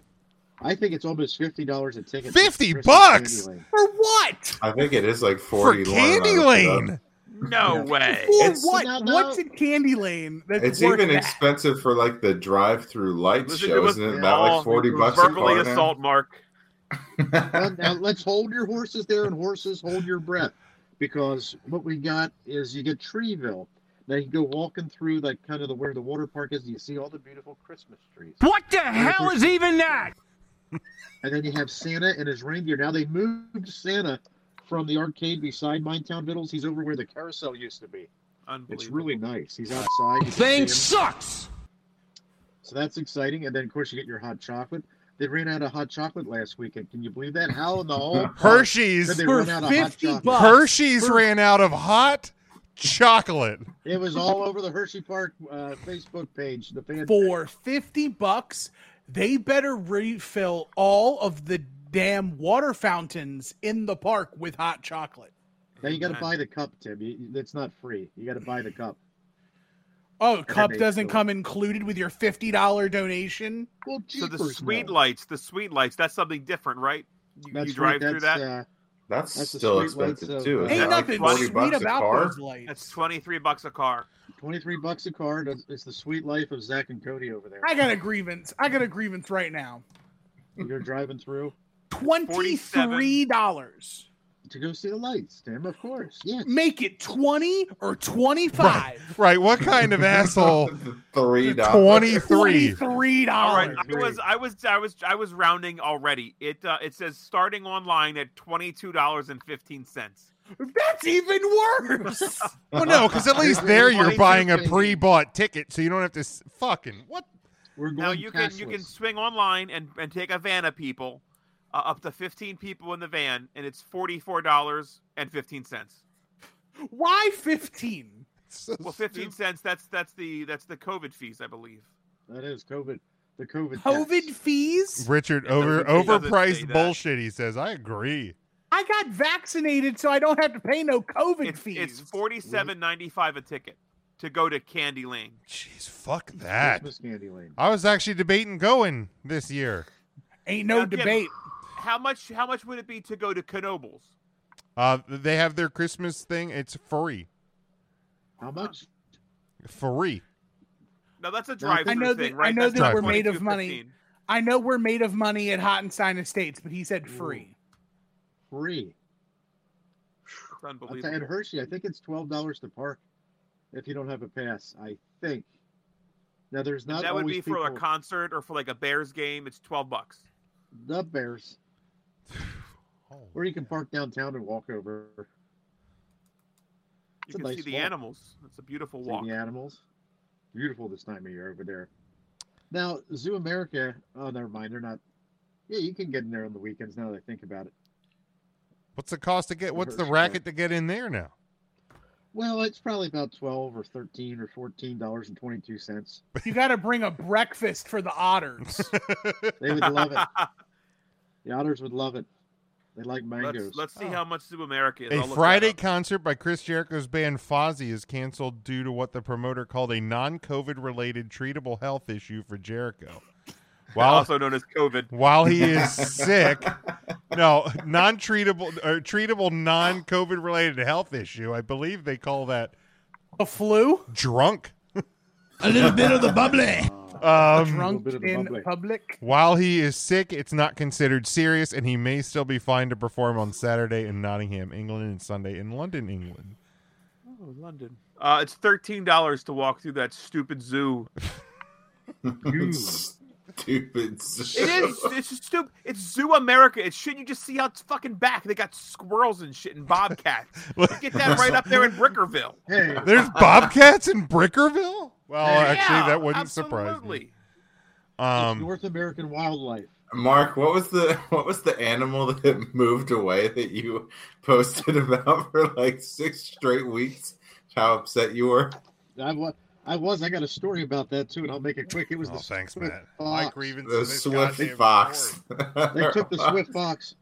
I think it's almost fifty dollars a ticket. for
Fifty
Christmas
bucks
Candy Lane.
For what?
I think it is like forty.
For
Lauren, I
Candy
looked it up.
Lane?
[laughs] No way.
For
It's-
what? What's in Candy Lane? That's
It's
worth
even
that?
expensive for like the drive-through lights
Listen,
show,
it was
isn't it? About
all
like forty bucks. a
verbally
car now?
assault Mark.
Well, now let's hold your horses there, and horses hold your breath, because what we got is you get Treeville. Now you go walking through like kind of the where the water park is, and you see all the beautiful Christmas trees.
What the hell is even that?
[laughs] And then you have Santa and his reindeer. Now they moved Santa from the arcade beside Minetown Vittles. He's over where the carousel used to be. It's really nice. He's outside. You can
Thing
see him.
sucks.
So that's exciting. And then, of course, you get your hot chocolate. They ran out of hot chocolate last weekend. Can you believe that? How in
[laughs]
the whole
Hershey's
did they run out of hot chocolate?
Hershey's ran out of hot chocolate.
It was all over the Hershey Park uh, Facebook page. The fan
for 50 bucks, they better refill all of the damn water fountains in the park with hot chocolate.
Now you got to buy the cup, Tim. You- It's not free. You got to buy the cup.
Oh, cup
they
doesn't
do.
come included with your $50 donation.
Well,
So the sweet lights, the sweet lights, that's something different, right? You,
That's
you
right,
drive through
that's,
that.
uh,
That's,
That's the
still
street lights
expensive
of-
too. Is
Ain't
that like
nothing
40
sweet
bucks a
about
car?
those lights.
That's twenty-three bucks a car.
23 bucks a card. It's the sweet life of Zach and Cody over there.
I got a grievance. I got a grievance right now.
You're driving through
$23.
to go see the lights, Tim. Of course. Yeah.
Make it 20 or 25.
Right? What kind of asshole?
[laughs] Three
Twenty-three.
Three
All right,
dollars.
I was, I was, I was, I was rounding already. It uh, it says starting online at twenty-two dollars and fifteen cents.
That's even
[laughs]
worse.
Well, no, because at least there you're buying a pre-bought ticket, so you don't have to s- fucking what?
We're
Now you can you can swing online and, and take a van of people, uh, up to fifteen people in the van, and it's forty-four dollars and fifteen cents.
Why 15?
well, fifteen cents. That's that's the that's the COVID fees, I believe.
That is COVID. The COVID.
COVID fees?
Richard over overpriced bullshit. He says, "I agree."
I got vaccinated, so I don't have to pay no COVID fees.
It's forty-seven ninety-five a ticket to go to Candy Lane.
Jeez, fuck that.
Christmas candy lane.
I was actually debating going this year.
Ain't
no debate. How much? How much would it be to go to Knobles?
Uh, they have their Christmas thing. It's free,
How much?
free.
No, that's a
I
drive-through
know
thing,
that
right?
I know
That's
that
not
we're made of
22.15.
money. I know we're made of money at Hottenstein Estates, but he said free.
Free.
It's
I'll
Unbelievable.
tell you, At Hershey, I think it's twelve dollars to park if you don't have a pass. I think. Now there's
And
not
that would
always
be for a
people-
concert or for like a Bears game. It's twelve bucks.
the Bears. or you can park downtown and walk over.
You
It's a
can see
nice
the
walk.
animals. It's a beautiful
See
walk.
the animals. Beautiful this time of year over there. Now, Zoo America, oh, never mind. They're not. Yeah, you can get in there on the weekends now that I think about it.
What's the cost to get? What's the
Hershey.
racket to get in there now?
Well, it's probably about 12 or 13 or 14 dollars and 22 cents.
You got to bring a breakfast for the otters.
[laughs]
They would love it. The otters would love it. They like mangoes.
Let's
Oh.
see how much Zoo America is.
A
I'll look that
Friday
up.
concert by Chris Jericho's band Fozzy is canceled due to what the promoter called a non-COVID related treatable health issue for Jericho. While
[laughs] also known as COVID.
while he is sick, no non-treatable or treatable non-COVID related health issue. I believe they call that
a flu.
Drunk.
A little bit of the bubbly.
Um,
Drunk in public.
While he is sick, it's not considered serious, and he may still be fined to perform on Saturday in Nottingham, England, and Sunday in London, England.
Oh, London. Uh, it's thirteen dollars to walk through that
[laughs]
stupid zoo.
Stupid.
It is. It's just stupid. It's Zoo America. It's shit. You just see out its fucking back. They got squirrels and shit and bobcats. You get that right up there in Brickerville.
[laughs] There's bobcats in Brickerville. Well,
Yeah,
Oh, actually, that wouldn't surprise me.
absolutely.
Um,
North American wildlife.
Mark, what was the [laughs] what was the animal [laughs] that moved away that you [laughs] posted about for like six straight weeks? How upset you were? [laughs]
I was, I was. I got a story about that too, and I'll make it quick. It was the
Oh, thanks,
Swift
Matt.
Fox.
My grievance
The
is this
Swift
goddamn
Fox.
They took the Swift Fox,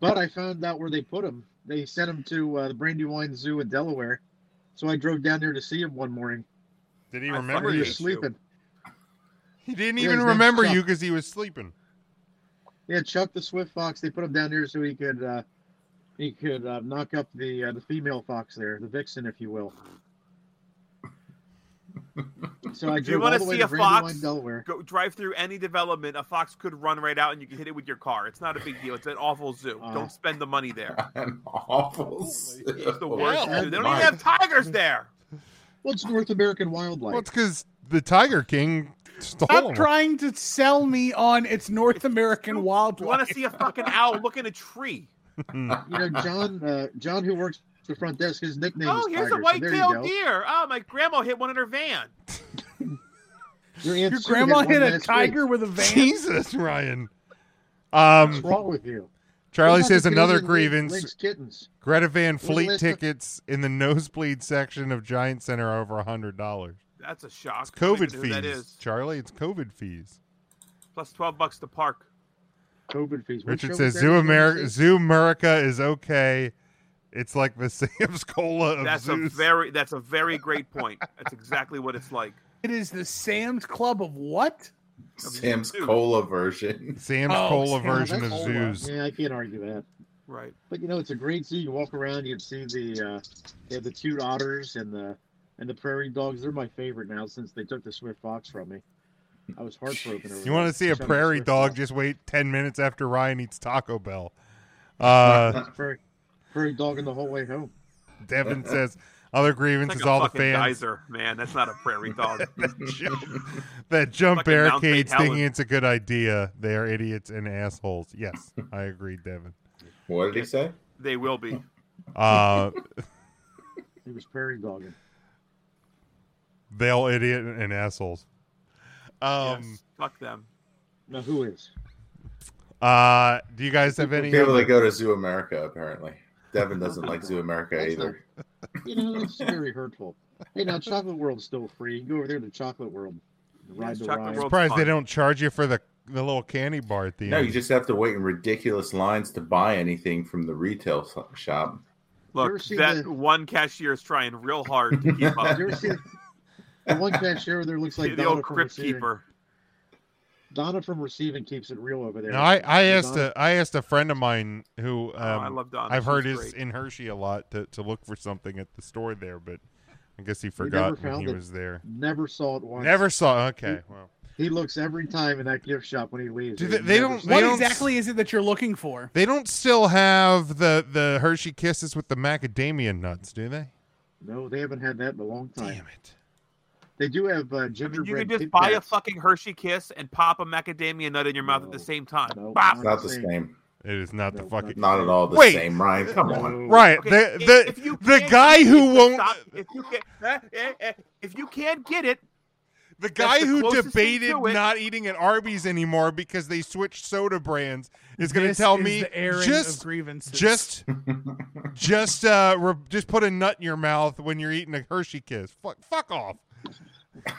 but I found out where they put him. They sent him to uh, the Brandywine Zoo in Delaware, so I drove down there to see him one morning.
Did he
I
remember
he
you?
was sleeping?
He didn't
Yeah,
even
his name's
remember
Chuck.
you because he was sleeping.
Yeah, Chuck the Swift Fox. They put him down there so he could uh, he could uh, knock up the uh, the female fox there, the vixen, if you will. So I
If you
drove
want
all
to
the way
see
to
a fox,
Brandywine, Delaware.
go drive through any development. A fox could run right out, and you can hit it with your car. It's not a big deal. It's an awful zoo.
Uh-huh.
Don't spend the money there.
[laughs]
An awful zoo.
It's the worst
Yeah.
zoo. They don't even have
[laughs]
tigers there.
What's North American wildlife?
Well, it's because the Tiger King stole
Stop
him.
trying to sell me on it's North American
You
wildlife.
want to see a fucking owl look in
[laughs]
a tree?
you know, John, uh, John, who works the front desk, his nickname
oh,
is Tiger.
here's a
so there you
white-tailed
go.
deer. Oh, my grandma hit one in her van.
Your, Aunt
Your
Sue
grandma
had one
hit a
last
tiger
week.
with a
[laughs]
van.
Jesus, Ryan. Um,
What's wrong with you?
Charlie
Who's got
says
the
another
Canadian Lynx-
grievance.
Lynx kittens.
Greta Van
Little
Fleet
list of-
tickets in the nosebleed section of Giant Center are over hundred dollars.
That's a shock.
It's
I don't even
COVID
know who
fees,
That is
Charlie. It's COVID fees.
plus twelve bucks to park.
COVID fees.
Richard says Zoo America, Zoo America is okay. It's like the [laughs] Sam's Cola of
That's a
zoos.
very that's a very great point. That's exactly what it's like.
It is the Sam's Club of what?
Sam's Cola version. [laughs]
Sam's
Oh,
Cola
Sam's
version of
Cola.
zoos.
Yeah, I can't argue that.
Right.
But you know, it's a great zoo. You walk around, you can see the uh, they have the cute otters and the and the prairie dogs. They're my favorite now since they took the swift fox from me. I was heartbroken. over
You want
that.
to see a
Wish I had the
prairie
Swift
dog?
fox.
Just wait ten minutes after Ryan eats Taco Bell.
[laughs]
Uh,
prairie, prairie dog in the whole way home.
Devin says other
It's
grievance
like
is
a
all the
fucking
fans
geyser, man. That's not a prairie dog.
[laughs] that jump
Fucking Mount St.
barricades thinking
Helens.
it's a good idea. They are idiots and assholes. Yes, I agree,
[laughs]
Devin.
What did he say?
They will be.
Uh,
He was prairie dogging.
they all idiot and assholes. Um,
Yes. Fuck them.
Now who is?
Uh, do you guys have any?
People
other-
that go to Zoo America apparently. Devin doesn't like Zoo America either.
You know, it's very hurtful. Hey, now Chocolate World's still free. You can go over there to Chocolate World. and Ride the
Chocolate
ride.
World's
surprised they don't charge you for the the little candy bar at the
No,
end.
you just have to wait in ridiculous lines to buy anything from the retail so- shop.
Look, that one cashier is trying real hard to
[laughs]
keep up.
You ever see the one cashier over there
[laughs]
looks like
The
Donna
old
from
crypt
Receiving.
keeper.
Donna from Receiving keeps it real over there.
Now, I, I
And
asked
Donna-
a I asked a friend of mine who um,
Oh, I love Donna.
I've heard
She's
is
great.
in Hershey a lot to, to look for something at the store there, but I guess he
we
forgot
never
when
found
he
it.
was there.
Never saw it once.
Never saw. Okay,
He-
well,
He looks every time in that gift shop when he leaves.
Do
He
they- they
never
don't-
sees
they
it.
What exactly is it that you're looking for?
they don't still have the the Hershey Kisses with the macadamia nuts, do they?
No, they haven't had that in a long time. Damn it. They do have uh,
You
gingerbread.
can just
Kit
buy a
Kats.
fucking Hershey Kiss and pop a macadamia nut in your mouth at the same time.
It's
Bop!
not the same.
It is not the fucking
Not at all the
Wait.
same, Ryan. Come on.
Right,
Okay,
the
if-
the
if you
the
can't
guy
get
who
it,
won't
stop. If you can't, [laughs] eh, eh, eh, if you can't get it,
The guy
the
who
closest thing
debated
to it.
not eating at Arby's anymore because they switched soda brands is going to
This
tell
is
me
the airing of
just
grievances."
[laughs]
just just uh re- just put a nut in your mouth when you're eating a Hershey Kiss. Fuck, fuck off.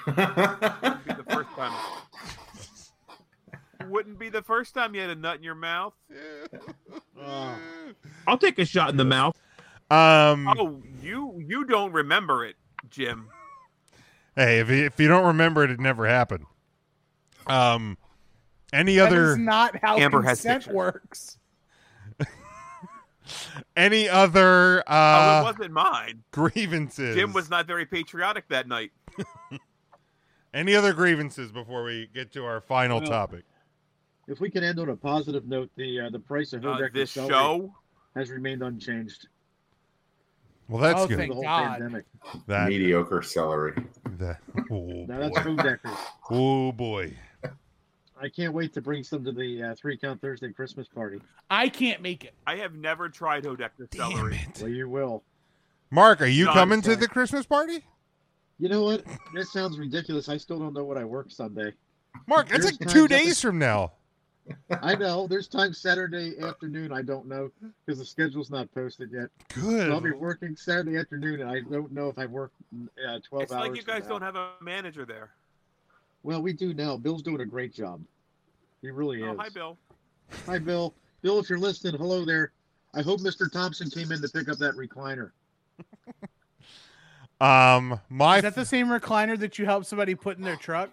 be the first time. Wouldn't be the first time you had a nut in your mouth.
I'll take a shot in the mouth.
Um
Oh, you you don't remember it, Jim.
hey, if you- if you don't remember it it never happened. Um any
That
other
is not how
Amber has
consent works.
any other
oh, it
uh
wasn't mine.
grievances?
Jim was not very patriotic that night.
any other grievances before we get to our final
Well,
topic?
If we can end on a positive note, the uh, the price of
Uh,
Hodecker
this
celery
show,
has remained unchanged.
Well, that's
Oh,
good.
thank
the whole
God.
pandemic.
That
Mediocre celery.
that
[laughs]
oh,
Now that's
boy.
Hodecker.
Oh boy.
I can't wait to bring some to the uh, Three Count Thursday Christmas party.
I can't make it.
I have never tried Hodecker celery.
Well, you will.
Mark, are you
Done,
coming to
sorry.
the Christmas party?
You know what? That sounds ridiculous. I still don't know what I work Sunday.
Mark, that's
There's
like two
times I-
days from now.
I know. There's times Saturday afternoon I don't know because the schedule's not posted yet. So I'll be
Good.
working Saturday afternoon, and I don't know if I work uh, 12 hours.
It's like you
from
guys
now.
don't have a manager there.
Well, we do now. Bill's doing a great job. He really
Oh,
is.
hi, Bill.
Hi, Bill. Bill, if you're listening, hello there. I hope Mr. Thompson came in to pick up that recliner.
Um, my
Is that the same recliner that you help somebody put in their truck?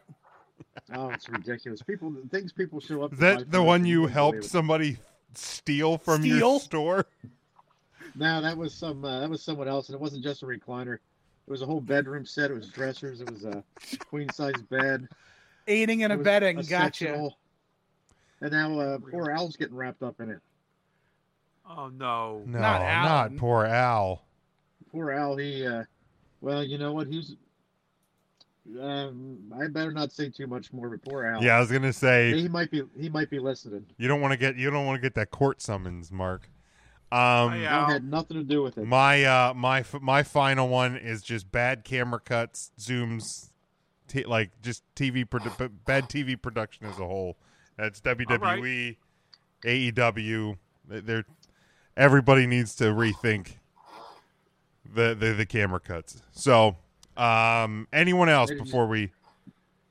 Oh, it's ridiculous. People, the things people show up.
is
to buy
that the
from
one
us,
you
can't
helped
believe it.
somebody steal from your
Steal?
store?
No, that was some. Uh, that was someone else, and it wasn't just a recliner. It was a whole bedroom set. It was dressers. It was a queen size bed.
Aiding and
It was
abetting.
a
Gotcha.
sectional. And now uh, poor Al's getting wrapped up in it.
Oh no.
No,
Not
not
Alan.
poor Al.
Poor Al. He. Uh, well, you know what? He's. Um, I better not say too much more. But poor Al.
Yeah, I was gonna say
He might be. He might be listening.
you don't want to get you don't want to get that court summons, Mark.
Oh,
Um,
yeah.
Al
Al.
had nothing to do with it.
[laughs] my uh, my f- my final one is just bad camera cuts, zooms, t- like just TV produ- b- bad TV production as E, a whole. That's WWE. AEW, they're everybody needs to rethink the the, the camera cuts. So, um, anyone else
Did you-
before we?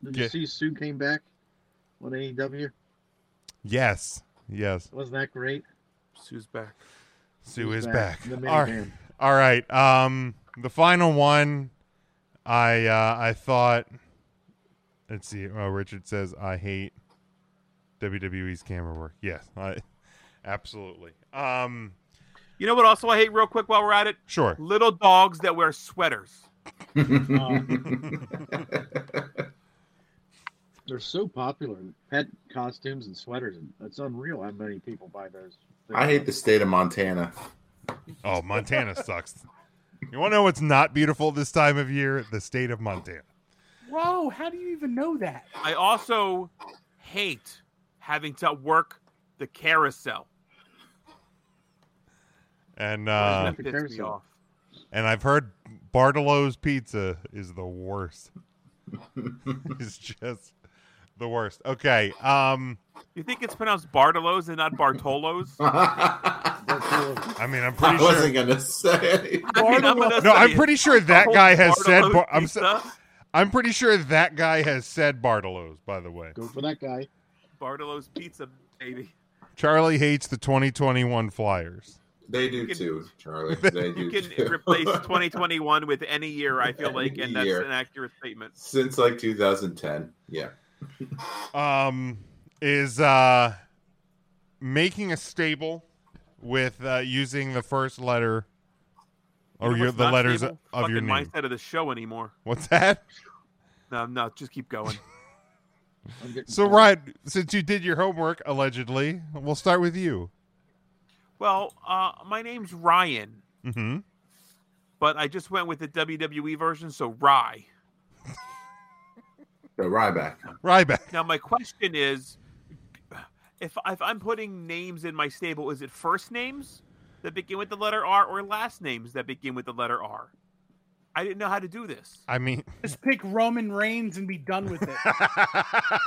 Did you
Get,
see Sue came back on AEW?
yes, yes.
Wasn't that great?
Sue's back.
Sue
He's
is
back.
back.
The
All right.
minivan.
All right. Um, the final one, I uh, I thought. Let's see. Oh, Richard says I hate WWE's camera work. Yes, I absolutely. Um,
you know what? Also, I hate real quick while we're at it.
Sure.
Little dogs that wear sweaters.
They're so popular. Pet costumes and sweaters. And it's unreal how many people buy those.
I hate the state of Montana.
Oh, Montana sucks. You want to know what's not beautiful this time of year? The state of Montana.
Whoa, how do you even know that?
I also hate having to work the carousel.
And
That
uh,
pisses me off.
and I've heard Bartolo's Pizza is the worst. it's just the worst. Okay. Um,
You think it's pronounced Bartolos and not
[laughs]
Bartolos?
I mean, I'm pretty
I
sure.
wasn't gonna [laughs] say.
I mean, I'm [laughs] gonna
no,
say
I'm
it.
pretty sure that
Oh,
guy has said.
Bartolo's
Bar- I'm, s-
pizza?
I'm pretty sure that guy has said Bartolo's. By the way,
Go for that guy.
Bartolo's Pizza, baby.
Charlie hates the 2021 Flyers.
They do
can-
too,
[laughs]
Charlie. They do
You
too.
can replace 2021 with any year, I feel like, and that's
year.
an accurate
[laughs]
statement.
since like 2010. Yeah.
um is uh making a stable with uh using the first letter or
You know
your,
what's
the
not
letters
stable?
of your
Fucking
name
mindset of the show anymore.
what's that
No, no, just keep going. [laughs]
so ryan since you did your homework allegedly we'll start with you
Well, uh, my name's Ryan,
mm-hmm
but I just went with the WWE version, so Rye.
So Ryback.
Ryback.
Now my question is, if if I'm putting names in my stable, is it first names that begin with the letter R or last names that begin with the letter R? I didn't know how to do this.
i mean
Just pick Roman Reigns and be done with it.
[laughs]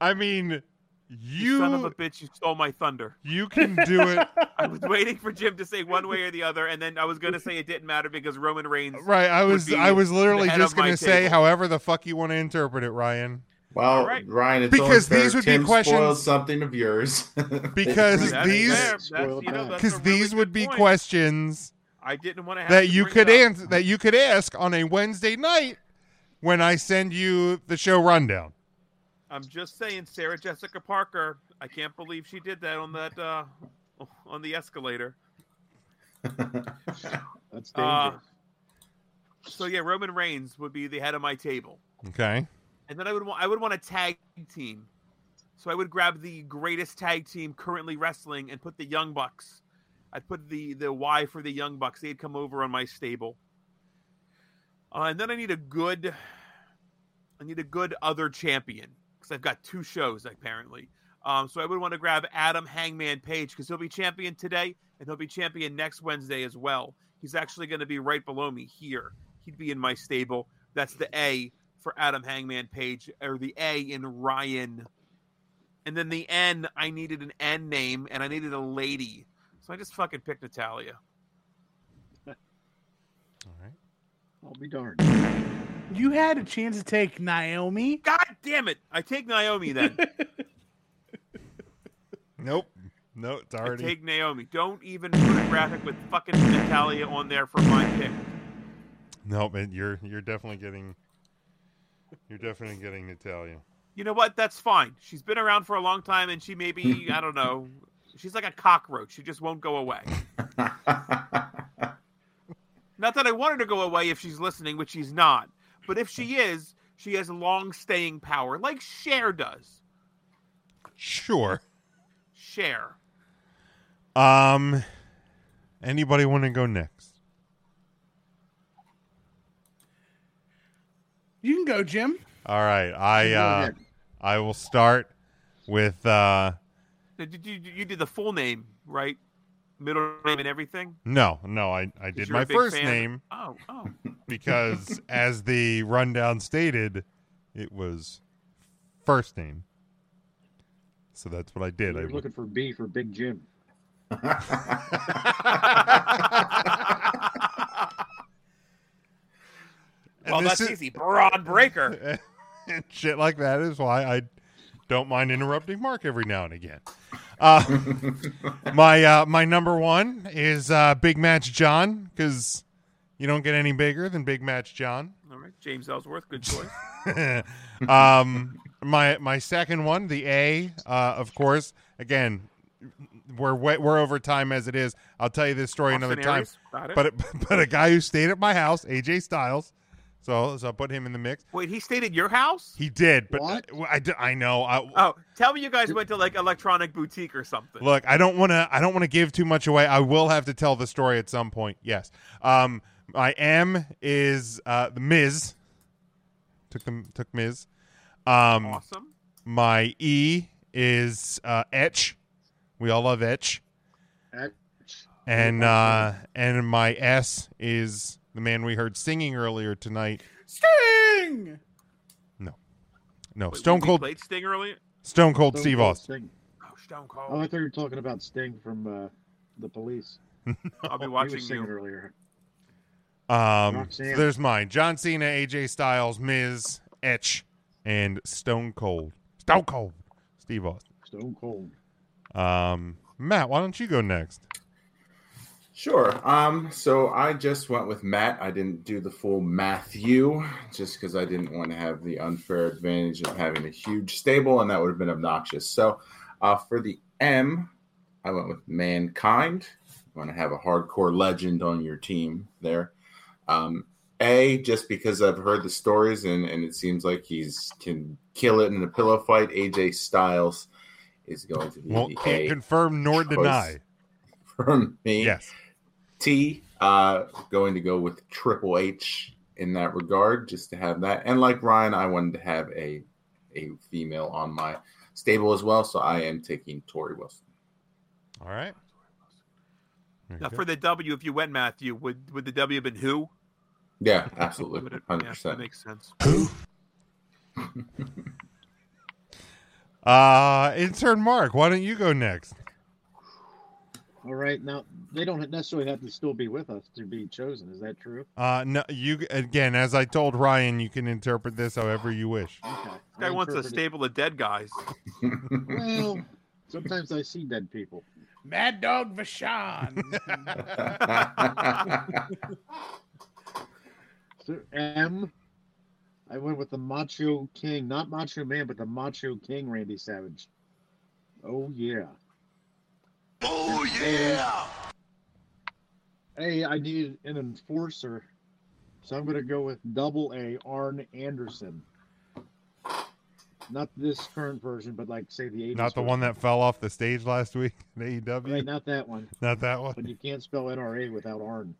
i mean you,
son of a bitch! You stole my thunder.
You can do [laughs] it.
I was waiting for Jim to say one way or the other, and then I was going to say it didn't matter because Roman Reigns.
right i
would
was
be
i was
the
literally
head
just
of my
gonna say
table.
however the fuck you want to interpret it ryan
Well, Ryan, it's
because
only fair
these would
Tim
be questions
spoiled something of yours. [laughs]
because these because these would be questions
I didn't want to have
that
to
you
bring
could
it up.
answer that you could ask on a Wednesday night when I send you the show rundown.
I'm just saying, Sarah Jessica Parker. I can't believe she did that on that uh, [laughs] on the escalator.
That's
Uh,
dangerous.
so yeah, Roman Reigns would be the head of my table,
Okay.
and then I would want I would want a tag team. So I would grab the greatest tag team currently wrestling and put the Young Bucks. I'd put the the Y for the Young Bucks. They'd come over on my stable. Uh, and then I need a good, I need a good other champion because I've got two shows apparently. Um, so I would want to grab Adam Hangman Page because he'll be champion today and he'll be champion next Wednesday as well. He's actually going to be right below me here. He'd be in my stable. That's the A for Adam Hangman Page or the A in Ryan. And then the N, I needed an N name and I needed a lady. So I just fucking picked Natalia.
I'll be darned.
[laughs] You had a chance to take Naomi.
God damn it. I take Naomi then.
Nope. No, it's
I
already
take Naomi. Don't even put a graphic with fucking Natalia on there for my pick.
No, man, you're you're definitely getting you're definitely getting Natalia.
You know what? That's fine. She's been around for a long time and she maybe, I don't know, she's like a cockroach. She just won't go away. not that I want her to go away if she's listening, which she's not. But if she is, she has long staying power, like Cher does.
Sure.
Cher.
Um anybody want to go next?
You can go, Jim.
All right. I
Go
uh
ahead.
I will start with uh
Did you, you did the full name, right? Middle name and everything?
no, no, I I
'Cause
did
you're a
my
big
first
fan.
name
Oh, oh. [laughs]
because as the rundown stated, it was first name, So that's what I did. I
You're
went-
looking for B for Big Jim.
And
Well,
this
that's
is-
easy.
[laughs]
Broad breaker.
[laughs] and shit like that is why I don't mind interrupting Mark every now and again.
[laughs]
Uh, my uh, my number one is uh, Big Match John because you don't get any bigger than Big Match John.
All right, James Ellsworth,
[laughs]
good choice.
um, my my second one, the A, uh, of course. Again, we're way, we're over time as it is. I'll tell you this story
Austin
another time.
Aries, got it.
But [laughs] but a guy who stayed at my house, AJ Styles. So so I put him in the mix.
Wait, he stayed at your house?
He did, but I, I, I know. I,
Oh, tell me you guys went to like electronic boutique or something.
Look, I don't want to. I don't want to give too much away. I will have to tell the story at some point. Yes. Um, my M is uh, the Miz. Took the took Miz. Um,
awesome.
My E is uh, Etch. We all love Etch.
Etch.
And uh, and my S is the man we heard singing earlier tonight.
Sting!
No,
Wait,
Stone
we- we
Cold.
played Sting earlier.
Stone Cold
Stone
Steve
Cold
Austin.
Sting.
Stone Cold.
Oh, I thought you were talking about Sting from uh, the Police.
Oh,
I'll be
he
watching
was singing
you.
earlier.
Um, so
Roxanne.
there's mine: John Cena, AJ Styles, Miz, Etch, and Stone Cold. Stone Cold, Steve Austin.
Stone Cold.
Um, Matt, why don't you go next?
Sure. Um, so I just went with Matt. I didn't do the full Matthew just because I didn't want to have the unfair advantage of having a huge stable, and that would have been obnoxious. So uh, for the M, I went with Mankind. You want to have a hardcore legend on your team there. Um, a, just because I've heard the stories and, and it seems like he's can kill it in a pillow fight. AJ Styles is going to be
Won't
the
can't
A
confirm nor
choice
deny.
from me.
Yes.
T uh, going to go with Triple H in that regard, just to have that. And like Ryan, I wanted to have a a female on my stable as well, so I am taking Tori Wilson.
All right.
Now, for the W, if you went Matthew, would would the W have been who?
Yeah, absolutely,
Yeah,
hundred
that
percent.
makes sense.
Uh, intern Mark, why don't you go next?
All right, now they don't necessarily have to still be with us to be chosen. Is that true?
Uh, no, you again. As I told Ryan, you can interpret this however you wish.
This guy wants a
interpreted-
stable of
[laughs]
dead guys.
Well, sometimes I see dead people.
Mad Dog Vashon.
So M, I went with the Macho King, not Macho Man, but the Macho King, Randy Savage. Oh yeah. Oh yeah. A, I needed an enforcer, so I'm going to go with Double A Arn Anderson. Not this current version, but like say the 80s.
Not the one that fell off the stage last week at AEW.
Right, not that one.
Not that one.
But you can't spell NRA without ARN.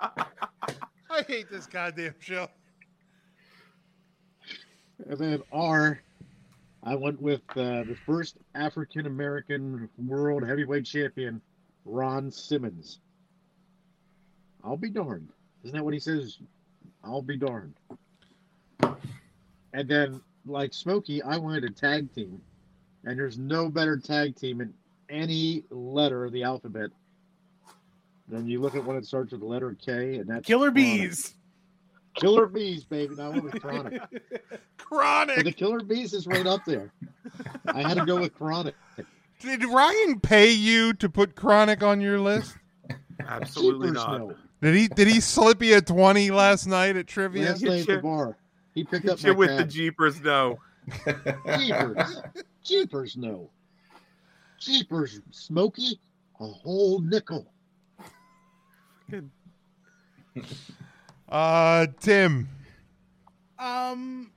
I hate this goddamn show.
And then R, I went with uh, the first African American world heavyweight champion, Ron Simmons. I'll be darned. Isn't that what he says? I'll be darned. And then, like Smokey, I wanted a tag team. And there's no better tag team in any letter of the alphabet than you look at when it starts with the letter K, and
[laughs]
that's
Killer
Chronic.
bees.
Killer bees, baby. Now I went
[laughs]
with Chronic. But the
Chronic.
Killer Bees is right up there. I had to go with
[laughs]
Chronic.
Did Ryan pay you to put Chronic on your list?
Absolutely
Jeepers,
not.
no.
Did he did he slip you a twenty last night at trivia?
Last night at the bar, he picked up my
Shit with the
tab.
Jeepers, no.
Jeepers. Jeepers, no. Jeepers, Smokey, a whole nickel.
Uh, Tim.
Um,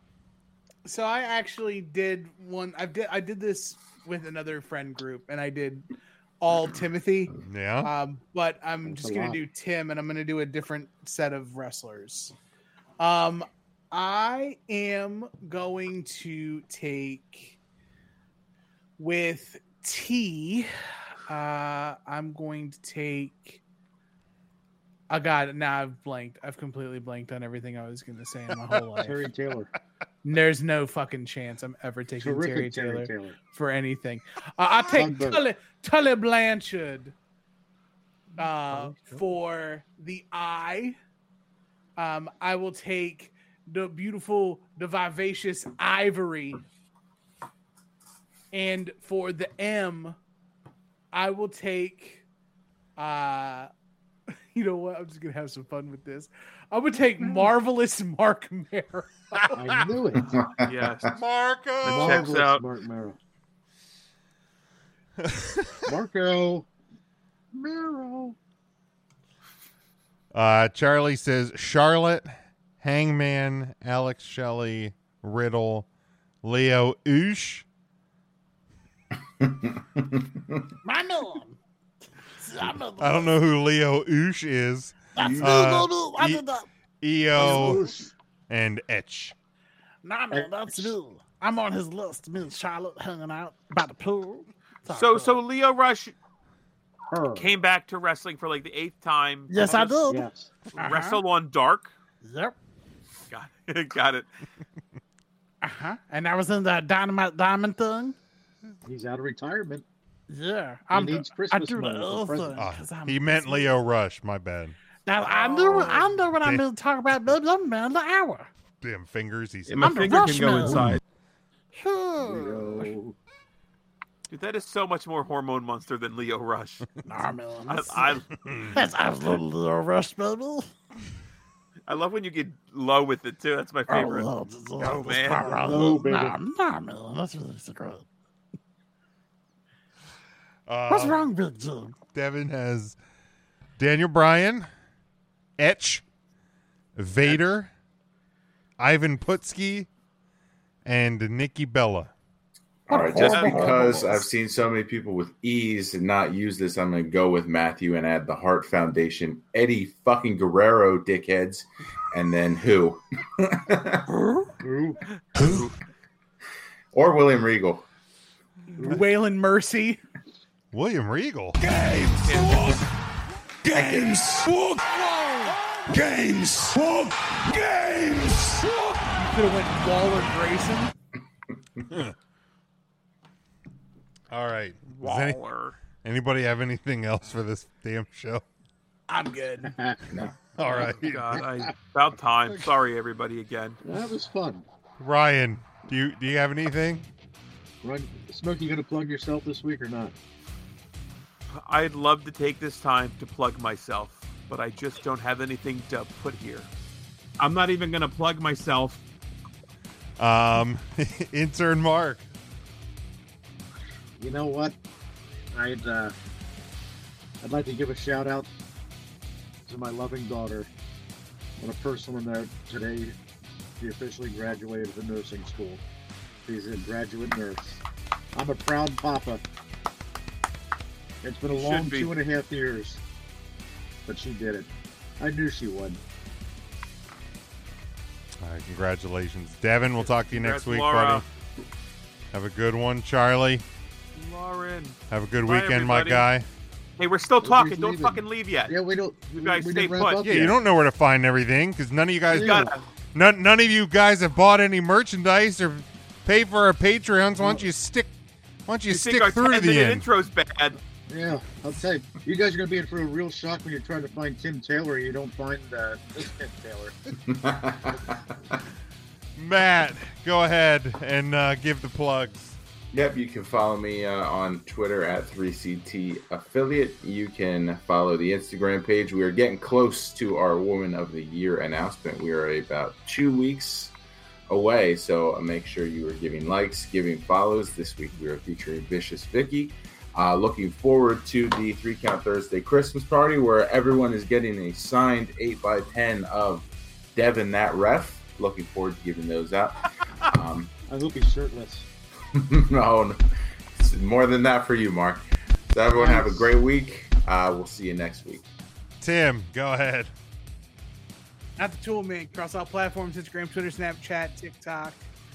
so I actually did one. I did. I did this with another friend group, and I did all Timothy.
Yeah.
Um, but I'm
That's
just
a
gonna
lot.
do Tim, and I'm gonna do a different set of wrestlers. Um, I am going to take with T. Uh, I'm going to take. I got it. Now I've blanked. I've completely blanked on everything I was going to say in
[laughs]
my whole life.
Terry [laughs] Taylor.
There's no fucking chance I'm ever taking Terry
Terrific
Taylor,
Terry [laughs] Taylor.
for anything. Uh, I take
Thunderbird.
Tully, Tully Blanchard uh, for the eye. Um, I will take the beautiful, the vivacious Ivory. And for the M, I will take. Uh, [laughs] you know what? I'm just gonna have some fun with this. I would take marvelous Mark Merrow.
I knew
[laughs]
it.
[laughs]
Yes.
Marco.
Marvelous Mark
[laughs]
Merrill. Marco. Merrill.
Uh, Charlie says Charlotte, Hangman, Alex Shelley, Riddle, Leo Oosh.
I know him. I know
I don't know who Leo Oosh is.
That's-
Uh,
no, no, no, I know that.
E- EO and Etch.
Nah, man, that's new. I'm on his list. Me and Charlotte hanging out by the pool.
So so Leo Rush came back to wrestling for like the eighth time.
Yes, I did. Yes.
Uh-huh.
Wrestled on Dark.
Yep.
Got it. [laughs] Got it.
Uh huh. And I was in the dynamite diamond thing.
He's out of retirement.
Yeah,
He
I'm.
needs
I
Christmas
do the
money for
other thing.
presents.
'cause I'm-
Ah, Oh, He meant Leo Rush. My bad.
Now I knew. I know what I'm
Damn.
going to talk about. Baby, I'm man of the hour.
Damn fingers. He's
Yeah, my I'm the finger can go Rushman. inside.
Dude, that is so much more hormone monster than Leo Rush.
nah, man.
I,
That's,
I,
[laughs] that's I was a little, little rush, baby.
I love when you get low with it too. That's my favorite.
Oh,
Oh, man.
Nah, nah, man. That's really secret.
Uh,
What's wrong, Big Jim?
Devin has Daniel Bryan, Etch, Vader, Ivan Putski, and Nikki Bella.
All right, just
Horrible,
because [laughs]
horrible.
I've seen so many people with ease and not use this, I'm going to go with Matthew and add the Heart Foundation, Eddie fucking Guerrero, dickheads, and then who? [laughs]
Who?
Or William Regal.
Waylon Mercy. [laughs]
William Regal.
Games. Walk. Games. Walk. Games.
Could have went Waller Grayson.
All right. Does any-
Waller.
anybody have anything else for this damn show?
I'm good.
All right.
Oh, God, I, about time. Sorry, everybody, again.
That was fun.
Ryan, do you do you have anything?
Run, Smokey, you going to plug yourself this week or not?
I'd love to take this time to plug myself, but I just don't have anything to put here. I'm not even going to plug myself.
Um, [laughs] intern Mark.
You know what? I'd uh, I'd like to give a shout out to my loving daughter. On a personal note, today she officially graduated from nursing school. She's a graduate nurse. I'm a proud papa. It's been a
You should
long
be.
two and a half years, but she did it. I knew she would.
All right, congratulations, Devin. We'll talk to you next week,
Congrats, Laura.
buddy. Have a good one, Charlie.
Lauren.
Have a good
Bye,
weekend,
everybody.
my guy.
Hey, we're still talking. Don't
leaving.
fucking leave yet.
Yeah, we don't.
You guys
we
stay
didn't wrap
put.
up
Yeah,
yet.
you don't know where to find everything because none of you guys
Yeah.
got none, none of you guys have bought any merchandise or paid for our Patreons. Why don't you stick? Why don't you,
You think
stick
our
through to
10
the
minute
end?
intro's bad?
Yeah, I'll tell you. You guys are gonna be in for a real shock when you're trying to find Tim Taylor and you don't find uh, this Tim Taylor.
Matt, go ahead and uh, give the plugs.
Yep, you can follow me uh, on Twitter at 3CT Affiliate. You can follow the Instagram page. We are getting close to our Woman of the Year announcement. We are about two weeks away, so make sure you are giving likes, giving follows. This week we are featuring Vicious Vicky. Uh, looking forward to the Three Count Thursday Christmas party where everyone is getting a signed 8x10 of Devin That Ref. Looking forward to giving those out. Um, [laughs] oh,
I hope he's shirtless.
no, no. It's more than that for you, Mark. So everyone have a great week. Uh, we'll see you next week.
Tim, go ahead.
Not the tool man. Across all platforms: Instagram, Twitter, Snapchat, TikTok.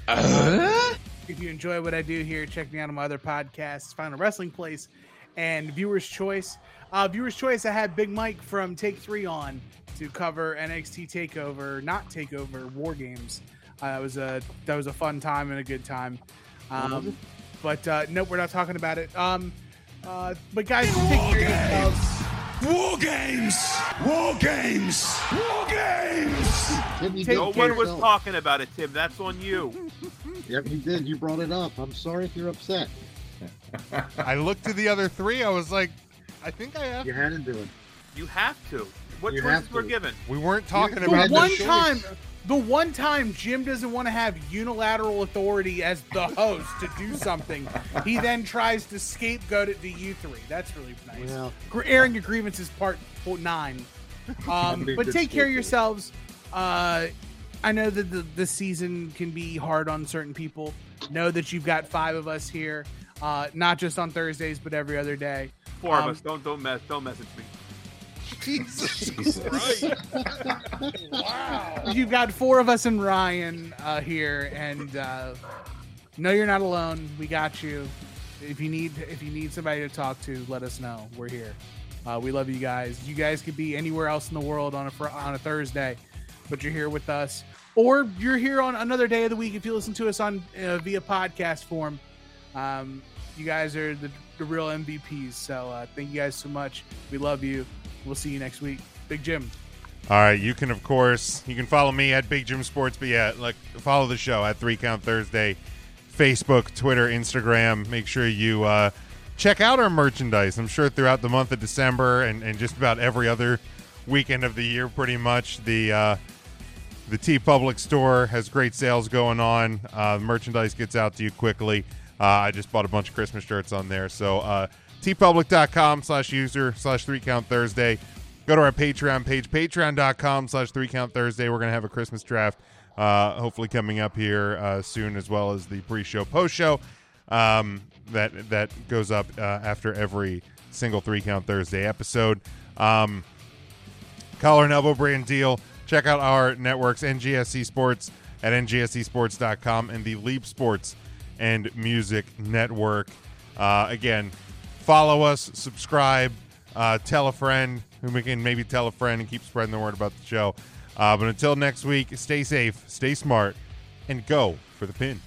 If you enjoy what I do here, check me out on my other podcasts, Final Wrestling Place, and Viewers Choice. Uh, Viewers Choice, I had Big Mike from Take Three on to cover NXT Takeover, not Takeover War Games. Uh, that was a that was a fun time and a good time.
Mhm.
Um, but uh, nope, we're not talking about it. Um, uh, but guys, take your yourselves.
War games! War games! War games!
No one was talking about it, Tim. That's on you.
Yep, he did. You brought it up. I'm sorry if you're upset.
I looked to the other three. I was like, I think I have.
You had to do it.
You have to. What
You
choices
have
were
to.
given?
We weren't talking
The
about
one
the choice.
time, the one time Jim doesn't want to have unilateral authority as the host to do something, he then tries to scapegoat it to you three. That's really nice.
Well-
Gr- airing your grievances, part four- nine.
That'd
Um,
be a
but
good
take care of
scapegoat.
yourselves. Uh, I know that the, the season can be hard on certain people. Know that you've got five of us here, uh, not just on Thursdays, but every other day.
Four
Um,
of us. Don't don't mess. Don't message me.
Jesus
wow. [laughs] You've got four of us and Ryan uh, here, and uh, no, you're not alone. We got you. If you need if you need somebody to talk to, let us know. We're here. Uh, we love you guys. You guys could be anywhere else in the world on a fr- on a Thursday, but you're here with us, or you're here on another day of the week if you listen to us on uh, via podcast form. Um, you guys are the, the real MVPs. So uh, thank you guys so much. We love you. We'll see you next week. Big Jim.
All right, you can of course you can follow me at Big Jim Sports, but yeah, like follow the show at Three Count Thursday, Facebook, Twitter, Instagram. Make sure you uh, check out our merchandise. I'm sure throughout the month of December and, and just about every other weekend of the year, pretty much the uh, the T Public store has great sales going on. Uh, merchandise gets out to you quickly. Uh, I just bought a bunch of Christmas shirts on there. So uh, tpublic.com slash user slash three count Thursday. Go to our Patreon page, patreon.com slash three count Thursday. We're going to have a Christmas draft uh, hopefully coming up here uh, soon, as well as the pre show, post show um, that, that goes up uh, after every single three count Thursday episode. Um, collar and elbow brand deal. Check out our networks, NGSC Sports at ngscsports.com and the Leap Sports and Music Network. Uh, again, follow us, subscribe, uh, tell a friend who we can maybe tell a friend and keep spreading the word about the show. Uh, but until next week, stay safe, stay smart, and go for the pin.